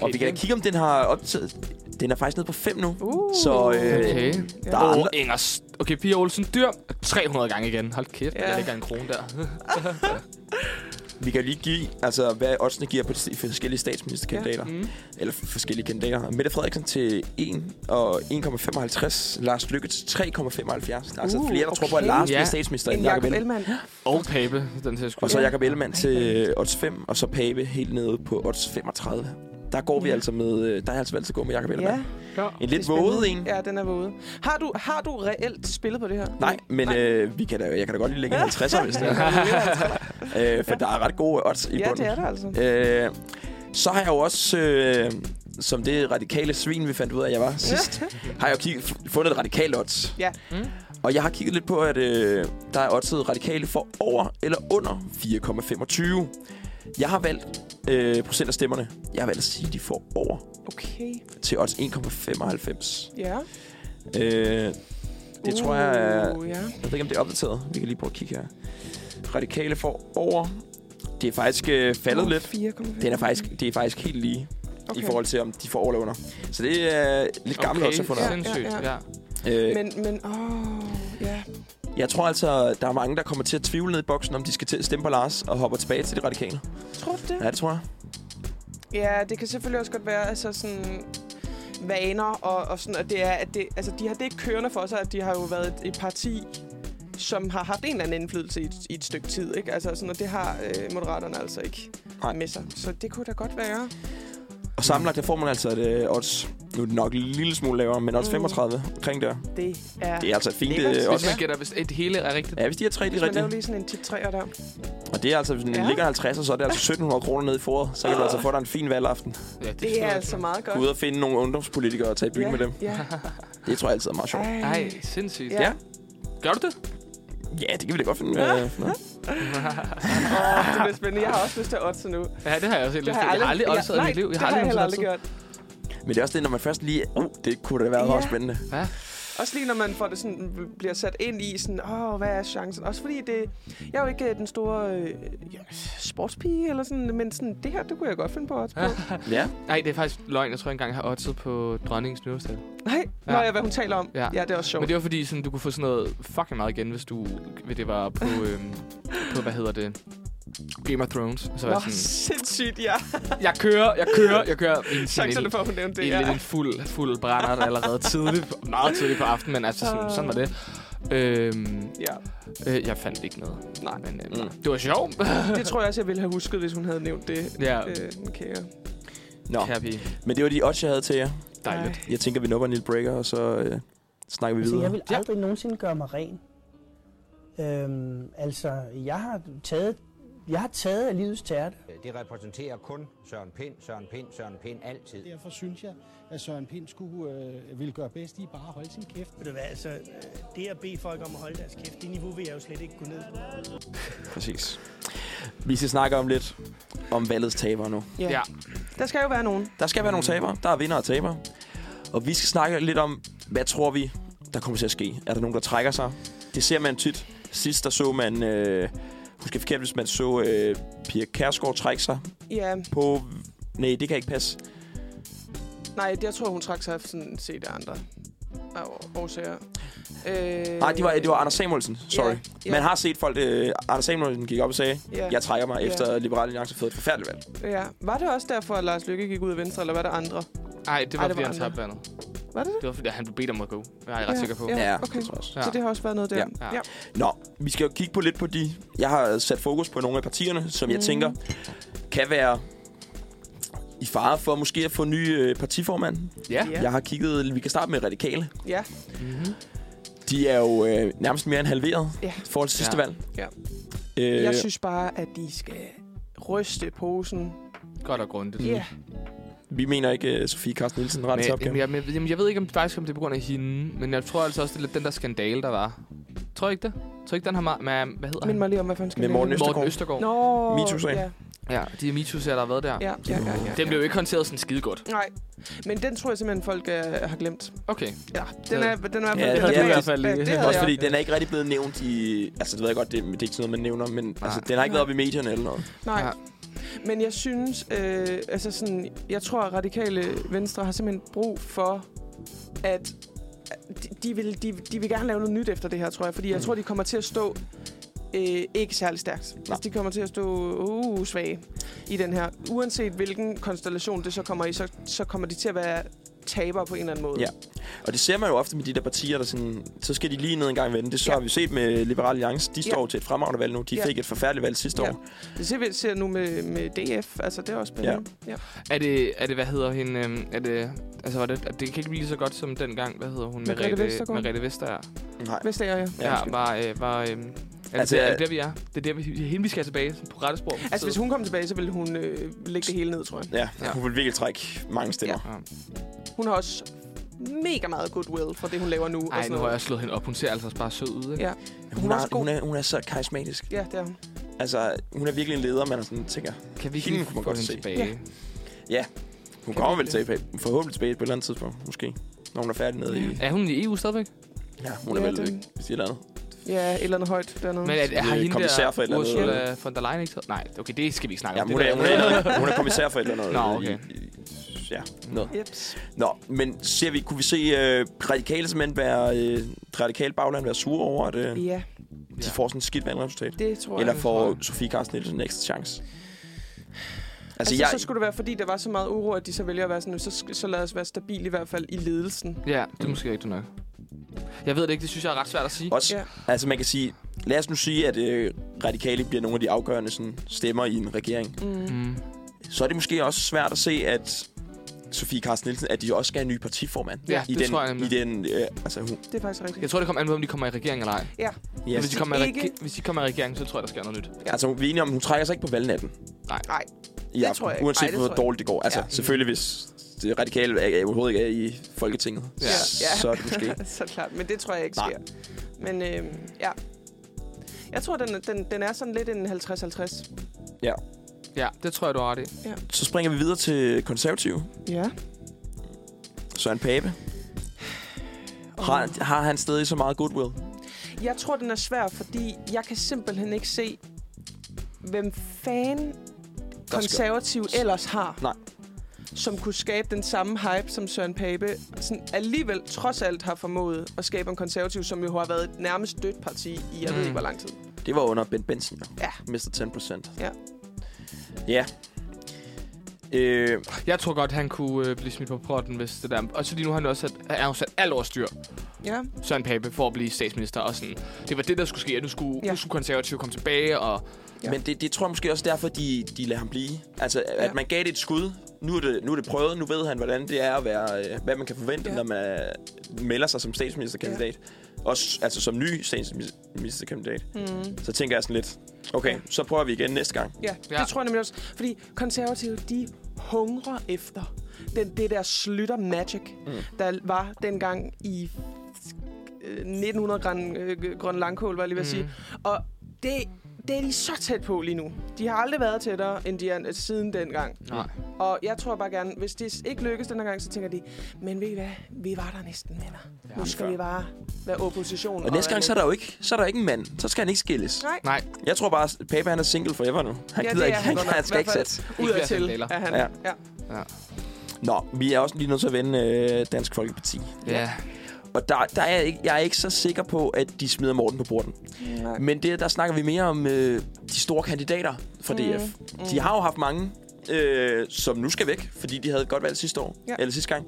og vi kan
den-
kigge, om den har optaget. Den er faktisk nede på 5 nu.
Uh.
Så øh,
Okay.
der er
Ja. Oh,
andre.
Inger S- okay, Pia Olsen dyr 300 gange igen. Hold kæft,
Ja.
ja. der ligger en krone der.
Vi kan lige give, altså, hvad oddsene giver på de forskellige statsministerkandidater.
Ja.
Ja.
Mm.
Mm. Eller f- forskellige kandidater. Mette Frederiksen til 1 og 1,55. Lars Lykke til 3,75. Der er altså
Uh,
flere, der tror på, at
okay.
Lars
Ja.
bliver statsminister
En
end
Jakob
Jacob Ellemann.
Ellemann.
Og Pape, den til
øh, Og så Jakob Ellemann til odds 5, og så Pape helt nede på odds 35.
Der går vi altså med... øh, Der har jeg altså valgt at gå med Jacob Ellemann.
Ja.
En lidt
Det er spændende.
våget en.
Ja, den er våget. Har du, har du reelt spillet på det her?
Nej, men øh, vi kan da, jeg kan da godt lige lægge en 50'er, hvis det er. øh, for der er ret gode odds i
Ja,
bunden.
det er der altså.
Øh, så har jeg jo også, øh, som det radikale svin, vi fandt ud af, jeg var sidst, har jeg jo kigget, fundet et radikalt odds.
Ja. Mm.
Og jeg har kigget lidt på, at øh, der er oddset radikale for over eller under 4,25. Jeg har valgt øh, procent af stemmerne. Jeg har valgt at sige, at de får over
Okay.
til odds 1,95.
Ja.
Øh, det
Uh,
tror jeg er...
ja.
Jeg ved ikke, om det er opdateret. Vi kan lige prøve at kigge her. Radikale for over. Det er faktisk øh, faldet
Over
lidt.
4,5.
Den er faktisk, det er faktisk helt lige okay. i
Okay.
forhold til, om de får over eller under. Så det er øh, lidt gammelt
Okay,
også at få
sindssygt, ja.
Øh,
Men, men, åh, ja.
jeg tror altså, der er mange, der kommer til at tvivle ned i boksen, om de skal til at stemme på Lars og hopper tilbage til de radikale.
Tror du det?
Ja, det tror jeg.
Ja, det kan selvfølgelig også godt være, altså sådan vaner og, og sådan, at det er, at det, altså de har det ikke kørende for sig, at de har jo været et, et parti, som har haft en eller anden indflydelse i et, i et stykke tid, ikke? Altså sådan, og det har øh, moderaterne altså ikke
Nej.
med sig. Så det kunne da godt være.
Og sammenlagt, der får man altså et øh, odds. Nu er det nok en lille smule lavere, men odds
Mm.
35 omkring der.
Det er,
Det er altså fint,
lækkert.
øh,
Hvis
også-
man-
Jeg gætter, hvis et hele er rigtigt.
Ja, hvis de her tre de
Hvis
er
man laver
rigtige.
lige sådan en tit træer der.
Og det er altså, hvis den
Ja.
ligger 50, så er det altså 1700 kroner nede i foråret. Så kan du altså få dig en fin valgaften.
Ja,
Det, det er altså meget godt.
Gå ud og finde nogle ungdomspolitikere og tage i byen
ja,
med dem.
Ja.
Det tror jeg altid er meget sjovt.
Ej.
Ej, sindssygt.
Ja.
Ja.
Gør du det?
Ja, det kan vi da godt finde.
Ah.
Ja. Øh, finde ud af.
Åh, det bliver spændende. Jeg har også lyst til at oddse nu.
Ja, det har jeg også helt lyst til.
Det har jeg
Jeg har
aldrig-
aldrig
ja,
oddset i
nej,
mit liv.
det har jeg heller aldrig gjort.
Men det er også det, når man først lige... Uh, det kunne da være
Ja.
meget spændende.
Ja.
Også lige når man får det sådan, bliver sat ind i sådan, åh, hvad er chancen? Også fordi det, jeg er jo ikke øh, den store øh, ja, sportspige eller sådan, men sådan, det her, det kunne jeg godt finde på at ja.
Ja.
Nej, det er faktisk løgn. Jeg tror, jeg engang har oddset på dronningens nyårsdag.
Nej, ja. Nå, ja, hvad hun taler om. Ja. ja, det er også sjovt.
Men det var fordi, sådan, du kunne få sådan noget fucking meget igen, hvis du hvis det var på, øhm, på hvad hedder det, Game of Thrones. Og Så var
Nå,
jeg sådan,
sindssygt, ja.
jeg kører, jeg kører, jeg kører. En,
Chancerne for, at hun nævnte det,
en,
ja.
en fuld, fuld brænder allerede tidligt, meget tidligt på aftenen, men altså sådan, sådan var det. Øhm,
Ja.
øh, jeg fandt ikke noget.
Nej.
Men, øh,
Mm.
Det var sjovt.
det tror jeg også, jeg ville have husket, hvis hun havde nævnt det.
Ja.
Øh, den kære.
Nå.
Kære pige.
Men det var de odds, jeg havde til jer.
Dejligt.
Jeg tænker, vi nupper en lille breaker, og så øh, snakker vi
Altså,
videre.
jeg vil aldrig nogensinde gøre mig ren. Øhm, altså, jeg har taget, jeg har taget af livets tærte.
Det repræsenterer kun Søren Pind, Søren Pind, Søren Pind altid.
Derfor synes jeg, at Søren Pind skulle, øh, ville gøre bedst i bare at holde sin kæft.
Ved du hvad, altså, øh, det at bede folk om at holde deres kæft, det niveau vil jeg jo slet ikke gå ned på.
Præcis. Vi skal snakke om lidt om valgets tabere nu.
Ja. ja. Der skal jo være nogen.
Der skal være nogle tabere. Der er vinder og tabere. Og vi skal snakke lidt om, hvad tror vi, der kommer til at ske? Er der nogen, der trækker sig? Det ser man tit. Sidst der så man, øh, husker jeg forkert, hvis man så øh, Pia Kærsgaard trække sig
Ja,
på... Nej, det kan ikke passe.
nej, det- jeg tror, hun trak sig af sådan set af andre af årsager. Øh,
Nej, det var, det var Anders Samuelsen. Sorry.
Ja, ja.
Man har set folk... Øh, Anders Samuelsen gik op og sagde,
Ja.
jeg trækker mig
Ja.
efter Liberale Alliance har fået et forfærdeligt valg.
Ja. Var det også derfor, at Lars Lykke gik ud af Venstre, eller var det andre?
Nej, det var,
Ej,
Ej,
det
det fordi
var
han
andre.
tabte vandet.
Var det det?
Det var fordi, han blev bedt om at gå. Jeg er jeg ret
Ja,
sikker på.
ja, Ja, okay. det tror jeg også. Så det har også været noget der.
Ja.
Ja.
Nå, vi skal jo kigge på lidt på de... Jeg har sat fokus på nogle af partierne, som mm.
Mm.
jeg tænker kan være i fare for måske at få ny øh, partiformand.
Ja. Ja.
Jeg har kigget... Vi kan starte med radikale.
Ja.
De er jo øh, nærmest mere end halveret
Ja.
i forhold til sidste
Ja.
valg.
Ja.
Øh,
Jeg synes bare, at de skal ryste posen.
Godt og grundigt.
Ja.
Vi mener ikke, øh, Sofie Carsten Nielsen retter
Men,
til
jamen,
opgaven.
jeg, jeg, jamen, jeg ved ikke om, faktisk, om det er på grund af hende, men jeg tror altså også, det er lidt den der skandale, der var. Tror I ikke det? Tror I ikke, den har meget... Med, hvad hedder
Mind
han?
mig lige om, hvad fanden skal
Med
det
Morten
hedde?
Østergaard. Østergaard.
Nå,
MeToo-sagen.
ja.
Ja, de MeToo-sager, der har været der.
Ja, ja, ja, ja,
Den blev jo ikke håndteret sådan skide godt.
Nej, men den tror jeg simpelthen, folk øh, har glemt.
Okay.
Ja, den er, den er,
Ja,
den
det er i
bag-
hvert fald
Ja, det havde
Også fordi,
jeg.
den er ikke rigtig blevet nævnt i... Altså, det ved jeg godt, det, det er ikke sådan noget, man nævner, men altså, den har ikke været oppe i medierne eller noget.
Nej. Men jeg synes, øh, altså sådan, jeg tror, at radikale venstre har simpelthen brug for, at de, de, vil, de, de vil gerne lave noget nyt efter det her, tror jeg.
Mm.
Fordi jeg tror, de kommer til at stå øh, ikke særlig stærkt. Altså, de kommer til at stå uh, svage i den her. Uanset hvilken konstellation det så kommer i, så, så kommer de til at være
tabere på en eller anden måde.
Ja. Og det ser man jo ofte med de der partier, der sådan, så skal de lige ned en gang vende. Det så ja. har vi set med Liberal Alliance. De står
Ja.
ja. til et fremragende valg nu. De
Ja.
ja. fik et forfærdeligt valg sidste ja. år.
Det ser vi ser nu med, med DF. Altså, det er også spændende. Ja. ja.
Er det, er det hvad hedder hende, øhm, er det, altså var det, det kan ikke blive lige så godt som dengang, hvad hedder hun,
Margrethe Vestager.
Merete Vestager.
Nej.
Vestager, ja.
Ja, var, øh, var, øh,
Altså,
altså, er
jeg-
det der, vi er? Det er der, vi, hende, vi skal have tilbage på rette spor.
Altså, hvis hun kom tilbage, så ville hun øh, lægge det hele ned, tror jeg.
Ja. ja, hun vil virkelig trække mange stemmer. Ja.
Hun har også mega meget goodwill for det, hun laver nu. og
Ej,
sådan
nu har
noget.
jeg slået hende op. Hun ser altså også bare sød ud, ikke?
Ja.
Hun, hun, er, hun, er, hun er så karismatisk.
Ja, det er hun.
Altså, hun er virkelig en leder, man er sådan tænker.
Kan vi ikke
hende
lige
kunne man
få
godt
hende
se.
tilbage?
Ja. ja. Hun
Kan
kommer
vi
vel tilbage, forhåbentlig tilbage på et eller andet tidspunkt, måske. Når hun er færdig nede i...
Er hun i EU stadigvæk?
Ja, hun er
Ja,
vel
det-
det... et eller andet.
Ja, et eller andet højt dernede.
Men er, er, har
Øh,
hende
kommissær
der
for et eller andet,
Ursula
eller?
von der Leyen ikke taget? Nej, okay, det skal vi ikke snakke
Ja,
om.
men hun
Det
er,
der-
hun, er, hun er kommissær for et eller andet.
Nå, okay.
I- i- Ja, noget.
Jeps.
Nå, men ser vi, kunne vi se øh, radikale simpelthen være, øh, det radikale bagland være sure over, at øh,
Ja.
de får sådan et skidt valgresultat?
Det tror jeg,
Eller
det
får
tror
Sofie Carsten Nielsen en ekstra chance?
Altså,
Altså,
altså jeg...
jeg,
så skulle det være, fordi der var så meget uro, at de så vælger at være sådan, "Nu, så, sk- så lad os være stabile i hvert fald i ledelsen.
Ja, det er måske rigtigt nok. Jeg ved det ikke, det synes jeg er ret svært at sige.
Også, ja. altså man kan sige, lad os nu sige, at øh, radikale bliver nogle af de afgørende sådan, stemmer i en regering.
Mm.
Mm.
Så er det måske også svært at se, at Sofie Carsten Nielsen, at de også skal have en ny partiformand.
Ja,
i
det
den,
tror jeg
i
nemlig.
den, øh, altså, hun,
Det er faktisk rigtigt.
Jeg tror, det kommer an på, om de kommer i regering eller ej.
Ja.
Ja, hvis, de kommer i
Ikke-
reg- hvis de kommer i regering, så tror jeg, der sker noget nyt.
ja. altså, vi er enige om, hun trækker sig ikke på valgnatten.
Nej.
Nej.
I
Det
aften,
tror jeg ikke.
uanset
Ej, det
hvor
tror jeg
dårligt det
ikke.
går. Altså,
Ja.
ja. selvfølgelig, hvis det radikale er, er, overhovedet ikke er i Folketinget, ja. så er det måske.
så klart, men det tror jeg ikke
Nej.
sker. Men øh, ja. Jeg tror, den, den, den er sådan lidt en 50-50.
ja.
Ja, det tror jeg, du har ret i.
Ja.
Så springer vi videre til konservative.
Ja.
Søren Pape. Har, har han stadig så meget goodwill?
Jeg tror, den er svær, fordi jeg kan simpelthen ikke se, hvem fan konservativ ellers har.
Nej.
Som kunne skabe den samme hype, som Søren Pape sådan alligevel trods alt har formået at skabe en konservativ, som jo har været et nærmest dødt parti i jeg mm. ved
Mm.
ikke hvor lang tid.
Det var under Ben Benson, jo.
Ja.
Mr. 10 procent.
Ja.
Ja. Øh,
Jeg tror godt, han kunne øh, blive smidt på protten, hvis det der... Også fordi nu har han også sat, er han jo sat alt over styr.
Ja.
Søren Pape for at blive statsminister. Og sådan, det var det, der skulle ske, at nu skulle,
Ja.
ja. nu skulle konservative komme tilbage. Og,
ja. Men det, det tror jeg måske også derfor, de, de lader ham blive. Altså, at
Ja.
man gav det et skud. Nu er det, nu er det prøvet. Nu ved han, hvordan det er at være... øh, Hvad man kan forvente,
Ja.
ja. når man øh, melder sig som statsministerkandidat. Ja. Også altså, som ny statsministerkandidat.
Mm.
Så tænker jeg sådan lidt... Okay, ja. så prøver vi igen næste gang.
Ja, ja, det tror jeg nemlig også. Fordi konservative, de hungrer efter den, det der slutter magic, mm. der var dengang i øh, 1900 gran, øh, grøn langkål, var jeg lige ved at sige. Mm. Og det, det er de så tæt på lige nu. De har aldrig været tættere, end de er øh, siden dengang.
Nej.
Og jeg tror bare gerne, hvis det ikke lykkes den her gang, så tænker de, men ved I hvad, vi var der næsten, venner. Ja, nu skal vi bare være opposition.
Og næste
være
gang, så er der jo ikke, så er der ikke en mand. Så skal han ikke skilles.
Nej.
Nej.
Jeg tror bare, at Pape han er single forever nu. Han ja,
Ja, det er
gider ikke,
han
han,
godt
han,
nok.
han skal
I
ikke
hvert
sætte.
fald udadtil er han.
Ja.
Ja.
Ja.
Nå, vi er også lige nødt til at vende øh, Dansk Folkeparti.
Ja.
Og der, der er jeg, ikke, jeg er ikke så sikker på, at de smider Morten på borden.
Nej.
Men det, der snakker vi mere om øh, de store kandidater fra
Mm,
DF.
mm.
De har jo haft mange, øh, som nu skal væk, fordi de havde et godt valg sidste år.
Ja.
Eller sidste gang.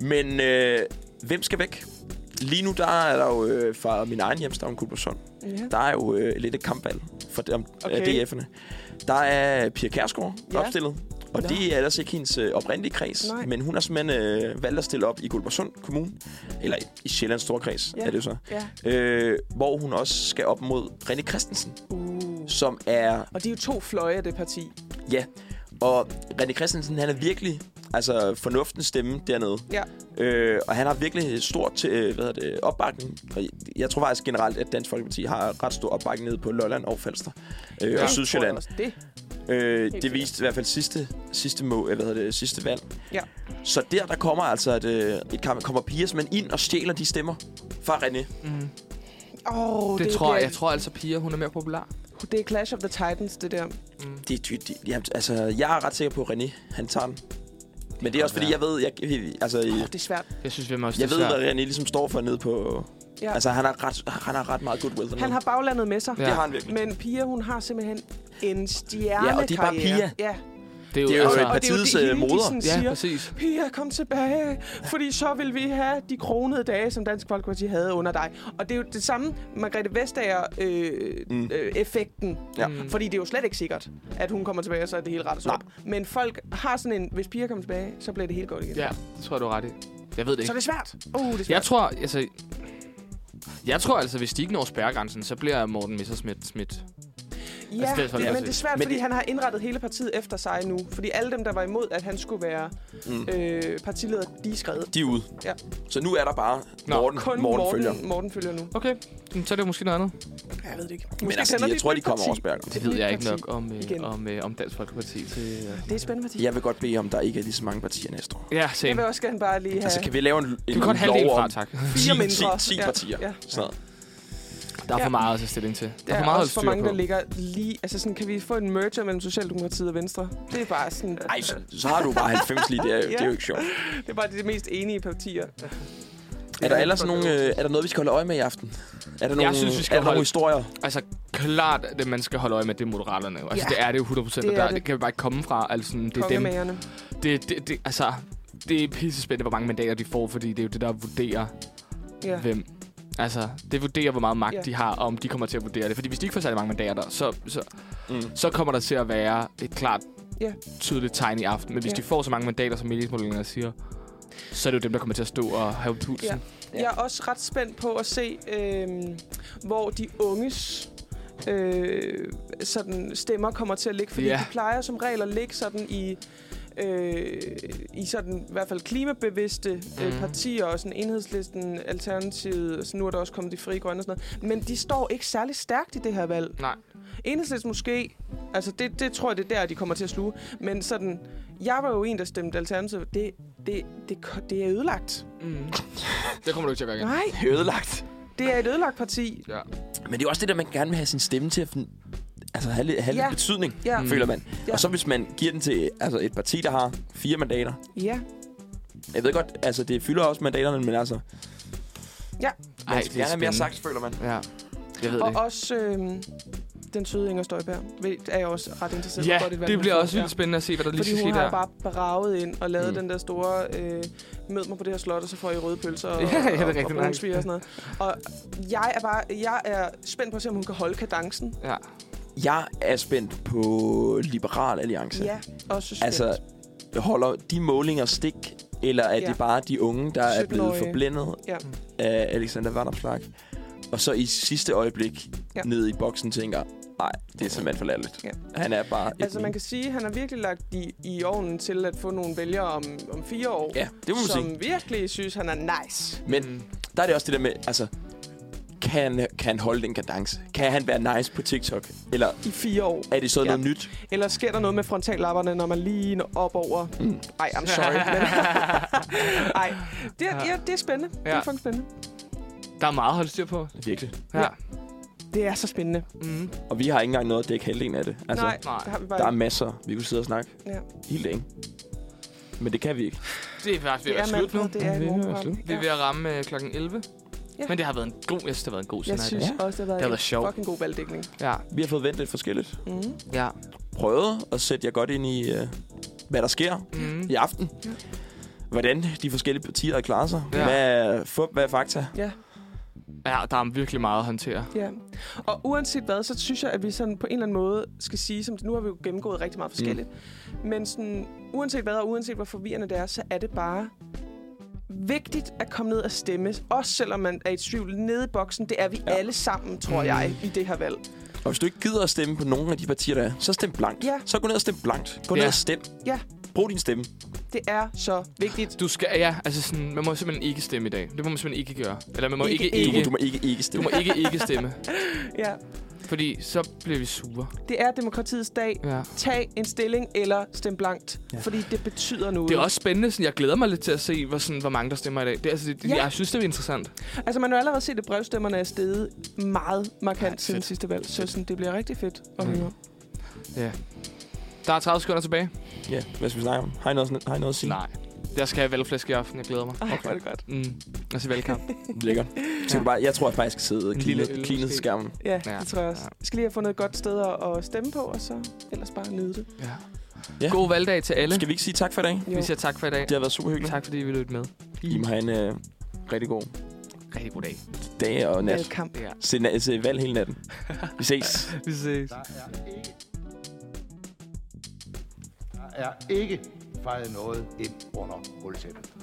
Men øh, hvem skal væk? Lige nu, der er der jo øh, fra min egen hjemstavn, Kulbersund.
Ja.
Der er jo øh, lidt et kampvalg for dem,
Okay.
okay. DF'erne. Der er Pia Kærsgaard
Ja.
ja. opstillet. Og
Nå.
det er ellers ikke hendes øh, oprindelige kreds,
Nej.
Nej. men hun har simpelthen øh, valgt at stille op i Guldborgsund Kommune, eller i- i Sjællands Storkreds
Ja.
ja. er det jo så,
Ja.
øh, hvor hun også skal op mod René Christensen,
Uh.
som er,
Og de er jo to fløje af det parti.
ja, og René Christensen, han er virkelig altså fornuftens stemme dernede.
Ja.
Øh, og han har virkelig stor til, øh, hvad hedder det, opbakning. Og jeg- jeg tror faktisk generelt, at Dansk Folkeparti har ret stor opbakning nede på Lolland og Falster øh,
Det
og
tror jeg
Sydsjælland.
også. Det.
Øh,
Helt
det viste i hvert fald sidste, sidste, må, øh, hvad hedder det, sidste valg.
Ja.
Så der, der kommer altså et, øh, et kamp, kommer Pias, men ind og stjæler de stemmer fra René.
Mm.
Oh,
Det, det tror jeg, jeg tror altså, Pia, hun er mere populær.
tror... Det er Clash of the Titans, det der.
Det er dyrt. det- Jamen, altså, jeg er ret sikker på, at René, han tager den. Men det er også fordi, jeg ved, jeg, altså,
Åh, oh, det er svært.
Jeg synes, vi må også
jeg
det
ved,
er
hvad
svært.
René ligesom står for nede på...
Ja.
Ja. Altså, han har, ret, han har ret meget goodwill. dernede.
Han har baglandet med sig.
Ja. Det har han virkelig.
Men Pia, hun har simpelthen en stjerne
Ja, og det er bare Pia.
Ja.
Det
Det er jo-
det er jo
altså-
altså,
Og det er jo
partiets
det,
øh,
hende, de sådan
moder.
Ja, siger. præcis.
Pia, kom tilbage, fordi så vil vi have de kronede dage, som Dansk Folkeparti havde under dig. Og det er jo det samme Margrethe Vestager-effekten.
Mm.
Øh, øh, effekten. Mm.
Ja.
Fordi det er jo slet ikke sikkert, at hun kommer tilbage, og så er det hele rettet op. Men folk har sådan en, hvis Pia kommer tilbage, så bliver det helt godt igen.
Ja, det tror jeg, du er ret i. Jeg ved det ikke.
Så det er svært. Uh, det er svært.
Jeg tror, altså... Jeg tror altså, hvis de ikke når spærregrænsen, så bliver Morten Messerschmidt smidt.
Ja,
Altså, det er
det,
sådan,
men
altså-
det er svært,
Men
fordi
det-
han har indrettet hele partiet efter sig nu. Fordi alle dem, der var imod, at han skulle være
Mm.
mm. øh, partileder, de er skrevet.
De er ude.
Ja.
Så nu er der bare Morten,
Kun
Morten, Morten følger.
Morten følger nu.
Okay, Mm, så er det måske noget andet.
Jeg ved det ikke.
Men
Måske
altså,
kender
jeg
et
tror, de
nyt
kommer
parti.
over spærregrænsen.
Det ved
Et
jeg
nyt
ikke nok
parti
om,
igen.
øh, om, øh, om Dansk Folkeparti. Til, øh.
Det er et spændende parti.
Jeg vil godt bede om, der ikke er lige så mange partier næste år.
Ja,
Jeg
same.
vil også gerne bare lige have...
Altså, kan vi lave en, en
kan godt
lov
halvdelen
om
fra, tak.
Fire
10, 10,
mindre.
10
Ja,
partier?
ja.
Sådan noget.
Der er
Ja.
for meget at tage stilling til. Der
Der
er for
er
meget at
også for
styre
mange,
på.
der ligger lige... Altså sådan, kan vi få en merger mellem Socialdemokratiet og Venstre? Det er bare sådan...
Ej, så, så har du bare 90 lige. Det er, jo- det er jo ikke sjovt.
Det er bare de mest enige partier.
Er der ellers nogen, øh, er der noget, vi skal holde øje med i aften? Er der nogle,
jeg synes, vi skal
er der
holde...
nogle historier?
Altså, klart, at det, man skal holde øje med, det er moderaterne. jo. Altså,
Ja.
det er det jo 100%,
Det
det
er
og der,
det.
det. kan vi bare ikke komme fra. Altså, sådan, det er dem.
Kongemagerne.
Det, det, det, altså, det er pisse spændende, hvor mange mandater de får, fordi det er jo det, der vurderer,
Ja.
ja. hvem... Altså, det vurderer, hvor meget magt
Ja.
ja. de har, og om de kommer til at vurdere det. Fordi hvis de ikke får særlig mange mandater, så, så, mm. så kommer der til at være et klart,
Ja.
tydeligt tegn i aften. Men hvis
Ja.
ja. de får så mange mandater, som meningsmålingerne siger, så er det jo dem, der kommer til at stå og have pulsen.
Ja. Jeg er også ret spændt på at se, øhm, hvor de unges øh, sådan stemmer kommer til at ligge. Fordi
Ja.
de plejer som regel at ligge sådan i... Øh, i sådan i hvert fald klimabevidste øh,
Mhm.
partier, og sådan enhedslisten, Alternativet, og så nu er der også kommet de frie grønne og sådan noget. Men de står ikke særlig stærkt i det her valg.
Nej.
Enhedslisten måske, altså det, det tror jeg, det er der, de kommer til at sluge. Men sådan, jeg var jo en, der stemte Alternativet. Det, det, det, det er ødelagt.
Mm. Det kommer du ikke til at gøre igen.
Nej.
Det er Ødelagt.
Det er et ødelagt parti.
Ja.
Men det er jo også det der, man gerne vil have sin stemme til at fin- altså have, lidt- have
Ja.
lidt betydning, Mm.
Ja.
føler man.
Ja.
Og så hvis man giver den til altså et parti, der har fire mandater.
Ja.
Jeg ved godt, altså det fylder også mandaterne, men altså...
Ja.
Ej, man skal
det
gerne
er
have mere
spændende.
sagt, føler man.
Ja. Jeg ved det
og
ikke.
også øh, den søde Inger Støjberg ved- er jeg også ret interesseret i,
Ja,
hvor godt et valg
det
hun
bliver
får.
også vildt spændende at se, hvad der lige
Fordi
skal ske
hun har jo
der.
bare braget ind og lavet mm.
Mm.
den der store, øh, mød mig på det her slot, og så får I røde pølser og,
Ja, ja, det er
og,
rigtig
og,
nok.
brunsviger og sådan noget. Og jeg er bare jeg er spændt på at se, om hun kan holde kadencen.
Ja.
Jeg er spændt på Liberal Alliance.
Ja, også spændt.
Altså, holder de målinger stik, eller er
Ja.
ja. det bare de unge, der er blevet
17-årige.
forblændet
Ja.
af Alexander Vanderslag? Og så i sidste øjeblik
Ja.
ja. ned i boksen tænker, nej, det er simpelthen for latterligt.
Ja.
Ja. Han er bare et
Altså, man
meme."
kan sige, at han har virkelig lagt i, i ovnen til at få nogle vælgere om, om fire år,
Ja, det må man
som
sige.
virkelig synes, han er nice.
Men der er det også det der med, altså, kan, kan han holde den kadence? Kan han være nice på TikTok? Eller
I fire år.
er det så
Ja.
ja. noget nyt?
Eller sker der noget med frontallapperne, når man lige når op over? Mm. Ej, I'm sorry. men- Ej, det, er,
Ja.
ja, det er spændende. Ja. Det er
Ja.
fucking spændende.
Der er meget at holde styr på.
Virkelig.
Ja. ja.
Det er så spændende.
Mm.
Og vi har ikke engang noget at dække halvdelen af det. Altså,
Nej, det har vi bare
Der er
ikke.
masser, vi kunne sidde og snakke
Ja.
hele dagen. Men det kan vi ikke.
Det er faktisk ved
Det
at
er
være slut nu.
mandag, det er i
vi
morgen
ved at være
klokken.
slut. Vi er ved at ramme øh, klokken 11.
Ja.
Men det har været en god, jeg synes, det har været en god
Jeg
scenarie.
synes også, det har
det har været
været en
sjovt.
fucking god valgdækning.
Ja.
Vi har fået vendt lidt forskelligt.
Mm.
Ja.
Prøvet at sætte jer godt ind i, øh, hvad der sker
Mm.
i aften. Hvordan de forskellige partier har klaret sig.
Ja.
Hvad er fup, hvad er fakta?
Ja.
Ja, der er virkelig meget at håndtere.
Ja. Og uanset hvad, så synes jeg, at vi sådan på en eller anden måde skal sige, som nu har vi jo gennemgået rigtig meget forskelligt, mm. men sådan, uanset hvad og uanset hvor forvirrende det er, så er det bare vigtigt at komme ned og stemme, også selvom man er i tvivl nede i boksen. Det er vi ja. alle sammen, tror jeg,
Mm.
i det her valg.
Og hvis du ikke gider at stemme på nogen af de partier, der er, så stem blankt.
Ja.
Så gå ned og stem blankt. Gå
Ja.
ned og stem.
Ja,
Brug din stemme.
det er så vigtigt.
Du skal, ja, altså sådan, man må simpelthen ikke stemme i dag. Det må man simpelthen ikke gøre. Eller man må
Ikke,
ikke,
ikke.
ikke.
Du må ikke ikke
Du
stemme.
må ikke ikke stemme.
Ja.
Fordi så bliver vi sure.
Det er demokratiets dag.
Ja.
Tag en stilling eller stem blankt, ja. fordi det betyder noget.
Det er også spændende. Sådan, jeg glæder mig lidt til at se, hvor, sådan, hvor mange der stemmer i dag. Det, er altså, det,
Ja.
ja. Jeg synes, det er interessant.
Altså, man har jo allerede set, at brevstemmerne er steget meget markant siden sidste valg, så sådan, det bliver rigtig fedt at
Mm.
høre.
Ja. Der er 30 sekunder tilbage.
Ja, hvad skal vi snakke om? Har I noget, sådan- har I noget at sige?
Nej. Jeg skal have valgflæsk i aften. Jeg glæder mig.
Ej, hvor er det godt.
Mm. Og se valgkamp.
Lækkert. Ja. Bare, jeg tror, jeg faktisk skal sidde og
lille
kline-
øl
kline
måske.
skærmen.
Ja, det tror jeg også. Skal lige have fundet et godt sted at, at stemme på, og så ellers bare nyde det.
Ja.
Ja. God valgdag til alle.
Skal vi ikke sige tak for i dag?
Jo. Vi siger tak for i dag.
Det har været super hyggeligt.
Tak fordi I ville lytte med.
I må have en øh, rigtig god...
Rigtig god dag.
Dag og nat.
Valgkamp. Ja.
Se, na- se valg hele natten. Vi ses.
Vi ses.
Der er ikke fejret noget ind under gulvtæppet.